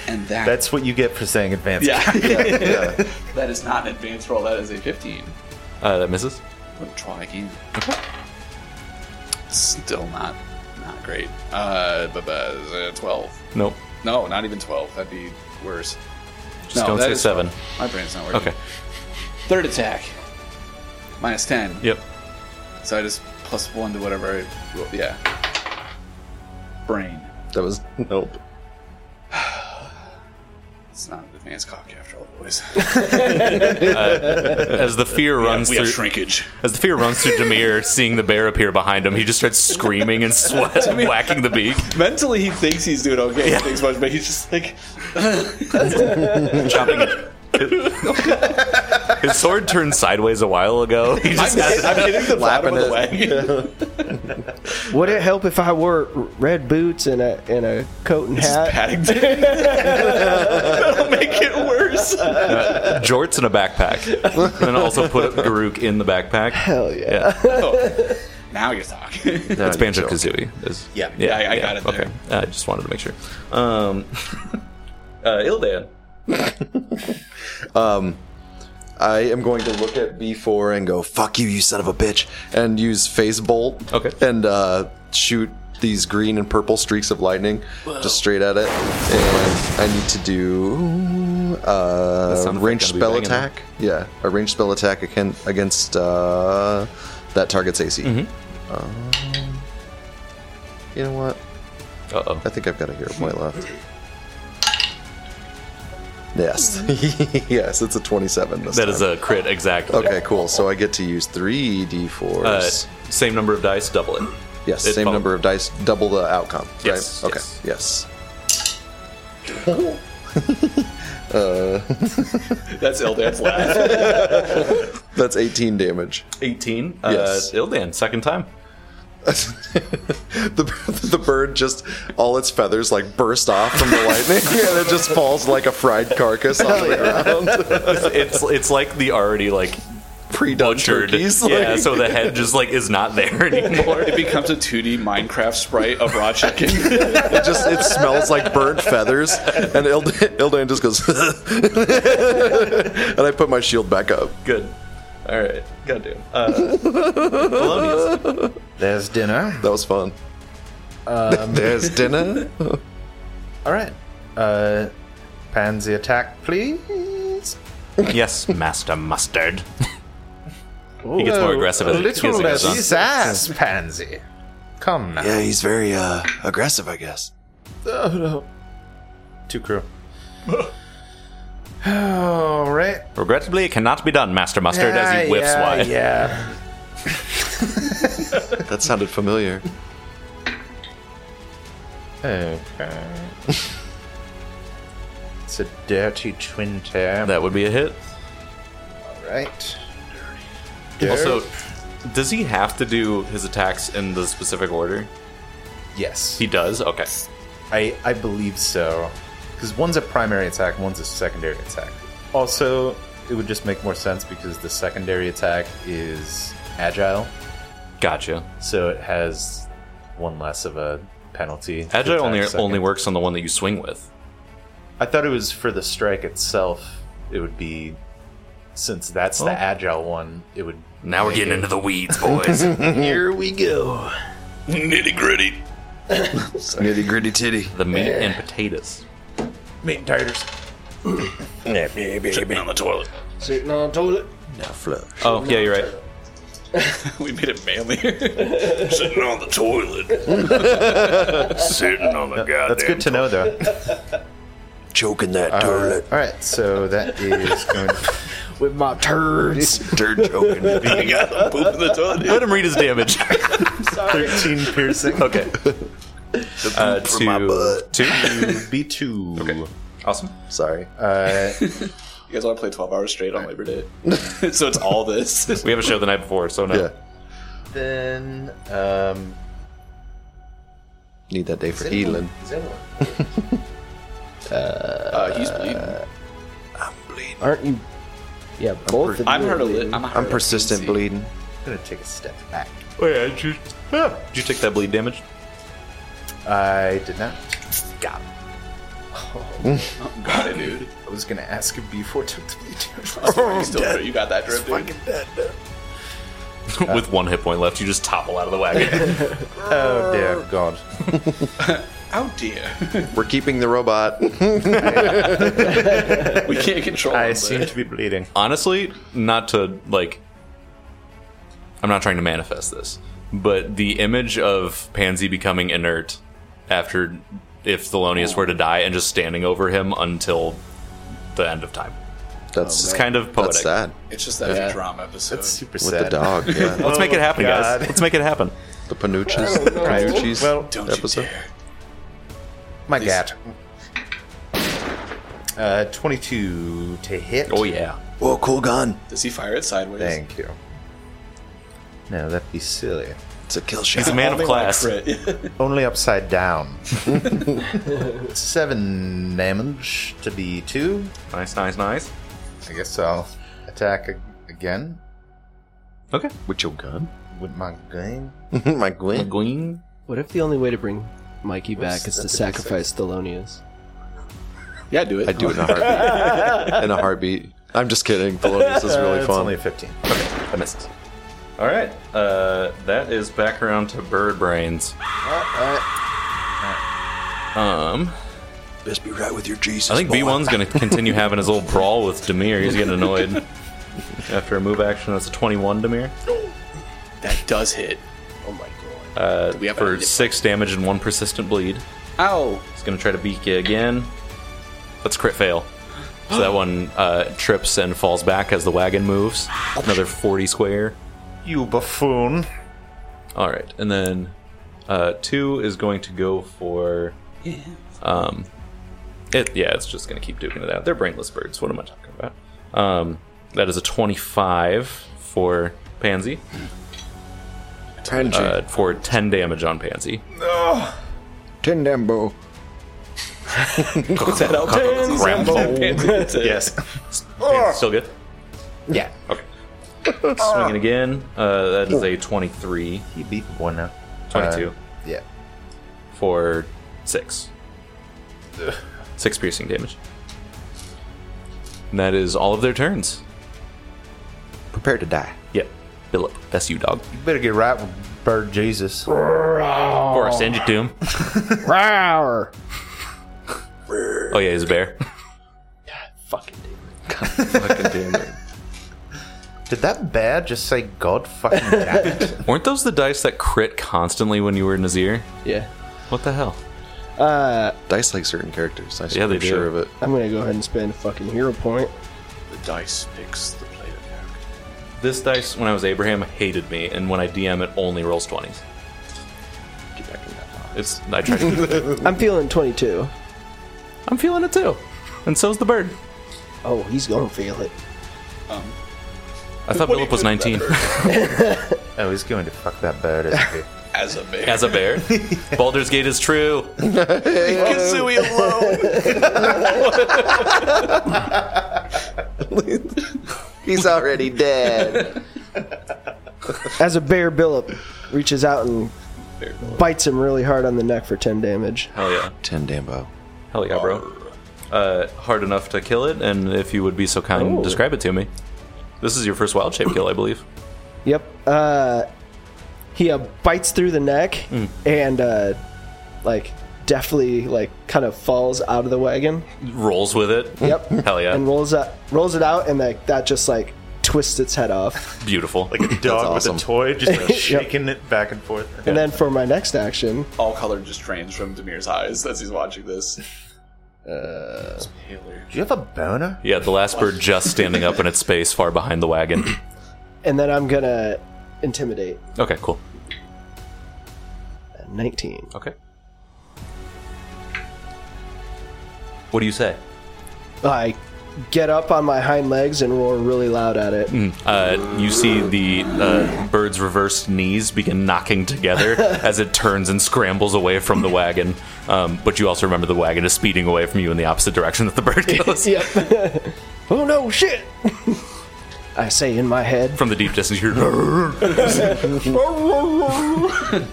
[SPEAKER 5] And that,
[SPEAKER 15] That's what you get for saying advanced.
[SPEAKER 5] yeah. that is not an advanced roll. That is a 15.
[SPEAKER 4] Uh, that misses.
[SPEAKER 5] But try again. Still not, not great. Uh, but, uh, 12.
[SPEAKER 4] Nope.
[SPEAKER 5] No, not even 12. That'd be worse. Just
[SPEAKER 4] don't say seven.
[SPEAKER 5] My brain's not working.
[SPEAKER 4] Okay.
[SPEAKER 5] Third attack. Minus 10.
[SPEAKER 4] Yep.
[SPEAKER 5] So I just plus 1 to whatever I roll. Yeah. Brain.
[SPEAKER 2] That was nope.
[SPEAKER 5] It's not an advanced cock after all, boys.
[SPEAKER 4] As the fear runs
[SPEAKER 5] we have
[SPEAKER 4] through,
[SPEAKER 5] shrinkage.
[SPEAKER 4] as the fear runs through Damir, seeing the bear appear behind him, he just starts screaming and sweat, whacking the beak.
[SPEAKER 5] Mentally, he thinks he's doing okay. He thinks much, but he's just like,
[SPEAKER 4] His sword turned sideways a while ago. He just
[SPEAKER 5] I'm, I'm hitting the bottom of the wagon.
[SPEAKER 9] Would it help if I wore red boots and a and a coat and hat?
[SPEAKER 5] Paddington. That'll make it worse.
[SPEAKER 4] jorts in a backpack, and then also put Garuk in the backpack.
[SPEAKER 9] Hell yeah.
[SPEAKER 5] Now you're talking. Yeah,
[SPEAKER 4] It's Banjo Kazooie. is-
[SPEAKER 5] Yeah, yeah, I- I got it there.
[SPEAKER 4] Okay, Uh, I just wanted to make sure. Um, uh, Ildan.
[SPEAKER 2] I am going to look at B4 and go, fuck you, you son of a bitch, and use Phase Bolt.
[SPEAKER 4] Okay.
[SPEAKER 2] And uh, shoot these green and purple streaks of lightning just straight at it. And I need to do uh,
[SPEAKER 4] sound effect
[SPEAKER 2] ranged
[SPEAKER 4] gotta be
[SPEAKER 2] spell
[SPEAKER 4] banging, huh?
[SPEAKER 2] attack. Yeah, a ranged spell attack again- against uh, that target's AC.
[SPEAKER 4] Mm-hmm.
[SPEAKER 2] Um, you know what?
[SPEAKER 4] Uh oh.
[SPEAKER 2] I think I've got a hero point left. Yes. yes, it's a 27 this
[SPEAKER 4] That
[SPEAKER 2] time.
[SPEAKER 4] is a crit, exactly.
[SPEAKER 2] Okay, cool. So I get to use three
[SPEAKER 4] Uh,
[SPEAKER 2] d4s.
[SPEAKER 4] same number of dice, double it.
[SPEAKER 2] yes,
[SPEAKER 4] it
[SPEAKER 2] same
[SPEAKER 4] followed.
[SPEAKER 2] number of dice, double the outcome.
[SPEAKER 4] Yes,
[SPEAKER 2] Right? Okay.
[SPEAKER 4] yes.
[SPEAKER 2] Yes.
[SPEAKER 5] That's Ildan's laugh.
[SPEAKER 2] That's 18 damage.
[SPEAKER 4] 18.
[SPEAKER 2] Yes.
[SPEAKER 4] Uh, Ildan, second time.
[SPEAKER 2] The, the bird just all its feathers like burst off from the lightning, and it just falls like a fried carcass on the ground.
[SPEAKER 4] It's it's like the already like
[SPEAKER 2] Pre-done
[SPEAKER 4] butchered.
[SPEAKER 2] turkeys.
[SPEAKER 4] yeah,
[SPEAKER 2] like-
[SPEAKER 4] so the head just like is not there anymore.
[SPEAKER 5] It becomes a 2D Minecraft sprite of raw chicken.
[SPEAKER 2] it just it smells like burnt feathers, and Ildan, Ildan just goes, and I put my shield back up.
[SPEAKER 4] Good. All right. Goddamn. Uh, Polonius.
[SPEAKER 8] There's dinner.
[SPEAKER 2] That was fun. There's dinner.
[SPEAKER 8] All right. Uh, pansy attack, please.
[SPEAKER 4] yes, Master Mustard. he gets more aggressive as
[SPEAKER 8] A
[SPEAKER 4] it as it
[SPEAKER 8] little
[SPEAKER 4] goes
[SPEAKER 8] less
[SPEAKER 4] on.
[SPEAKER 8] sass, pansy. Come now.
[SPEAKER 7] Yeah, he's very uh, aggressive, I guess.
[SPEAKER 8] Oh no.
[SPEAKER 10] Two crew.
[SPEAKER 8] All right.
[SPEAKER 12] Regrettably, it cannot be done, Master Mustard, as he whiffs
[SPEAKER 8] yeah,
[SPEAKER 12] wide.
[SPEAKER 8] Yeah.
[SPEAKER 2] That sounded familiar.
[SPEAKER 8] Okay. it's a dirty twin tear.
[SPEAKER 12] That would be a hit.
[SPEAKER 8] Right.
[SPEAKER 4] Also, does he have to do his attacks in the specific order?
[SPEAKER 8] Yes.
[SPEAKER 4] He does. Okay.
[SPEAKER 8] I, I believe so. Because one's a primary attack, one's a secondary attack. Also, it would just make more sense because the secondary attack is agile,
[SPEAKER 4] Gotcha.
[SPEAKER 8] so it has one less of a penalty. to
[SPEAKER 4] Agile
[SPEAKER 8] attack
[SPEAKER 4] only
[SPEAKER 8] second.
[SPEAKER 4] only works on the one that you swing with.
[SPEAKER 8] I thought it was for the strike itself. It would be since that's the agile one. It would
[SPEAKER 6] Now we're getting into the weeds, boys.
[SPEAKER 7] Here we go.
[SPEAKER 6] Nitty gritty.
[SPEAKER 7] Nitty gritty titty.
[SPEAKER 4] The meat and potatoes.
[SPEAKER 8] meat and taters.
[SPEAKER 6] on the toilet.
[SPEAKER 9] Sitting on a toilet.
[SPEAKER 7] Now flush.
[SPEAKER 4] Oh yeah, you're right.
[SPEAKER 5] we made it manlier.
[SPEAKER 6] Sitting on the toilet. Sitting on the goddamn.
[SPEAKER 8] That's good to know, though.
[SPEAKER 7] Choking that
[SPEAKER 8] Uh,
[SPEAKER 7] toilet.
[SPEAKER 8] all right, so that is going.
[SPEAKER 9] With my turds.
[SPEAKER 7] Turd choking.
[SPEAKER 5] I got them poop in the toilet.
[SPEAKER 4] Let him read his damage.
[SPEAKER 8] Thirteen piercing.
[SPEAKER 4] okay. Uh,
[SPEAKER 7] from my
[SPEAKER 4] two.
[SPEAKER 7] butt.
[SPEAKER 4] Two.
[SPEAKER 8] B two.
[SPEAKER 4] Awesome.
[SPEAKER 2] Sorry.
[SPEAKER 8] Uh,
[SPEAKER 5] You guys want to play 12 hours straight on Labor Day? so it's all this.
[SPEAKER 4] We have a show the night before, so no.
[SPEAKER 2] Yeah.
[SPEAKER 8] then um,
[SPEAKER 2] Need that day for Elin.
[SPEAKER 5] Uh, he's bleeding.
[SPEAKER 9] Aren't you? Yeah, both of
[SPEAKER 5] I'm
[SPEAKER 9] you.
[SPEAKER 5] hurt a little. I'm,
[SPEAKER 2] I'm persistent bleeding.
[SPEAKER 8] gonna take a step back.
[SPEAKER 4] Oh, yeah, did you, ah, did you take that bleed damage?
[SPEAKER 8] I did not.
[SPEAKER 4] Got it.
[SPEAKER 8] Hmm.
[SPEAKER 5] Got it, dude.
[SPEAKER 8] I was gonna ask if B four took the bleed damage.
[SPEAKER 5] You still hurt. You got that drip, dude.
[SPEAKER 4] With one hit point left, you just topple out of the wagon.
[SPEAKER 8] Oh dear God!
[SPEAKER 5] Oh, dear.
[SPEAKER 2] We're keeping the robot.
[SPEAKER 5] we can't control
[SPEAKER 8] I
[SPEAKER 5] him,
[SPEAKER 8] seem to be bleeding.
[SPEAKER 4] Honestly, not to, like, I'm not trying to manifest this, but the image of Pansy becoming inert after if Thelonious were to die and just standing over him until the end of time.
[SPEAKER 2] That's
[SPEAKER 4] It's kind of poetic.
[SPEAKER 2] that's sad.
[SPEAKER 5] It's just that drama episode.
[SPEAKER 8] That's super
[SPEAKER 2] With
[SPEAKER 8] sad.
[SPEAKER 2] the dog, yeah.
[SPEAKER 4] Let's make it happen,
[SPEAKER 8] God.
[SPEAKER 4] guys. Let's make it happen.
[SPEAKER 2] the Panucci's, Panucci's
[SPEAKER 8] Well,
[SPEAKER 5] Don't
[SPEAKER 2] episode.
[SPEAKER 5] you dare.
[SPEAKER 8] My God. Uh, twenty-two to hit.
[SPEAKER 4] Oh, yeah.
[SPEAKER 7] Whoa, cool gun.
[SPEAKER 5] Does he fire it sideways?
[SPEAKER 8] Thank you. No, that'd be silly.
[SPEAKER 7] It's a kill
[SPEAKER 4] He's a
[SPEAKER 7] shot.
[SPEAKER 4] man of
[SPEAKER 5] Only when I
[SPEAKER 4] class.
[SPEAKER 5] crit.
[SPEAKER 8] Only upside down. Seven damage to be two.
[SPEAKER 4] Nice, nice, nice.
[SPEAKER 8] I guess I'll attack a- again
[SPEAKER 4] Okay.
[SPEAKER 2] With your gun?
[SPEAKER 8] with my gun.
[SPEAKER 2] My Gwen?
[SPEAKER 4] Glean.
[SPEAKER 9] What if the only way to bring Mikey back is to sacrifice Thelonious?
[SPEAKER 5] yeah, do it.
[SPEAKER 2] I do it in a heartbeat. in a heartbeat. I'm just kidding. Thelonious is really
[SPEAKER 8] It's
[SPEAKER 2] fun.
[SPEAKER 8] only a fifteen.
[SPEAKER 4] I missed. All right. Uh, that is back around to bird brains. Um,
[SPEAKER 7] Best be right with your Jesus.
[SPEAKER 4] I think
[SPEAKER 7] boy.
[SPEAKER 4] B1's going to continue having his little brawl with Demir. He's getting annoyed after a move action. That's a 21 Demir
[SPEAKER 5] That does hit. Oh my god. Uh, we have
[SPEAKER 4] for
[SPEAKER 5] a-
[SPEAKER 4] six damage and one persistent bleed.
[SPEAKER 5] Ow!
[SPEAKER 4] He's going to try to beat you again. That's a crit fail. So that one uh, trips and falls back as the wagon moves. Another 40 square.
[SPEAKER 8] You buffoon.
[SPEAKER 4] All right, and then uh, two is going to go for. Um, it yeah, it's just going to keep duking it out. They're brainless birds. What am I talking about? Um, that is a twenty-five for Pansy. Pansy uh, for ten damage on Pansy.
[SPEAKER 2] Tindembo.
[SPEAKER 5] That out Yes.
[SPEAKER 8] Yes.
[SPEAKER 4] Pansy's still good.
[SPEAKER 8] yeah.
[SPEAKER 4] Okay. Swinging again. Uh, that is a 23,
[SPEAKER 8] You beat one now.
[SPEAKER 4] 22
[SPEAKER 8] Yeah.
[SPEAKER 4] for six. Six piercing damage. And that is all of their turns.
[SPEAKER 2] Prepare to die.
[SPEAKER 4] Yep. Philip, that's you, dog.
[SPEAKER 8] You better get right with Bird Jesus.
[SPEAKER 4] Or I send you to him.
[SPEAKER 9] Rawr!
[SPEAKER 4] Oh yeah, he's a bear.
[SPEAKER 8] Did that bear just say God fucking damn it?
[SPEAKER 4] Weren't those the dice that crit constantly when you were Nazir?
[SPEAKER 9] Yeah.
[SPEAKER 4] What the hell?
[SPEAKER 2] Dice like certain characters. I
[SPEAKER 4] Yeah, they
[SPEAKER 2] am sure
[SPEAKER 4] do.
[SPEAKER 2] of it.
[SPEAKER 9] Uh, I'm gonna go ahead and spend a fucking hero point.
[SPEAKER 5] The dice picks the player character.
[SPEAKER 4] This dice, when I was Abraham, hated me, and when I DM, it only rolls 20s.
[SPEAKER 5] Get back in that box.
[SPEAKER 4] It's I tried to.
[SPEAKER 9] I'm feeling 22.
[SPEAKER 4] I'm feeling it too, and so's the bird.
[SPEAKER 9] Oh, he's gonna feel it.
[SPEAKER 5] Um,
[SPEAKER 4] I thought Philip was 19.
[SPEAKER 8] Oh, he's going to fuck that bird. isn't he?
[SPEAKER 5] as a bear.
[SPEAKER 4] As a bear, Baldur's Gate is true.
[SPEAKER 5] Kazooie alone.
[SPEAKER 2] He's already dead.
[SPEAKER 9] As a bear, Billip reaches out and bites him really hard on the neck for 10 damage.
[SPEAKER 4] Hell yeah,
[SPEAKER 2] Ten Dambo.
[SPEAKER 4] hell yeah, bro. Uh, hard enough to kill it, and if you would be so kind, describe it to me. This is your first wild shape kill, I believe.
[SPEAKER 9] Yep. Uh, he uh, bites through the neck
[SPEAKER 5] Hmm.
[SPEAKER 9] and uh, like deftly like kind of falls out of the wagon.
[SPEAKER 4] Rolls with it.
[SPEAKER 9] Yep.
[SPEAKER 4] Hell yeah.
[SPEAKER 9] And rolls up, rolls it out, and like that just like twists its head off.
[SPEAKER 4] Beautiful.
[SPEAKER 8] Like a dog
[SPEAKER 2] awesome.
[SPEAKER 8] with a toy, just like shaking it back and forth.
[SPEAKER 9] And then for my next action,
[SPEAKER 5] All color just drains from Demir's eyes as he's watching this.
[SPEAKER 8] Do you have a boner?
[SPEAKER 4] Yeah, the last bird just standing up in its space, far behind the wagon.
[SPEAKER 9] and then I'm gonna intimidate.
[SPEAKER 4] Okay, cool.
[SPEAKER 9] 19.
[SPEAKER 4] Okay. What do you say?
[SPEAKER 9] I get up on my hind legs and roar really loud at it.
[SPEAKER 4] Uh, you see the uh, bird's reversed knees begin knocking together as it turns and scrambles away from the wagon. Um, but you also remember the wagon is speeding away from you in the opposite direction that the bird goes.
[SPEAKER 9] Yep. oh no, shit! I say in my head.
[SPEAKER 4] From the deep distance, you hear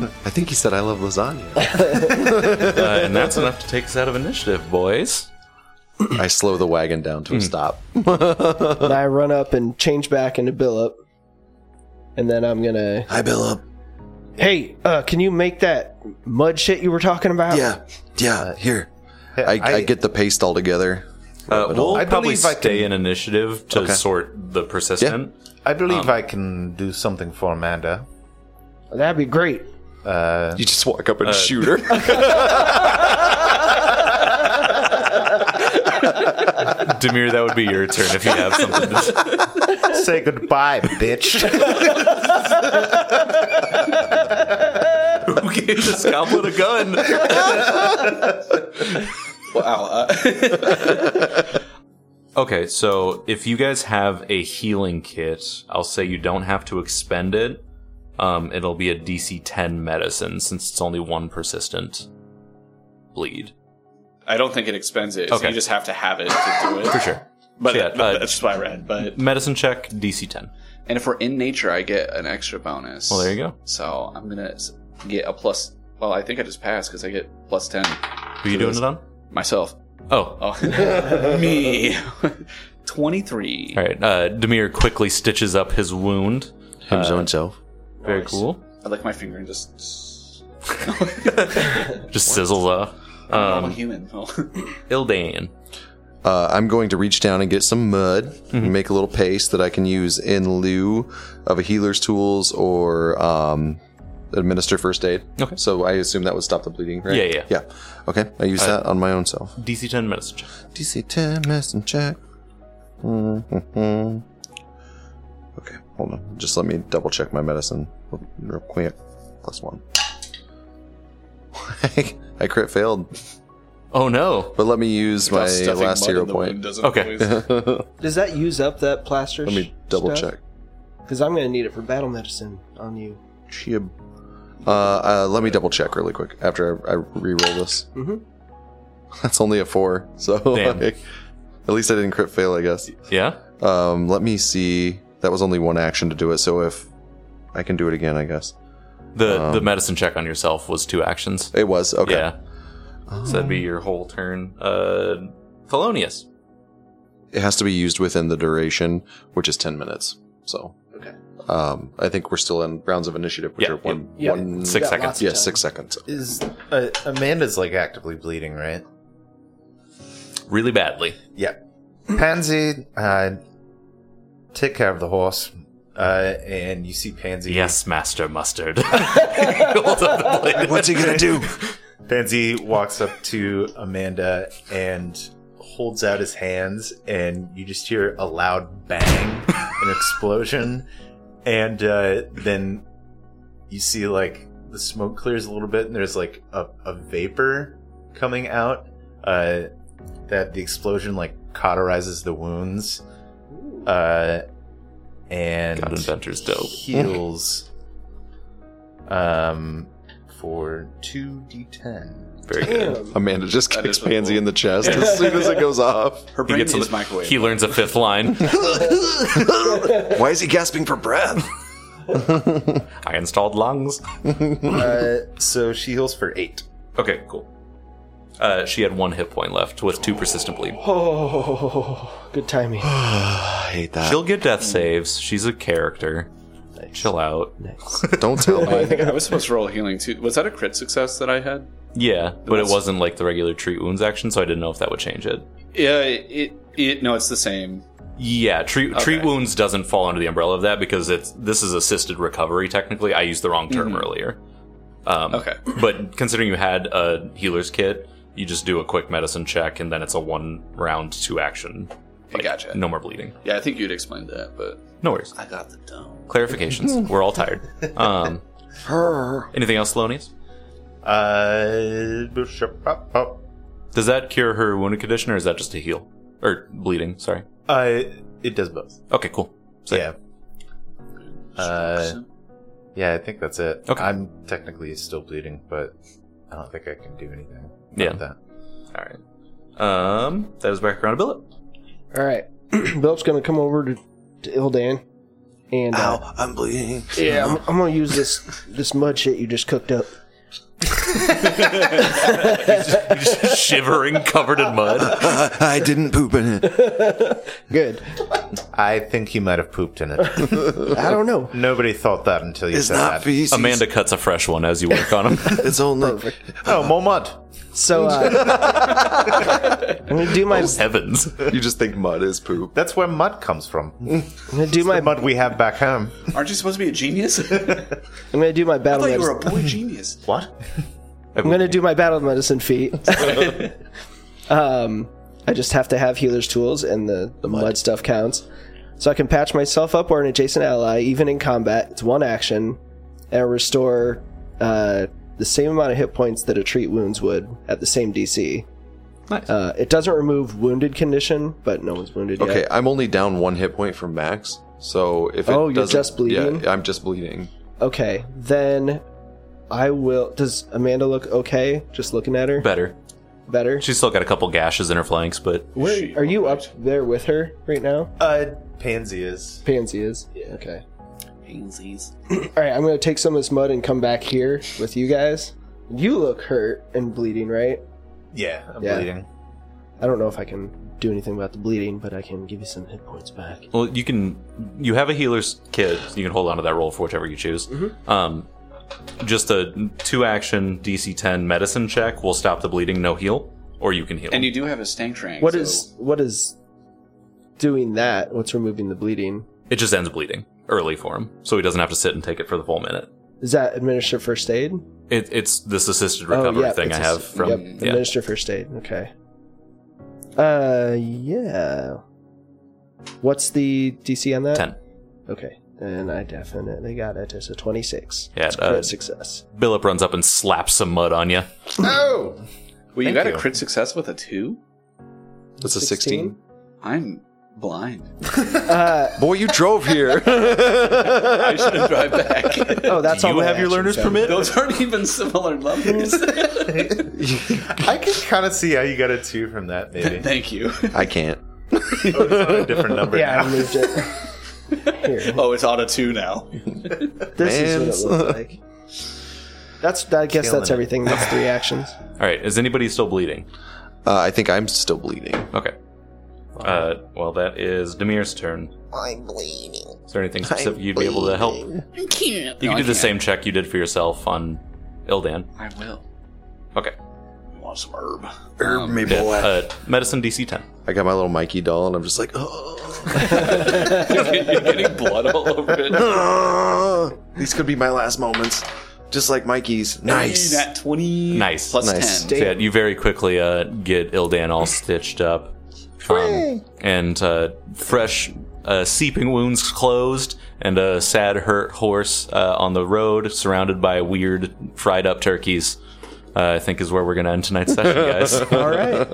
[SPEAKER 2] I think he said I love lasagna.
[SPEAKER 4] uh, and that's enough to take us out of initiative, boys.
[SPEAKER 2] I slow the wagon down to a stop.
[SPEAKER 9] And I run up and change back into Billup. And then I'm gonna.
[SPEAKER 7] Hi, Bill. Up.
[SPEAKER 9] Hey, uh, can you make that mud shit you were talking about?
[SPEAKER 7] Yeah, yeah. Here,
[SPEAKER 2] I, Uh, I, get the paste all together.
[SPEAKER 4] Uh, we'll
[SPEAKER 8] I
[SPEAKER 4] probably
[SPEAKER 8] believe I
[SPEAKER 4] stay in
[SPEAKER 8] can-
[SPEAKER 4] initiative to sort the persistent.
[SPEAKER 8] I believe I can do something for Amanda.
[SPEAKER 9] That'd be great.
[SPEAKER 2] You just walk up and shoot her.
[SPEAKER 4] Demir, that would be your turn if you have something to say.
[SPEAKER 8] Say goodbye, bitch.
[SPEAKER 4] Who gave this goblin a gun?
[SPEAKER 5] Wow. Uh,
[SPEAKER 4] Okay, so if you guys have a healing kit, I'll say you don't have to expend it. Um, it'll be a DC 10 medicine since it's only one persistent bleed.
[SPEAKER 5] I don't think it expends it.
[SPEAKER 4] Okay.
[SPEAKER 5] So you just have to have it to do it. For
[SPEAKER 4] sure.
[SPEAKER 5] But,
[SPEAKER 4] Yeah,
[SPEAKER 5] but
[SPEAKER 4] uh,
[SPEAKER 5] that's just what I read. But
[SPEAKER 4] Medicine check, DC 10.
[SPEAKER 5] and if we're in nature, I get an extra bonus.
[SPEAKER 4] Well, there you go.
[SPEAKER 5] So I'm gonna s- get a plus. Well, I think I just passed because I get plus ten
[SPEAKER 4] Who are you doing it on?
[SPEAKER 5] myself.
[SPEAKER 4] Oh,
[SPEAKER 5] Oh, me. Twenty-three.
[SPEAKER 4] all right. Uh, Demir quickly stitches up his wound. Uh,
[SPEAKER 2] Him's own self.
[SPEAKER 4] Very cool.
[SPEAKER 5] I lick my finger and just.
[SPEAKER 4] Just sizzles off.
[SPEAKER 5] I'm a
[SPEAKER 4] Um,
[SPEAKER 5] human. Oh.
[SPEAKER 4] Ildan.
[SPEAKER 2] Uh, I'm going to reach down and get some mud, and make a little paste that I can use in lieu of a healer's tools or um, administer first aid.
[SPEAKER 4] Okay.
[SPEAKER 2] So I assume that would stop the bleeding, right?
[SPEAKER 4] Yeah, yeah.
[SPEAKER 2] Yeah. Uh, Okay. I use that on my own self.
[SPEAKER 4] DC 10 medicine check.
[SPEAKER 2] DC 10 medicine check. Mhm. Okay, hold on. Just let me double check my medicine real quick. Plus one. I crit failed,
[SPEAKER 4] Oh, no.
[SPEAKER 2] but let me use my last hero point.
[SPEAKER 4] Okay.
[SPEAKER 9] Does that use up that plaster?
[SPEAKER 2] Let me double check.
[SPEAKER 9] Because I'm gonna need it for battle medicine on you.
[SPEAKER 2] Chib. Uh, uh, let me double check really quick after I, I re-roll this.
[SPEAKER 9] Mhm.
[SPEAKER 2] That's only a four, so
[SPEAKER 4] Damn.
[SPEAKER 2] like, at least I didn't crit fail, I guess.
[SPEAKER 4] Yeah?
[SPEAKER 2] Um, let me see. That was only one action to do it, so if I can do it again, I guess.
[SPEAKER 4] The, the medicine check on yourself was two actions.
[SPEAKER 2] It was okay.
[SPEAKER 4] Yeah. So that'd be your whole turn. Uh, Thelonious.
[SPEAKER 2] It has to be used within the duration, which is ten minutes. So
[SPEAKER 9] Okay.
[SPEAKER 2] um, I think we're still in rounds of initiative, which
[SPEAKER 4] Yeah,
[SPEAKER 2] are one,
[SPEAKER 9] yeah.
[SPEAKER 2] one
[SPEAKER 4] Six
[SPEAKER 9] Got
[SPEAKER 4] seconds.
[SPEAKER 9] lots of
[SPEAKER 2] Yeah,
[SPEAKER 9] time.
[SPEAKER 2] six seconds.
[SPEAKER 8] Is uh, Amanda's like actively bleeding, right?
[SPEAKER 4] Really badly.
[SPEAKER 8] Yeah. Pansy, uh, take care of the horse. Uh, and you see Pansy.
[SPEAKER 4] Yes, Master Mustard. Hold up the plate.
[SPEAKER 7] what's he gonna do?
[SPEAKER 8] Pansy walks up to Amanda and holds out his hands, and you just hear a loud bang, an explosion, and uh, then you see like the smoke clears a little bit, and there's like a, a vapor coming out uh, that the explosion like cauterizes the wounds, uh, and
[SPEAKER 4] God, Inventor's dope.
[SPEAKER 8] heals um for 2d10
[SPEAKER 4] Very good.
[SPEAKER 2] Amanda just
[SPEAKER 5] That
[SPEAKER 2] kicks
[SPEAKER 5] is a
[SPEAKER 2] Pansy
[SPEAKER 5] cool-
[SPEAKER 2] in the chest as soon as it goes off.
[SPEAKER 5] Her brain
[SPEAKER 4] gets
[SPEAKER 5] is
[SPEAKER 4] a-
[SPEAKER 5] microwave.
[SPEAKER 4] He learns a fifth line.
[SPEAKER 7] Why is he gasping for breath?
[SPEAKER 4] I installed lungs.
[SPEAKER 8] uh, so she heals for 8
[SPEAKER 4] Okay, cool. Uh, she had one hit point left with two persistent bleed.
[SPEAKER 9] Oh, good timing.
[SPEAKER 2] I hate that.
[SPEAKER 4] She'll get death saves. She's a character. Chill out.
[SPEAKER 2] Don't tell
[SPEAKER 5] I
[SPEAKER 2] me.
[SPEAKER 5] think I was supposed to roll healing too. Was that a crit success that I had?
[SPEAKER 4] Yeah, but it wasn't like the regular treat wounds action, so I didn't know if that would change it.
[SPEAKER 5] Yeah, it, it no, it's the same.
[SPEAKER 4] Yeah, treat treat
[SPEAKER 5] Okay.
[SPEAKER 4] wounds doesn't fall under the umbrella of that because it's this is assisted recovery technically. I used the wrong term earlier. Um,
[SPEAKER 5] Mm-hmm. Okay.
[SPEAKER 4] but considering you had a healer's kit, you just do a quick medicine check, and then it's a one round two action.
[SPEAKER 5] I gotcha.
[SPEAKER 4] No more bleeding.
[SPEAKER 5] Yeah, I think you'd explained that, but
[SPEAKER 4] No worries.
[SPEAKER 5] I got the dome.
[SPEAKER 4] Clarifications. We're all tired. Um,
[SPEAKER 2] Her.
[SPEAKER 4] anything else, Thelonious?
[SPEAKER 8] uh bishop, up, up.
[SPEAKER 4] Does that cure her wounded condition, or is that just a heal or bleeding? Sorry.
[SPEAKER 8] uh it does both
[SPEAKER 4] Okay, cool. Sick.
[SPEAKER 8] yeah uh yeah i think that's it
[SPEAKER 4] Okay.
[SPEAKER 8] i'm technically still bleeding but i don't think i can do anything about
[SPEAKER 4] Yeah.
[SPEAKER 8] that
[SPEAKER 4] All right. Um, that is back around a billet.
[SPEAKER 9] All right, Billups gonna come over to, to Ildan, and uh,
[SPEAKER 7] Ow, I'm bleeding.
[SPEAKER 9] yeah, I'm, I'm gonna use this this mud shit you just cooked up.
[SPEAKER 4] Shivering, covered in mud.
[SPEAKER 7] I didn't poop in it.
[SPEAKER 9] Good.
[SPEAKER 8] i think he might have pooped in it
[SPEAKER 9] I don't know.
[SPEAKER 8] nobody thought that until you
[SPEAKER 7] It's
[SPEAKER 8] said
[SPEAKER 7] not
[SPEAKER 8] that
[SPEAKER 7] feces.
[SPEAKER 4] Amanda cuts a fresh one as you work on him.
[SPEAKER 7] It's only.
[SPEAKER 8] oh more mud
[SPEAKER 9] So uh, I'm gonna do my I'm
[SPEAKER 4] Heavens.
[SPEAKER 2] You just think mud is poop.
[SPEAKER 8] that's where mud comes from
[SPEAKER 9] gonna do my I'm
[SPEAKER 8] mud we have back home
[SPEAKER 5] Aren't you supposed to be a genius? I
[SPEAKER 9] gonna do my battle.
[SPEAKER 5] thought you were
[SPEAKER 9] medicine.
[SPEAKER 5] a boy genius.
[SPEAKER 8] what
[SPEAKER 9] I'm gonna do my battle medicine feat. um, I just have to have healer's tools, and the, the mud. stuff counts. So I can patch myself up or an adjacent ally, even in combat. It's one action, and I restore uh, the same amount of hit points that a treat wounds would at the same DC.
[SPEAKER 4] Nice.
[SPEAKER 9] Uh, it doesn't remove wounded condition, but no one's wounded
[SPEAKER 2] Okay,
[SPEAKER 9] yet.
[SPEAKER 2] I'm only down one hit point from max. So if it
[SPEAKER 9] Oh, you're
[SPEAKER 2] doesn't-
[SPEAKER 9] just bleeding?
[SPEAKER 2] Yeah, I'm just bleeding.
[SPEAKER 9] Okay, then I will. Does Amanda look okay? Just looking at her
[SPEAKER 4] Better.
[SPEAKER 9] better.
[SPEAKER 4] She's still got a couple gashes in her flanks, but
[SPEAKER 9] Where, are you up there with her right now?
[SPEAKER 8] uh pansy is
[SPEAKER 9] Pansy is. Yeah. Okay.
[SPEAKER 5] Painsies.
[SPEAKER 9] All right, I'm gonna take some of this mud and come back here with you guys. You look hurt and bleeding, right?
[SPEAKER 8] yeah i'm
[SPEAKER 9] Yeah.
[SPEAKER 8] bleeding
[SPEAKER 9] I don't know if I can do anything about the bleeding, but I can give you some hit points back.
[SPEAKER 4] well, you can. You have a healer's kit. You can hold on to that roll for whichever you choose. Um, just a two-action DC 10 medicine check will stop the bleeding, no heal, or you can heal.
[SPEAKER 5] And you do have a stank rank.
[SPEAKER 9] What
[SPEAKER 5] so
[SPEAKER 9] is what is doing that? What's removing the bleeding?
[SPEAKER 4] it just ends bleeding early for him, so he doesn't have to sit and take it for the full minute.
[SPEAKER 9] Is that administer first aid? Oh,
[SPEAKER 4] It, it's this assisted recovery
[SPEAKER 9] yeah,
[SPEAKER 4] thing I
[SPEAKER 9] it's
[SPEAKER 4] have
[SPEAKER 9] just-
[SPEAKER 4] from.
[SPEAKER 9] yep,
[SPEAKER 4] yeah.
[SPEAKER 9] administer first aid. Okay. Uh, yeah. What's the DC on that?
[SPEAKER 4] 10.
[SPEAKER 9] Okay, and I definitely got it. It's a twenty-six.
[SPEAKER 4] Yeah,
[SPEAKER 9] it's quite
[SPEAKER 4] uh,
[SPEAKER 9] a success.
[SPEAKER 4] Billup runs up and slaps some mud on you.
[SPEAKER 5] Well, you got
[SPEAKER 8] you.
[SPEAKER 5] a crit success with a two.
[SPEAKER 2] That's a 16.
[SPEAKER 5] I'm blind.
[SPEAKER 2] Boy, you drove here.
[SPEAKER 5] I shouldn't drive back.
[SPEAKER 9] Oh, that's
[SPEAKER 4] Do
[SPEAKER 9] all.
[SPEAKER 4] you
[SPEAKER 9] my
[SPEAKER 4] have your
[SPEAKER 9] actions,
[SPEAKER 4] learner's
[SPEAKER 9] so-
[SPEAKER 4] permit?
[SPEAKER 5] Those aren't even similar levels.
[SPEAKER 8] i can kind of see how you got a two from that maybe
[SPEAKER 5] Thank you.
[SPEAKER 2] I can't.
[SPEAKER 8] a different number
[SPEAKER 9] Yeah,
[SPEAKER 8] now.
[SPEAKER 9] I moved it. Here,
[SPEAKER 5] Oh, it's auto two now.
[SPEAKER 9] this is
[SPEAKER 2] Mans.
[SPEAKER 9] what it looks like. That's. I guess
[SPEAKER 8] Killing
[SPEAKER 9] that's
[SPEAKER 8] it.
[SPEAKER 9] everything. That's three actions.
[SPEAKER 4] All right, is anybody still bleeding?
[SPEAKER 2] Uh, I think I'm still bleeding.
[SPEAKER 4] Okay. Uh, well, that is Demir's turn. I'm bleeding. Is there anything specific you'd be able to help? You
[SPEAKER 5] I can't.
[SPEAKER 4] can do the same check you did for yourself on Ildan.
[SPEAKER 5] I will.
[SPEAKER 4] Okay.
[SPEAKER 5] Want some herb?
[SPEAKER 7] Herb
[SPEAKER 5] Um,
[SPEAKER 7] me
[SPEAKER 4] Yeah,
[SPEAKER 7] boy.
[SPEAKER 4] uh, medicine DC 10.
[SPEAKER 2] I got my little Mikey doll, and I'm just like, oh,
[SPEAKER 5] You're getting blood all over it.
[SPEAKER 7] Ah, these could be my last moments.
[SPEAKER 2] Just like Mikey's. Nice.
[SPEAKER 5] At 20
[SPEAKER 16] Nice.
[SPEAKER 5] plus
[SPEAKER 2] Nice.
[SPEAKER 16] So,
[SPEAKER 5] 10.
[SPEAKER 16] yeah, you very quickly uh, get Ildan all stitched up, um, and uh, fresh uh, seeping wounds closed, and a sad hurt horse uh, on the road, surrounded by weird fried up turkeys. Uh, I think is where we're gonna end tonight's session, guys.
[SPEAKER 9] All right.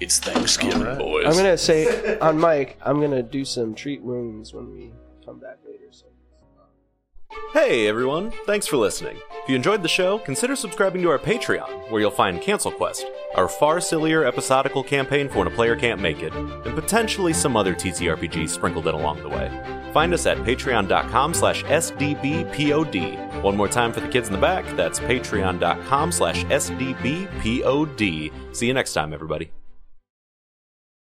[SPEAKER 5] It's Thanksgiving, boys.
[SPEAKER 9] I'm gonna say on Mike, I'm gonna do some treat wounds when we come back later. So.
[SPEAKER 4] Hey everyone, thanks for listening. If you enjoyed the show, consider subscribing to our Patreon, where you'll find Cancel Quest, our far sillier episodical campaign for when a player can't make it, and potentially some other TTRPGs sprinkled in along the way. Find us at patreon.com slash sdbpod. One more time for the kids in the back, that's patreon.com slash sdbpod. See you next time, everybody.